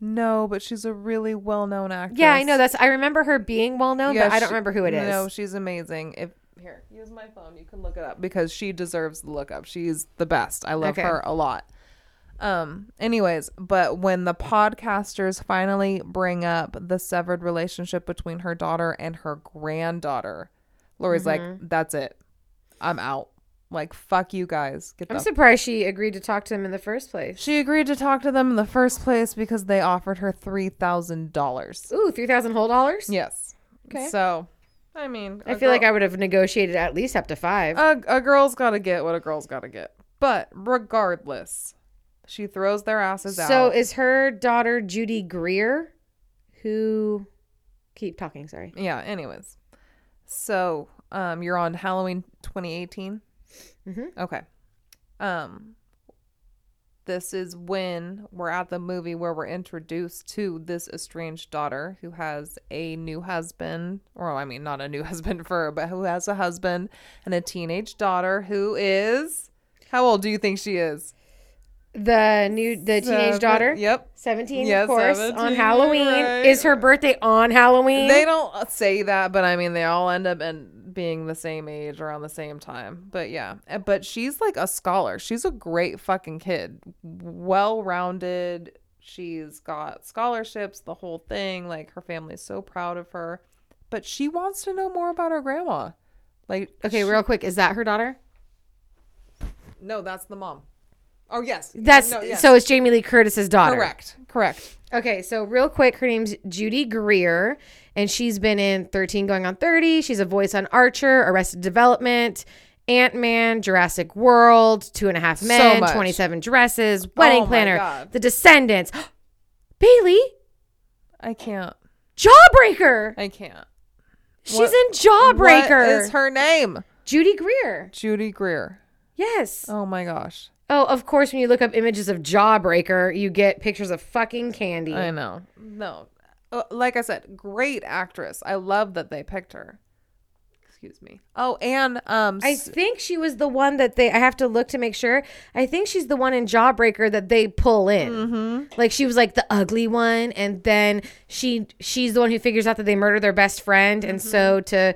B: no, but she's a really well-known actress.
A: Yeah, I know that's I remember her being well known,
B: Yeah,
A: but I don't
B: she-
A: remember who it is.
B: No, she's amazing. If here, use my phone, you can look it up because she deserves the look up. She's the best. I love
A: Okay.
B: her a lot. Um, anyways, but when the podcasters finally bring up the severed relationship between her daughter and her granddaughter, Lori's
A: Mm-hmm.
B: like, That's it. I'm out. Like, fuck you guys. Get
A: I'm
B: the
A: surprised she agreed to talk to him in the first place.
B: she agreed to talk to them in the first place because they offered her three thousand dollars.
A: Ooh, three thousand whole dollars?
B: Yes.
A: Okay.
B: So I mean
A: I
B: a
A: feel
B: girl-
A: like I would have negotiated at least up to five.
B: a, a girl's got to get what a girl's got to get. But regardless, she throws their asses out.
A: So is her daughter Judy Greer, who keep talking, sorry.
B: yeah. Anyways, so um, you're on Halloween 2018.
A: Mhm.
B: Okay. Um, this is when we're at the movie where we're introduced to this estranged daughter who has a new husband, or I mean, not a new husband for her, but who has a husband and a teenage daughter who is. How old do you think she is?
A: The new the teenage
B: Seven-
A: daughter?
B: Yep.
A: 17
B: Yeah,
A: of course
B: 17,
A: on Halloween.
B: right.
A: Is her birthday on Halloween?
B: They don't uh, say that, but I mean, they all end up in being the same age around the same time. But yeah, Uh, but she's like a scholar. She's a great fucking kid, well rounded. She's got scholarships, the whole thing. Like her family's so proud of her, but she wants to know more about her grandma. Like
A: okay,
B: she-
A: real quick, is that her daughter?
B: no, that's the mom. Oh yes,
A: That's
B: No, yes.
A: so it's Jamie Lee Curtis's daughter.
B: correct, correct.
A: Okay, so real quick, her name's Judy Greer, and she's been in 13 Going on 30. She's a voice on Archer, Arrested Development, Ant Man, Jurassic World, Two and a Half Men,
B: much.
A: 27 Dresses, Wedding
B: Oh my
A: Planner,
B: God.
A: The Descendants, Bailey,
B: I can't,
A: Jawbreaker.
B: I can't.
A: She's
B: What-
A: in Jawbreaker.
B: What is her name?
A: Judy Greer.
B: Judy Greer.
A: Yes.
B: Oh my gosh.
A: Oh, of course, when you look up images of Jawbreaker, you get pictures of fucking candy.
B: I know. No. Uh, like I said, great actress. I love that they picked her. Excuse me. Oh, and um
A: I
B: s-
A: think she was the one that they. I have to look to make sure. I think she's the one in Jawbreaker that they pull in.
B: Mm-hmm.
A: Like she was like the ugly one, and then she she's the one who figures out that they murder their best friend, and so to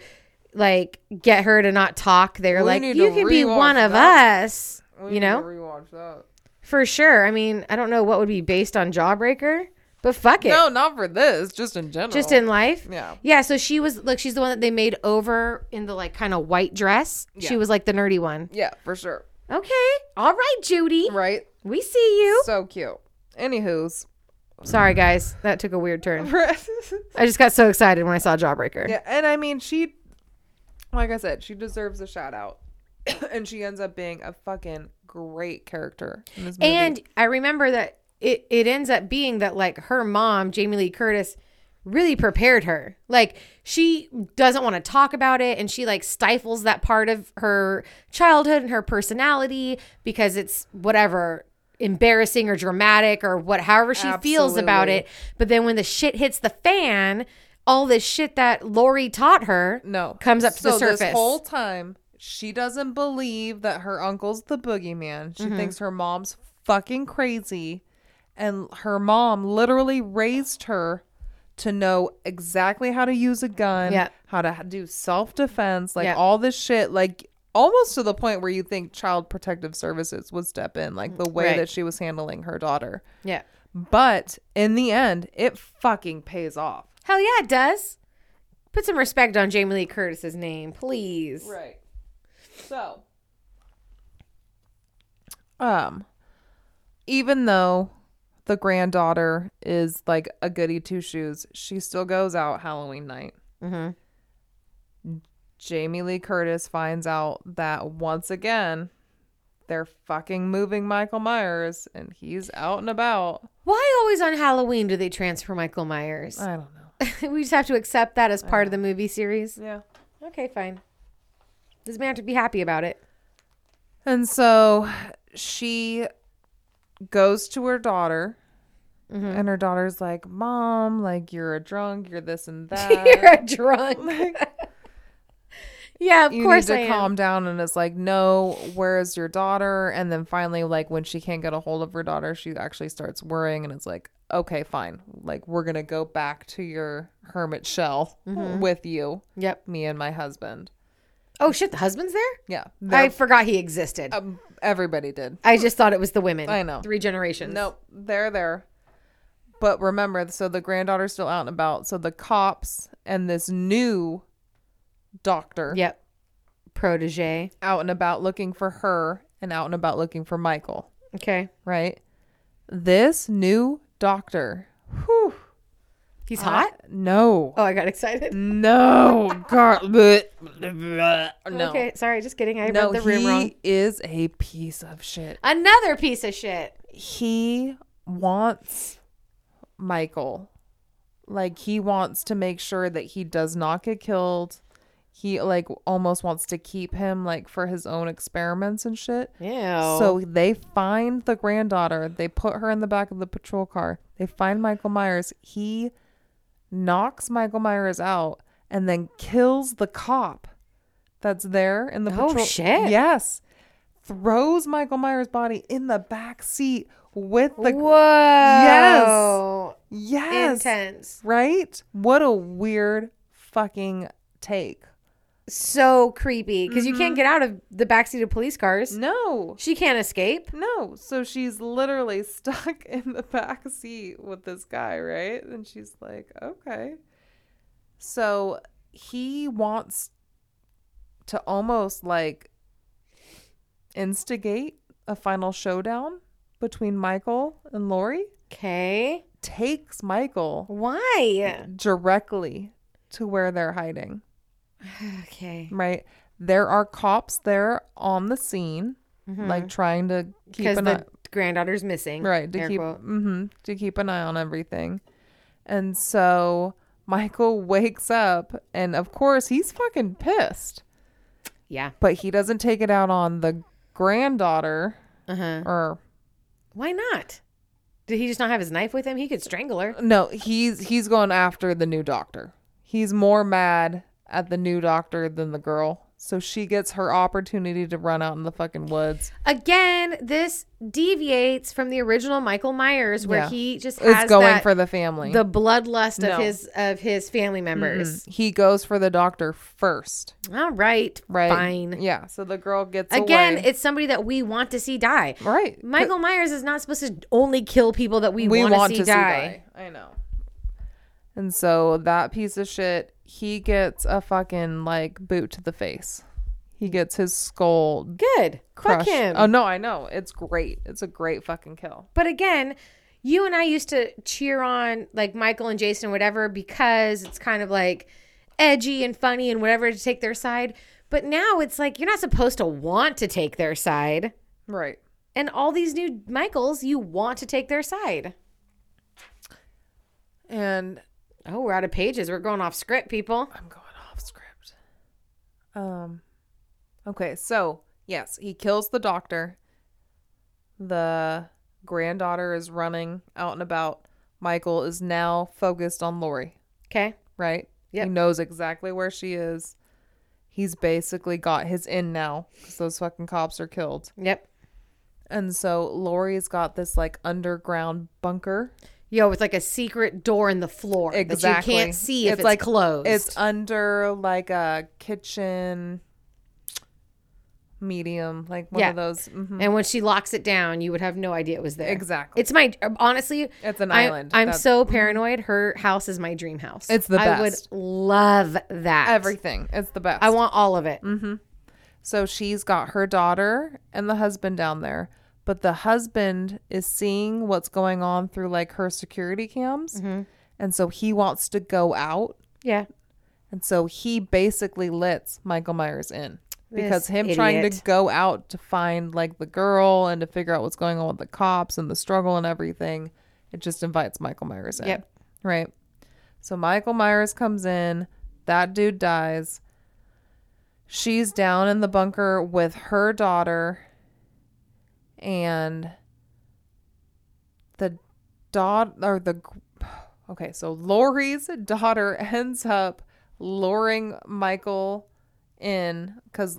A: like get her to not talk, they're
B: Mm-hmm. We
A: like,
B: need
A: "You
B: to
A: can be
B: rewatch
A: one of
B: that.
A: us,"
B: we
A: you
B: need to
A: know,
B: rewatch that.
A: for sure. I mean, I don't know what would be based on Jawbreaker, but fuck it,
B: No, not for this, just in general.
A: just in life.
B: Yeah.
A: Yeah, so she was like, she's the one that they made over in the like kind of white dress. She
B: Yeah.
A: was like the nerdy one.
B: Yeah, for sure.
A: Okay. All right, Judy.
B: Right?
A: We see you.
B: So cute. Anywho's.
A: Sorry, guys. That took a weird turn. I just got so excited when I saw Jawbreaker.
B: Yeah, and I mean, she, like I said, she deserves a shout out, and she ends up being a fucking great character in this movie.
A: And I remember that it, it ends up being that, like, her mom, Jamie Lee Curtis, really prepared her. Like, she doesn't want to talk about it and she, like, stifles that part of her childhood and her personality because it's whatever embarrassing or dramatic or what however she feels about
B: Absolutely.
A: it but then when the shit hits the fan all this shit that Lori taught her
B: no
A: comes up to the
B: So
A: surface
B: This whole time, she doesn't believe that her uncle's the boogeyman.
A: Mm-hmm.
B: She thinks her mom's fucking crazy. And her mom literally raised her to know exactly how to use a gun,
A: Yep.
B: how to h- do self defense, like
A: Yep.
B: all this shit. Like almost to the point where you think Child Protective Services would step in, like the way
A: Right.
B: that she was handling her daughter.
A: Yeah.
B: But in the end, it fucking pays off.
A: Hell yeah, it does. Put some respect on Jamie Lee Curtis's name, please.
B: Right. So, um, even though the granddaughter is like a goody two shoes, she still goes out Halloween night.
A: Mhm.
B: Mm-hmm. Jamie Lee Curtis finds out that once again, they're fucking moving Michael Myers and he's out and about.
A: Why always on Halloween do they transfer Michael Myers?
B: I don't know.
A: we just have to accept that as
B: Uh.
A: part of the movie series.
B: Yeah.
A: Okay, fine. Does man have to be happy about it?
B: And so she goes to her daughter,
A: Mm-hmm.
B: and her daughter's like, Mom, like, you're a drunk, you're this and that.
A: You're a drunk. yeah, of
B: you
A: course
B: need
A: I
B: to
A: am.
B: calm down. And it's like, No, where is your daughter? And then finally, like, when she can't get a hold of her daughter, she actually starts worrying, and it's like, Okay, fine. Like, we're going to go back to your hermit shell
A: Mm-hmm.
B: with you,
A: Yep.
B: me and my husband.
A: Oh shit, the husband's there?
B: Yeah.
A: I
B: they're-
A: forgot he existed.
B: um, everybody did.
A: I just thought it was the women.
B: I know.
A: Three generations.
B: Nope, they're there. But remember, so the granddaughter's still out and about. So the cops and this new doctor
A: Yep. Protege.
B: out and about looking for her and out and about looking for Michael,
A: Okay.
B: right? This new doctor. Whew. Uh.
A: He's hot?
B: No.
A: Oh, I got excited.
B: No. God. bleh, bleh, bleh. No.
A: Okay, sorry, just kidding. I
B: No,
A: read the room
B: he
A: wrong.
B: is a piece of shit.
A: Another piece of shit.
B: he wants Michael. Like he wants to make sure that he does not get killed. He like almost wants to keep him like for his own experiments and shit.
A: Yeah.
B: So they find the granddaughter. They put her in the back of the patrol car. They find Michael Myers. He knocks Michael Myers out and then kills the cop that's there in the
A: Oh,
B: patrol.
A: shit.
B: Yes. Throws Michael Myers' body in the back seat with the
A: Whoa.
B: yes
A: Intense.
B: right. What a weird fucking take.
A: So creepy because you can't get out of the backseat of police cars.
B: No.
A: She can't escape.
B: No, so she's literally stuck in the back seat with this guy, right? And she's like, okay. So he wants to almost like instigate a final showdown between Michael and Lori,
A: Okay.
B: takes Michael
A: Why?
B: directly to where they're hiding,
A: Okay.
B: right? There are cops there on the scene, like trying to
A: Mm-hmm.
B: keep
A: Because
B: an
A: the
B: eye.
A: granddaughter's missing.
B: right to
A: Air
B: keep
A: quote.
B: hmm to keep an eye on everything and so michael wakes up and of course he's fucking pissed
A: Yeah.
B: but he doesn't take it out on the granddaughter
A: Uh huh.
B: or
A: Why not? Did he just not have his knife with him? He could strangle her.
B: no he's he's going after the new doctor he's more mad at the new doctor than the girl so she gets her opportunity to run out in the fucking woods
A: Again, this deviates from the original Michael Myers, where
B: Yeah.
A: he just has
B: is going
A: that,
B: for the family
A: the bloodlust
B: No.
A: of his of his family members.
B: he goes for the doctor first
A: All Mm-hmm. right,
B: right
A: fine.
B: yeah so the girl gets
A: Again,
B: away.
A: it's somebody that we want to see die.
B: Right.
A: Michael Myers is not supposed to only kill people that we,
B: we
A: wanna
B: want
A: see
B: to see
A: die.
B: die. I know. And so that piece of shit, he gets a fucking like boot to the face. He gets his skull
A: Good.
B: crushed.
A: Fuck him.
B: Oh no, I know. It's great. It's a great fucking kill.
A: But again, you and I used to cheer on like Michael and Jason or whatever because it's kind of like edgy and funny and whatever to take their side. But now it's like you're not supposed to want to take their side.
B: Right.
A: And all these new Michaels, you want to take their side.
B: And
A: Oh, we're out of pages. We're going off script, people.
B: I'm going off script. Um Okay, so yes, he kills the doctor. The granddaughter is running out and about. Michael is now focused on Lori.
A: Okay.
B: right?
A: Yep.
B: He knows exactly where she is. he's basically got his in now because those fucking cops are killed.
A: Yep.
B: And so Lori's got this like underground bunker.
A: Yo, it's like a secret door in the floor that you can't see if it's,
B: like
A: closed.
B: It's under like a kitchen medium, like one
A: Yeah.
B: of those. mhm.
A: and when she locks it down, you would have no idea it was there.
B: Exactly.
A: It's my honestly.
B: It's an
A: I-
B: island.
A: I'm
B: That's- mm-hmm.
A: so paranoid. Her house is my dream house.
B: It's the
A: I would
B: best.
A: love that.
B: everything. It's the best.
A: I want all of it.
B: Mm-hmm. So she's got her daughter and the husband down there, but the husband is seeing what's going on through like her security cams.
A: Mm-hmm.
B: And so he wants to go out.
A: Yeah.
B: And so he basically lets Michael Myers in
A: This
B: because him trying to
A: idiot.
B: go out to find like the girl and to figure out what's going on with the cops and the struggle and everything, it just invites Michael Myers in.
A: Yep.
B: Right. So Michael Myers comes in, that dude dies. She's down in the bunker with her daughter and the daughter or the gr- okay so lori's daughter ends up luring michael in because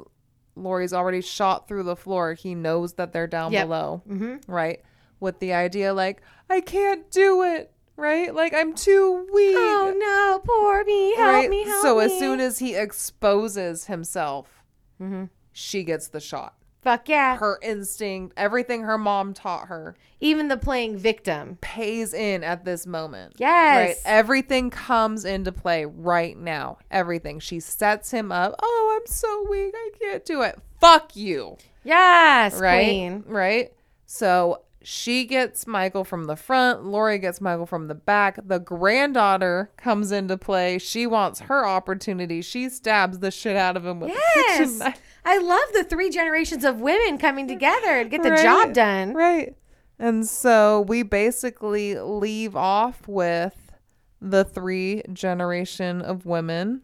B: lori's already shot through the floor he knows that they're down
A: Yep.
B: below
A: Mm-hmm.
B: right with the idea like i can't do it right like i'm too weak
A: Oh no, poor me. Help
B: right
A: me. Help
B: so
A: me.
B: as soon as he exposes himself
A: Mm-hmm.
B: she gets the shot
A: fuck yeah.
B: her instinct everything her mom taught her
A: Even the playing victim.
B: pays in at this moment. Right.
A: Yes.
B: Everything comes into play right now. Everything. She sets him up. Oh, I'm so weak. I can't do it. Fuck you.
A: Yes.
B: Right.
A: Queen.
B: Right. So she gets Michael from the front. Lori gets Michael from the back. The granddaughter comes into play. She wants her opportunity. She stabs the shit out of him with a kitchen
A: Yes.
B: knife.
A: I love the three generations of women coming together to get the
B: Right.
A: job done.
B: Right. And so we basically leave off with the three generation of women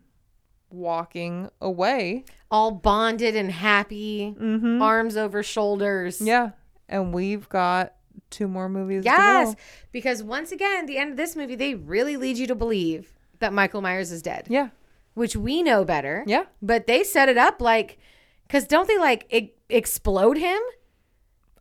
B: walking away.
A: All bonded and happy,
B: Mm-hmm.
A: arms over shoulders.
B: Yeah. And we've got two more movies. to
A: Yes.
B: go.
A: Because once again, at the end of this movie, they really lead you to believe that Michael Myers is dead,
B: Yeah.
A: which we know better.
B: Yeah.
A: But they set it up like, because don't they like e- explode him?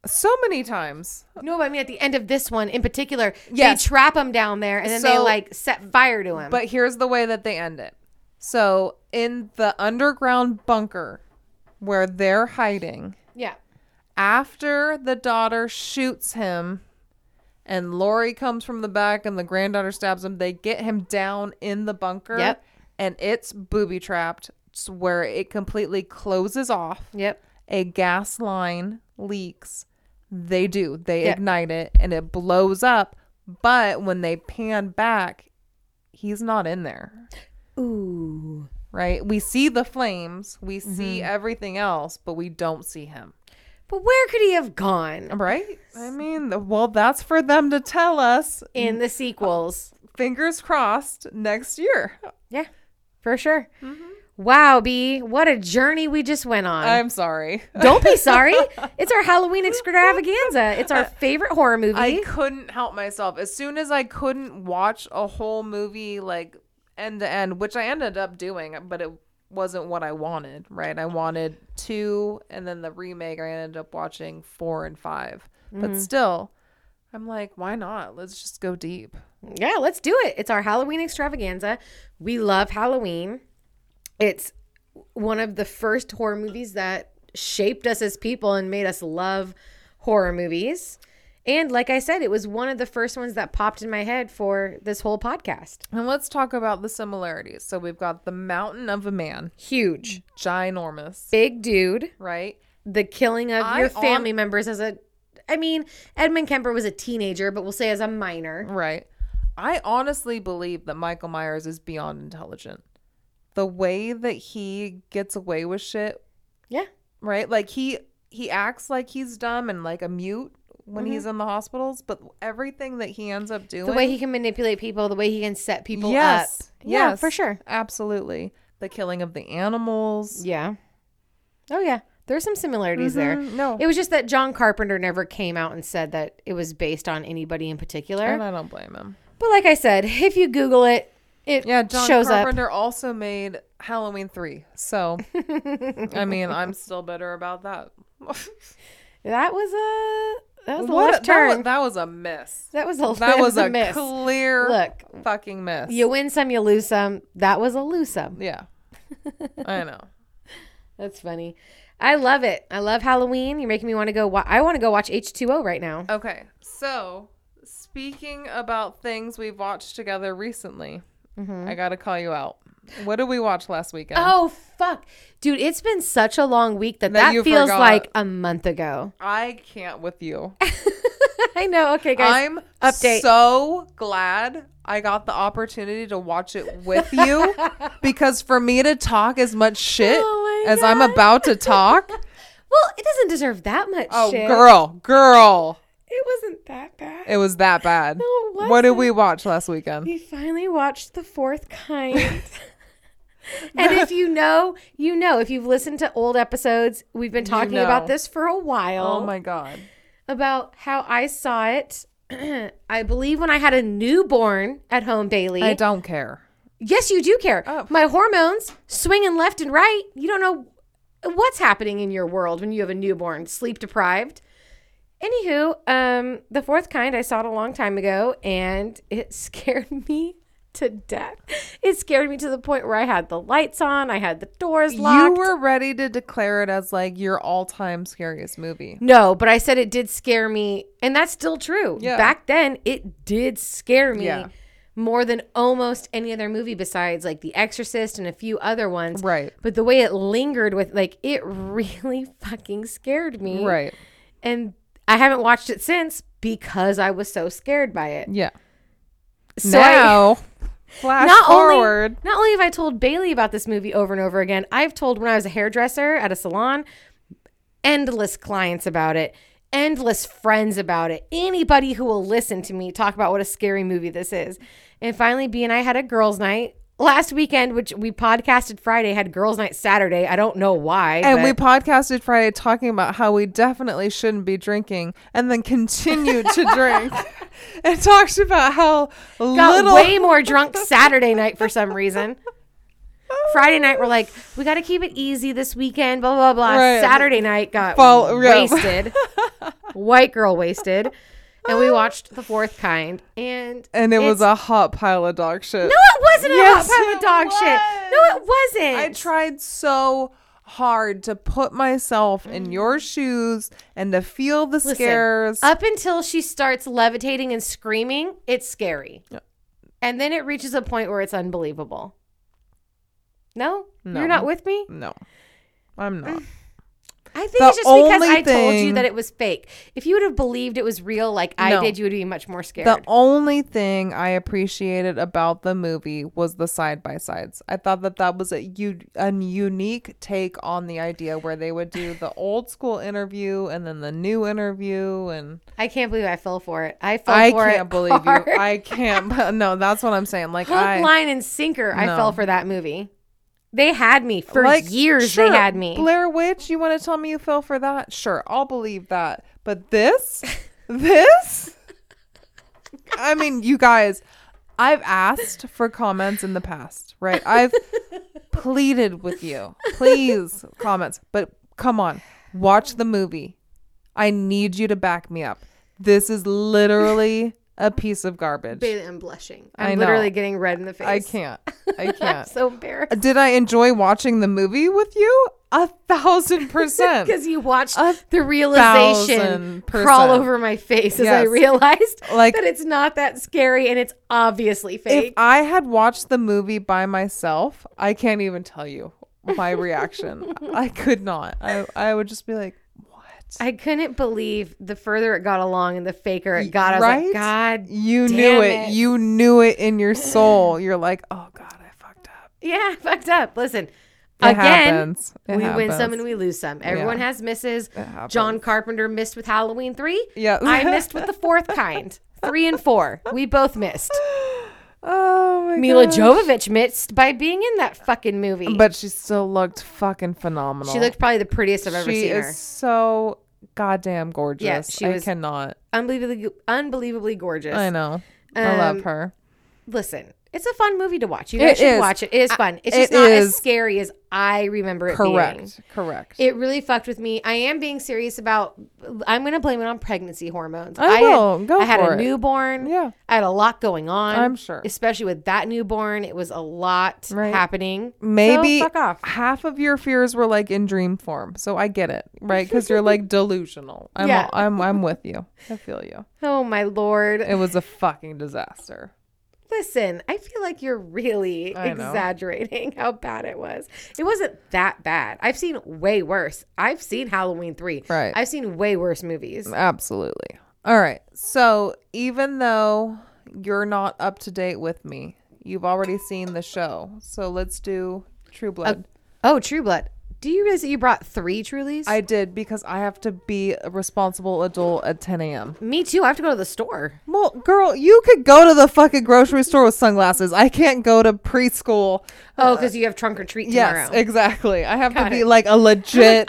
B: So many times.
A: No, but I mean at the end of this one in particular,
B: Yes.
A: they trap him down there and then they
B: So-
A: like set fire to him.
B: But here's the way that they end it. So in the underground bunker where they're hiding,
A: yeah.
B: after the daughter shoots him and Lori comes from the back and the granddaughter stabs him, they get him down in the bunker.
A: Yep.
B: And it's booby trapped It's where it completely closes off.
A: Yep.
B: A gas line leaks. They do. They
A: Yep.
B: ignite it and it blows up. But when they pan back, he's not in there.
A: Ooh.
B: Right? We see the flames, we see everything else, but we don't see him.
A: But where could he have gone
B: Right? I mean, the- well, that's for them to tell us.
A: in the sequels?
B: Fingers crossed next year.
A: Yeah, for sure.
B: Mm-hmm.
A: Wow, B, what a journey we just went on.
B: I'm sorry.
A: Don't be sorry. It's our Halloween extravaganza. It's our favorite horror movie.
B: Uh, I couldn't help myself. As soon as I couldn't watch a whole movie like end to end, which I ended up doing, but it wasn't what I wanted, right? I wanted two and then the remake I ended up watching four and 5 But still, I'm like, why not? Let's just go deep.
A: yeah, let's do it. It's our Halloween extravaganza. We love Halloween. It's one of the first horror movies that shaped us as people and made us love horror movies. And like I said, it was one of the first ones that popped in my head for this whole podcast.
B: And let's talk about the similarities. So we've got the mountain of a man.
A: Huge.
B: ginormous,
A: Big dude.
B: right?
A: the killing of
B: I
A: your
B: hon-
A: family members as a I mean, Edmund Kemper was a teenager, but we'll say as a minor.
B: Right. I honestly believe that Michael Myers is beyond intelligent. The way that he gets away with shit,
A: Yeah.
B: right? Like he he acts like he's dumb and like a mute when he's in the hospitals, but everything that he ends up doing
A: Mm-hmm. The way he can manipulate people, the way he can set people
B: yes,
A: up. Yeah, for
B: yes,
A: sure.
B: Absolutely. The killing of the animals.
A: Yeah. Oh yeah. There's some similarities there.
B: Mhm, No.
A: It was just that John Carpenter never came out and said that it was based on anybody in particular.
B: and I don't blame him.
A: But like I said, if you Google it, it
B: Yeah, John
A: shows up.
B: Carpenter also made Halloween 3. So, I mean, I'm still bitter about that.
A: That was a that was a
B: What-
A: left
B: that wa-
A: turn.
B: That was, a miss.
A: That was a
B: That was a
A: miss.
B: clear
A: Look.
B: fucking miss.
A: You win some, you lose some. That was a lose some.
B: yeah. I know.
A: That's funny. I love it. I love Halloween. You're making me want to go. Wa- I want to go watch H2O right now.
B: Okay. So, speaking about things we've watched together recently, I got to call you out. What did we watch last weekend?
A: Mm-hmm. Oh fuck, dude! It's been such a long week that
B: That
A: that,
B: you
A: feels
B: forgot.
A: like a month ago.
B: I can't with you.
A: I know. Okay, guys.
B: I'm
A: update.
B: so glad I got the opportunity to watch it with you because for me to talk as much shit
A: Oh my
B: as I'm about to talk,
A: well, it doesn't deserve that much.
B: oh
A: shit.
B: girl, girl,
A: it wasn't that bad.
B: it was that bad.
A: it
B: what did
A: wasn't.
B: we watch last weekend?
A: We finally watched The Fourth Kind. and if you know, you know. If you've listened to old episodes, we've been talking
B: know.
A: about this for a while.
B: Oh my god.
A: About how I saw it. I believe when I had a newborn at home daily.
B: I don't care.
A: yes, you do care.
B: Oh.
A: My hormones swinging left and right. You don't know what's happening in your world when you have a newborn, sleep deprived. Anywho, um, the fourth kind I saw it a long time ago, and it scared me to death. It scared me to the point where I had the lights on, I had the doors locked.
B: You were ready to declare it as like your all-time scariest movie.
A: no, but I said it did scare me, and that's still true.
B: Yeah.
A: Back then, it did scare me
B: Yeah.
A: more than almost any other movie besides like The Exorcist and a few other ones.
B: Right.
A: But the way it lingered with like it really fucking scared me.
B: Right.
A: And I haven't watched it since because I was so scared by it.
B: Yeah.
A: So I-
B: now, flash
A: not
B: forward.
A: only not only have I told Bailey about this movie over and over again, I've told when I was a hairdresser at a salon, endless clients about it, endless friends about it, anybody who will listen to me talk about what a scary movie this is. And finally, B and I had a girls' night last weekend, which we podcasted Friday, had girls' night Saturday. I don't know why,
B: And
A: but-
B: we podcasted Friday talking about how we definitely shouldn't be drinking and then continued to drink and talked about how
A: got
B: little
A: way more drunk Saturday night for some reason. Friday night, we're like, we got to keep it easy this weekend, blah, blah, blah.
B: Right.
A: Saturday night got
B: Fall- yeah.
A: wasted. White girl wasted. And we watched The Fourth Kind. And
B: and it was
A: it's-
B: a hot pile of dog
A: No,
B: shit.
A: it wasn't a
B: Yes,
A: hot pile of
B: it
A: dog shit. No, it wasn't.
B: I tried so hard to put myself in your shoes and to feel the
A: Mm. Listen,
B: scares.
A: Up until she starts levitating and screaming, it's scary. And then it reaches a point where it's unbelievable. No? You're not with me?
B: no. I'm not.
A: I think
B: The
A: it's just because
B: only
A: I told you
B: thing-
A: that it was fake. If you would have believed it was real, like I
B: No.
A: did, you would be much more scared.
B: The only thing I appreciated about the movie was the side by sides. I thought that that was a, u- a unique take on the idea where they would do the old school interview and then the new interview. And
A: I can't believe I fell for it. I fell
B: I
A: for it.
B: can't believe
A: hard.
B: you. I can't. No, that's what I'm saying. Like,
A: Hook,
B: I.
A: line, and sinker. I fell
B: No.
A: for that movie. They had me for
B: like,
A: years.
B: sure,
A: they had me.
B: Blair Witch, you want to tell me you fell for that? Sure, I'll believe that. But this? this? I mean, you guys, I've asked for comments in the past, right? I've pleaded with you. Please comments. But come on, watch the movie. I need you to back me up. This is literally a piece of garbage.
A: Bailey, I'm blushing.
B: I
A: I'm
B: know.
A: literally getting red in the face.
B: I can't. I
A: I'm
B: can't.
A: so embarrassed
B: Did I enjoy watching the movie with you? A thousand percent.
A: because you watched
B: A
A: the realization
B: thousand
A: crawl
B: percent.
A: over my face as I
B: Yes.
A: realized
B: Like-
A: that it's not that scary and it's obviously
B: If
A: fake.
B: I had watched the movie by myself, I can't even tell you my reaction. I could not. I, I would just be like, what?
A: I couldn't believe the further it got along and the faker it got. I was
B: right?
A: like, God,
B: you
A: damn
B: knew
A: it.
B: it. You knew it in your soul. You're like, oh God, I fucked up.
A: yeah, I fucked up. Listen,
B: It
A: again,
B: happens. It
A: we win
B: happens.
A: some and we lose some. Everyone
B: Yeah.
A: has misses.
B: happens.
A: John Carpenter missed with Halloween three.
B: Yeah.
A: I missed with the fourth kind. Three and four, we both missed.
B: Oh my
A: Mila
B: God.
A: Jovovich missed by being in that fucking movie.
B: But she still looked fucking phenomenal.
A: she looked probably the prettiest I've ever
B: she
A: seen
B: is
A: her.
B: so goddamn gorgeous.
A: she
B: I
A: was-
B: cannot.
A: Unbelievably, unbelievably gorgeous.
B: I know. I love
A: Um,
B: her.
A: Listen, It's a fun movie to watch. You guys
B: It
A: should
B: is.
A: watch it. It is fun. It's
B: it
A: just not as
B: is.
A: scary as I remember it
B: Correct.
A: being.
B: Correct.
A: It really fucked with me. I am being serious about. I'm going to blame it on pregnancy hormones.
B: I will.
A: Had,
B: Go
A: I had
B: for
A: a
B: it.
A: newborn.
B: Yeah.
A: I had a lot going on.
B: I'm sure.
A: Especially with that newborn, it was a lot
B: Right.
A: happening. So,
B: Maybe
A: fuck off.
B: half of your fears were like in dream form, so I get it, right? Because you're like delusional. I'm,
A: Yeah.
B: I'm, I'm with you. I feel you.
A: Oh my lord.
B: It was a fucking disaster.
A: Listen, I feel like you're really
B: I know.
A: exaggerating how bad it was. It wasn't that bad. I've seen way worse. I've seen Halloween 3.
B: Right.
A: I've seen way worse movies.
B: Absolutely. All right. So even though you're not up to date with me, you've already seen the show. So let's do True Blood.
A: Oh, True Blood. Do you realize that you brought three Trulies?
B: I did because I have to be a responsible adult at 10 a.m.
A: Me too. I have to go to the store.
B: Well, girl, you could go to the fucking grocery store with sunglasses. I can't go to preschool.
A: Oh, because you have trunk or treat
B: Yes,
A: tomorrow.
B: exactly. I have to
A: Got
B: be
A: it.
B: like a legit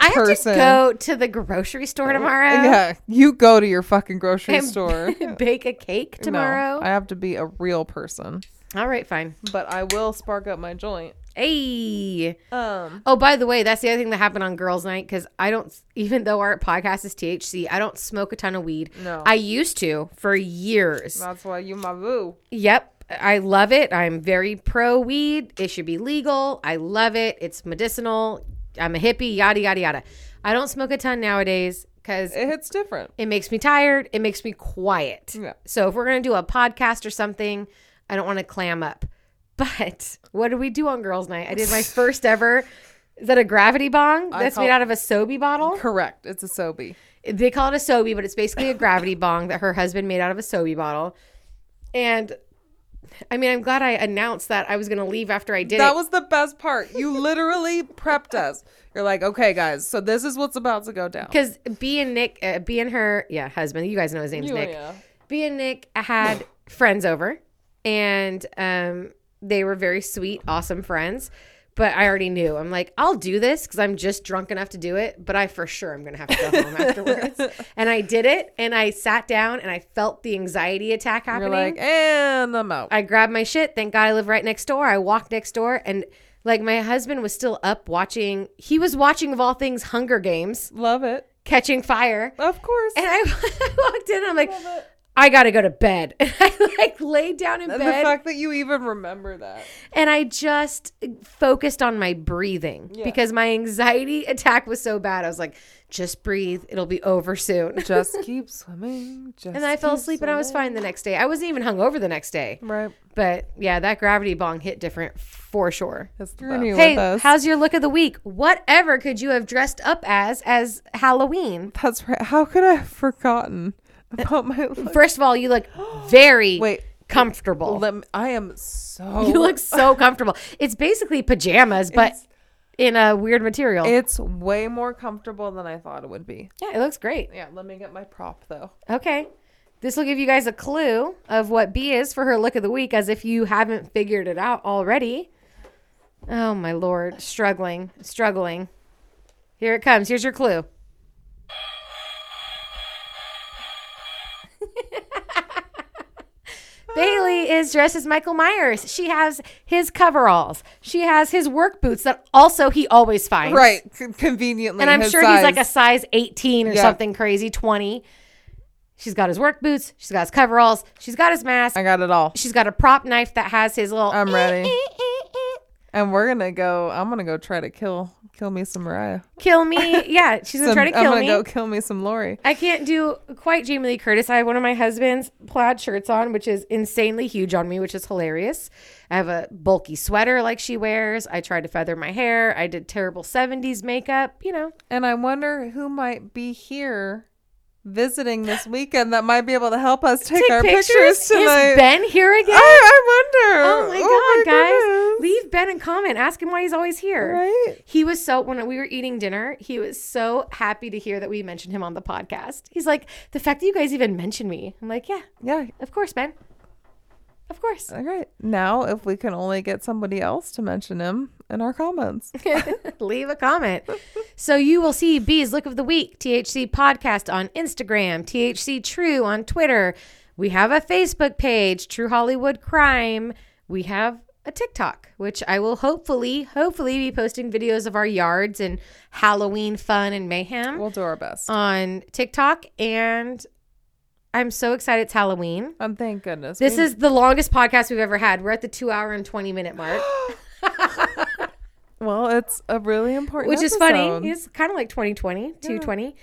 A: I have
B: person. Oh,
A: to go to the grocery store tomorrow.
B: Yeah, you go to your fucking grocery
A: and
B: store
A: Bake a cake
B: No,
A: tomorrow.
B: I have to be a real person,
A: All right, fine.
B: but I will spark up my joint.
A: Hey.
B: Um,
A: Oh, by the way, that's the other thing that happened on girls' night because I don't, even though our podcast is THC, I don't smoke a ton of weed.
B: No.
A: I used to for years.
B: that's why you my boo.
A: Yep. I love it. I'm very pro weed. It should be legal. I love it. It's medicinal. I'm a hippie, yada, yada, yada. I don't smoke a ton nowadays because
B: It hits different.
A: it makes me tired. It makes me quiet.
B: Yeah.
A: So if we're going to do a podcast or something, I don't want to clam up. But what did we do on girls' night? I did my first ever. Is that a gravity bong? That's
B: call-
A: made out of a Sobe bottle.
B: Correct. It's a Sobe.
A: They call it a Sobe, but it's basically a gravity bong that her husband made out of a Sobe bottle. And I mean, I'm glad I announced that I was going to leave after I did it.
B: That was the best part. You literally prepped us. You're like, okay, guys, so this is what's about to go down.
A: because B and Nick, uh, B and her, yeah, husband. You guys know his name's
B: You-
A: Nick.
B: yeah.
A: B and Nick had friends over, and um, they were very sweet, awesome friends. But I already knew. I'm like, I'll do this because I'm just drunk enough to do it. But I for sure am gonna have to go home afterwards. And I did it, and I sat down, and I felt the anxiety attack
B: You're
A: happening.
B: like, and I'm out.
A: I grabbed my shit. Thank God I live right next door. I walked next door, and like my husband was still up watching. He was watching of all things Hunger Games,
B: Love it.
A: Catching Fire.
B: Of course.
A: And I walked in and I'm like, I gotta go to bed. And I like laid down in
B: And the
A: bed
B: fact that you even remember that.
A: and I just focused on my breathing because my anxiety attack was so bad. I was like, just breathe, it'll be over soon.
B: Just keep swimming. Just
A: And I fell asleep and I was fine the next day. I wasn't even hungover the next day.
B: right.
A: But yeah, that gravity bong hit different for sure.
B: That's the best.
A: Hey, how's your look of the week? Whatever could you have dressed up as as Halloween?
B: That's right. How could I have forgotten about my look?
A: First of all, you look very
B: Wait.
A: comfortable.
B: Let me- I am so.
A: You look so comfortable. It's basically pajamas, but in a weird material.
B: It's way more comfortable than I thought it would be.
A: yeah, it looks great.
B: Yeah, let me get my prop though.
A: Okay. This will give you guys a clue of what B is for her look of the week, as if you haven't figured it out already. Oh, my Lord. Struggling, struggling. Here it comes. Here's your clue. Bailey is dressed as Michael Myers. She has his coveralls. She has his work boots that also he always finds.
B: Right, con- conveniently.
A: And I'm
B: his
A: sure he's like a
B: size.
A: size 18 or
B: Yeah.
A: something crazy, 20. She's got his work boots. She's got his coveralls. She's got his mask.
B: I got it all.
A: She's got a prop knife that has his little.
B: I'm ready. And we're gonna go. I'm gonna go try to kill kill me some Mariah.
A: Kill me. Yeah, she's going to
B: Some-
A: try to
B: I'm
A: kill
B: gonna
A: me.
B: go kill me some Lori.
A: I can't do quite Jamie Lee Curtis. I have one of my husband's plaid shirts on, which is insanely huge on me, which is hilarious. I have a bulky sweater like she wears. I tried to feather my hair. I did terrible 70s makeup, you know.
B: And I wonder who might be here visiting this weekend that might be able to help us take, our pictures, tonight.
A: Is Ben here again?
B: I, I wonder.
A: Oh my god, guys!
B: goodness.
A: Leave Ben a comment. Ask him why he's always here.
B: Right?
A: He was so when we were eating dinner, he was so happy to hear that we mentioned him on the podcast. He's like, the fact that you guys even mentioned me. I'm like, yeah,
B: Yeah.
A: of course, Ben. Of course.
B: All right. Now, if we can only get somebody else to mention him in our comments,
A: Leave a comment. So you will see B's Look of the Week, THC Podcast on Instagram, THC True on Twitter. We have a Facebook page, True Hollywood Crime. we have a TikTok, which I will hopefully, hopefully be posting videos of our yards and Halloween fun and mayhem
B: We'll do our
A: Um,
B: best.
A: on TikTok. And I'm so excited it's Halloween.
B: and thank goodness.
A: This
B: we-
A: is the longest podcast we've ever had. We're at the two hour and 20 minute mark,
B: well, it's a really important
A: which is
B: episode.
A: funny. It's kind of like 2020, 220.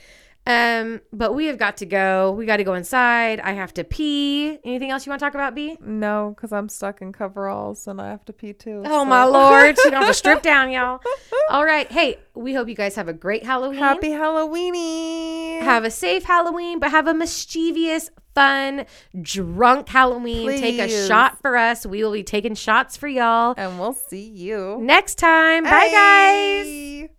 A: Um, but we have got to go. We got to go inside. I have to pee. Anything else you want to talk about, B?
B: No, because I'm stuck in coveralls and I have to pee too.
A: Oh my lord, she don't have to strip down, y'all. All right, hey, we hope you guys have a great Halloween.
B: Happy Halloweeny!
A: have a safe Halloween, but have a mischievous, fun, drunk Halloween. Take a
B: Please.
A: shot for us. We will be taking shots for y'all
B: Oh. and we'll see you
A: next time. Bye guys.
B: Bye.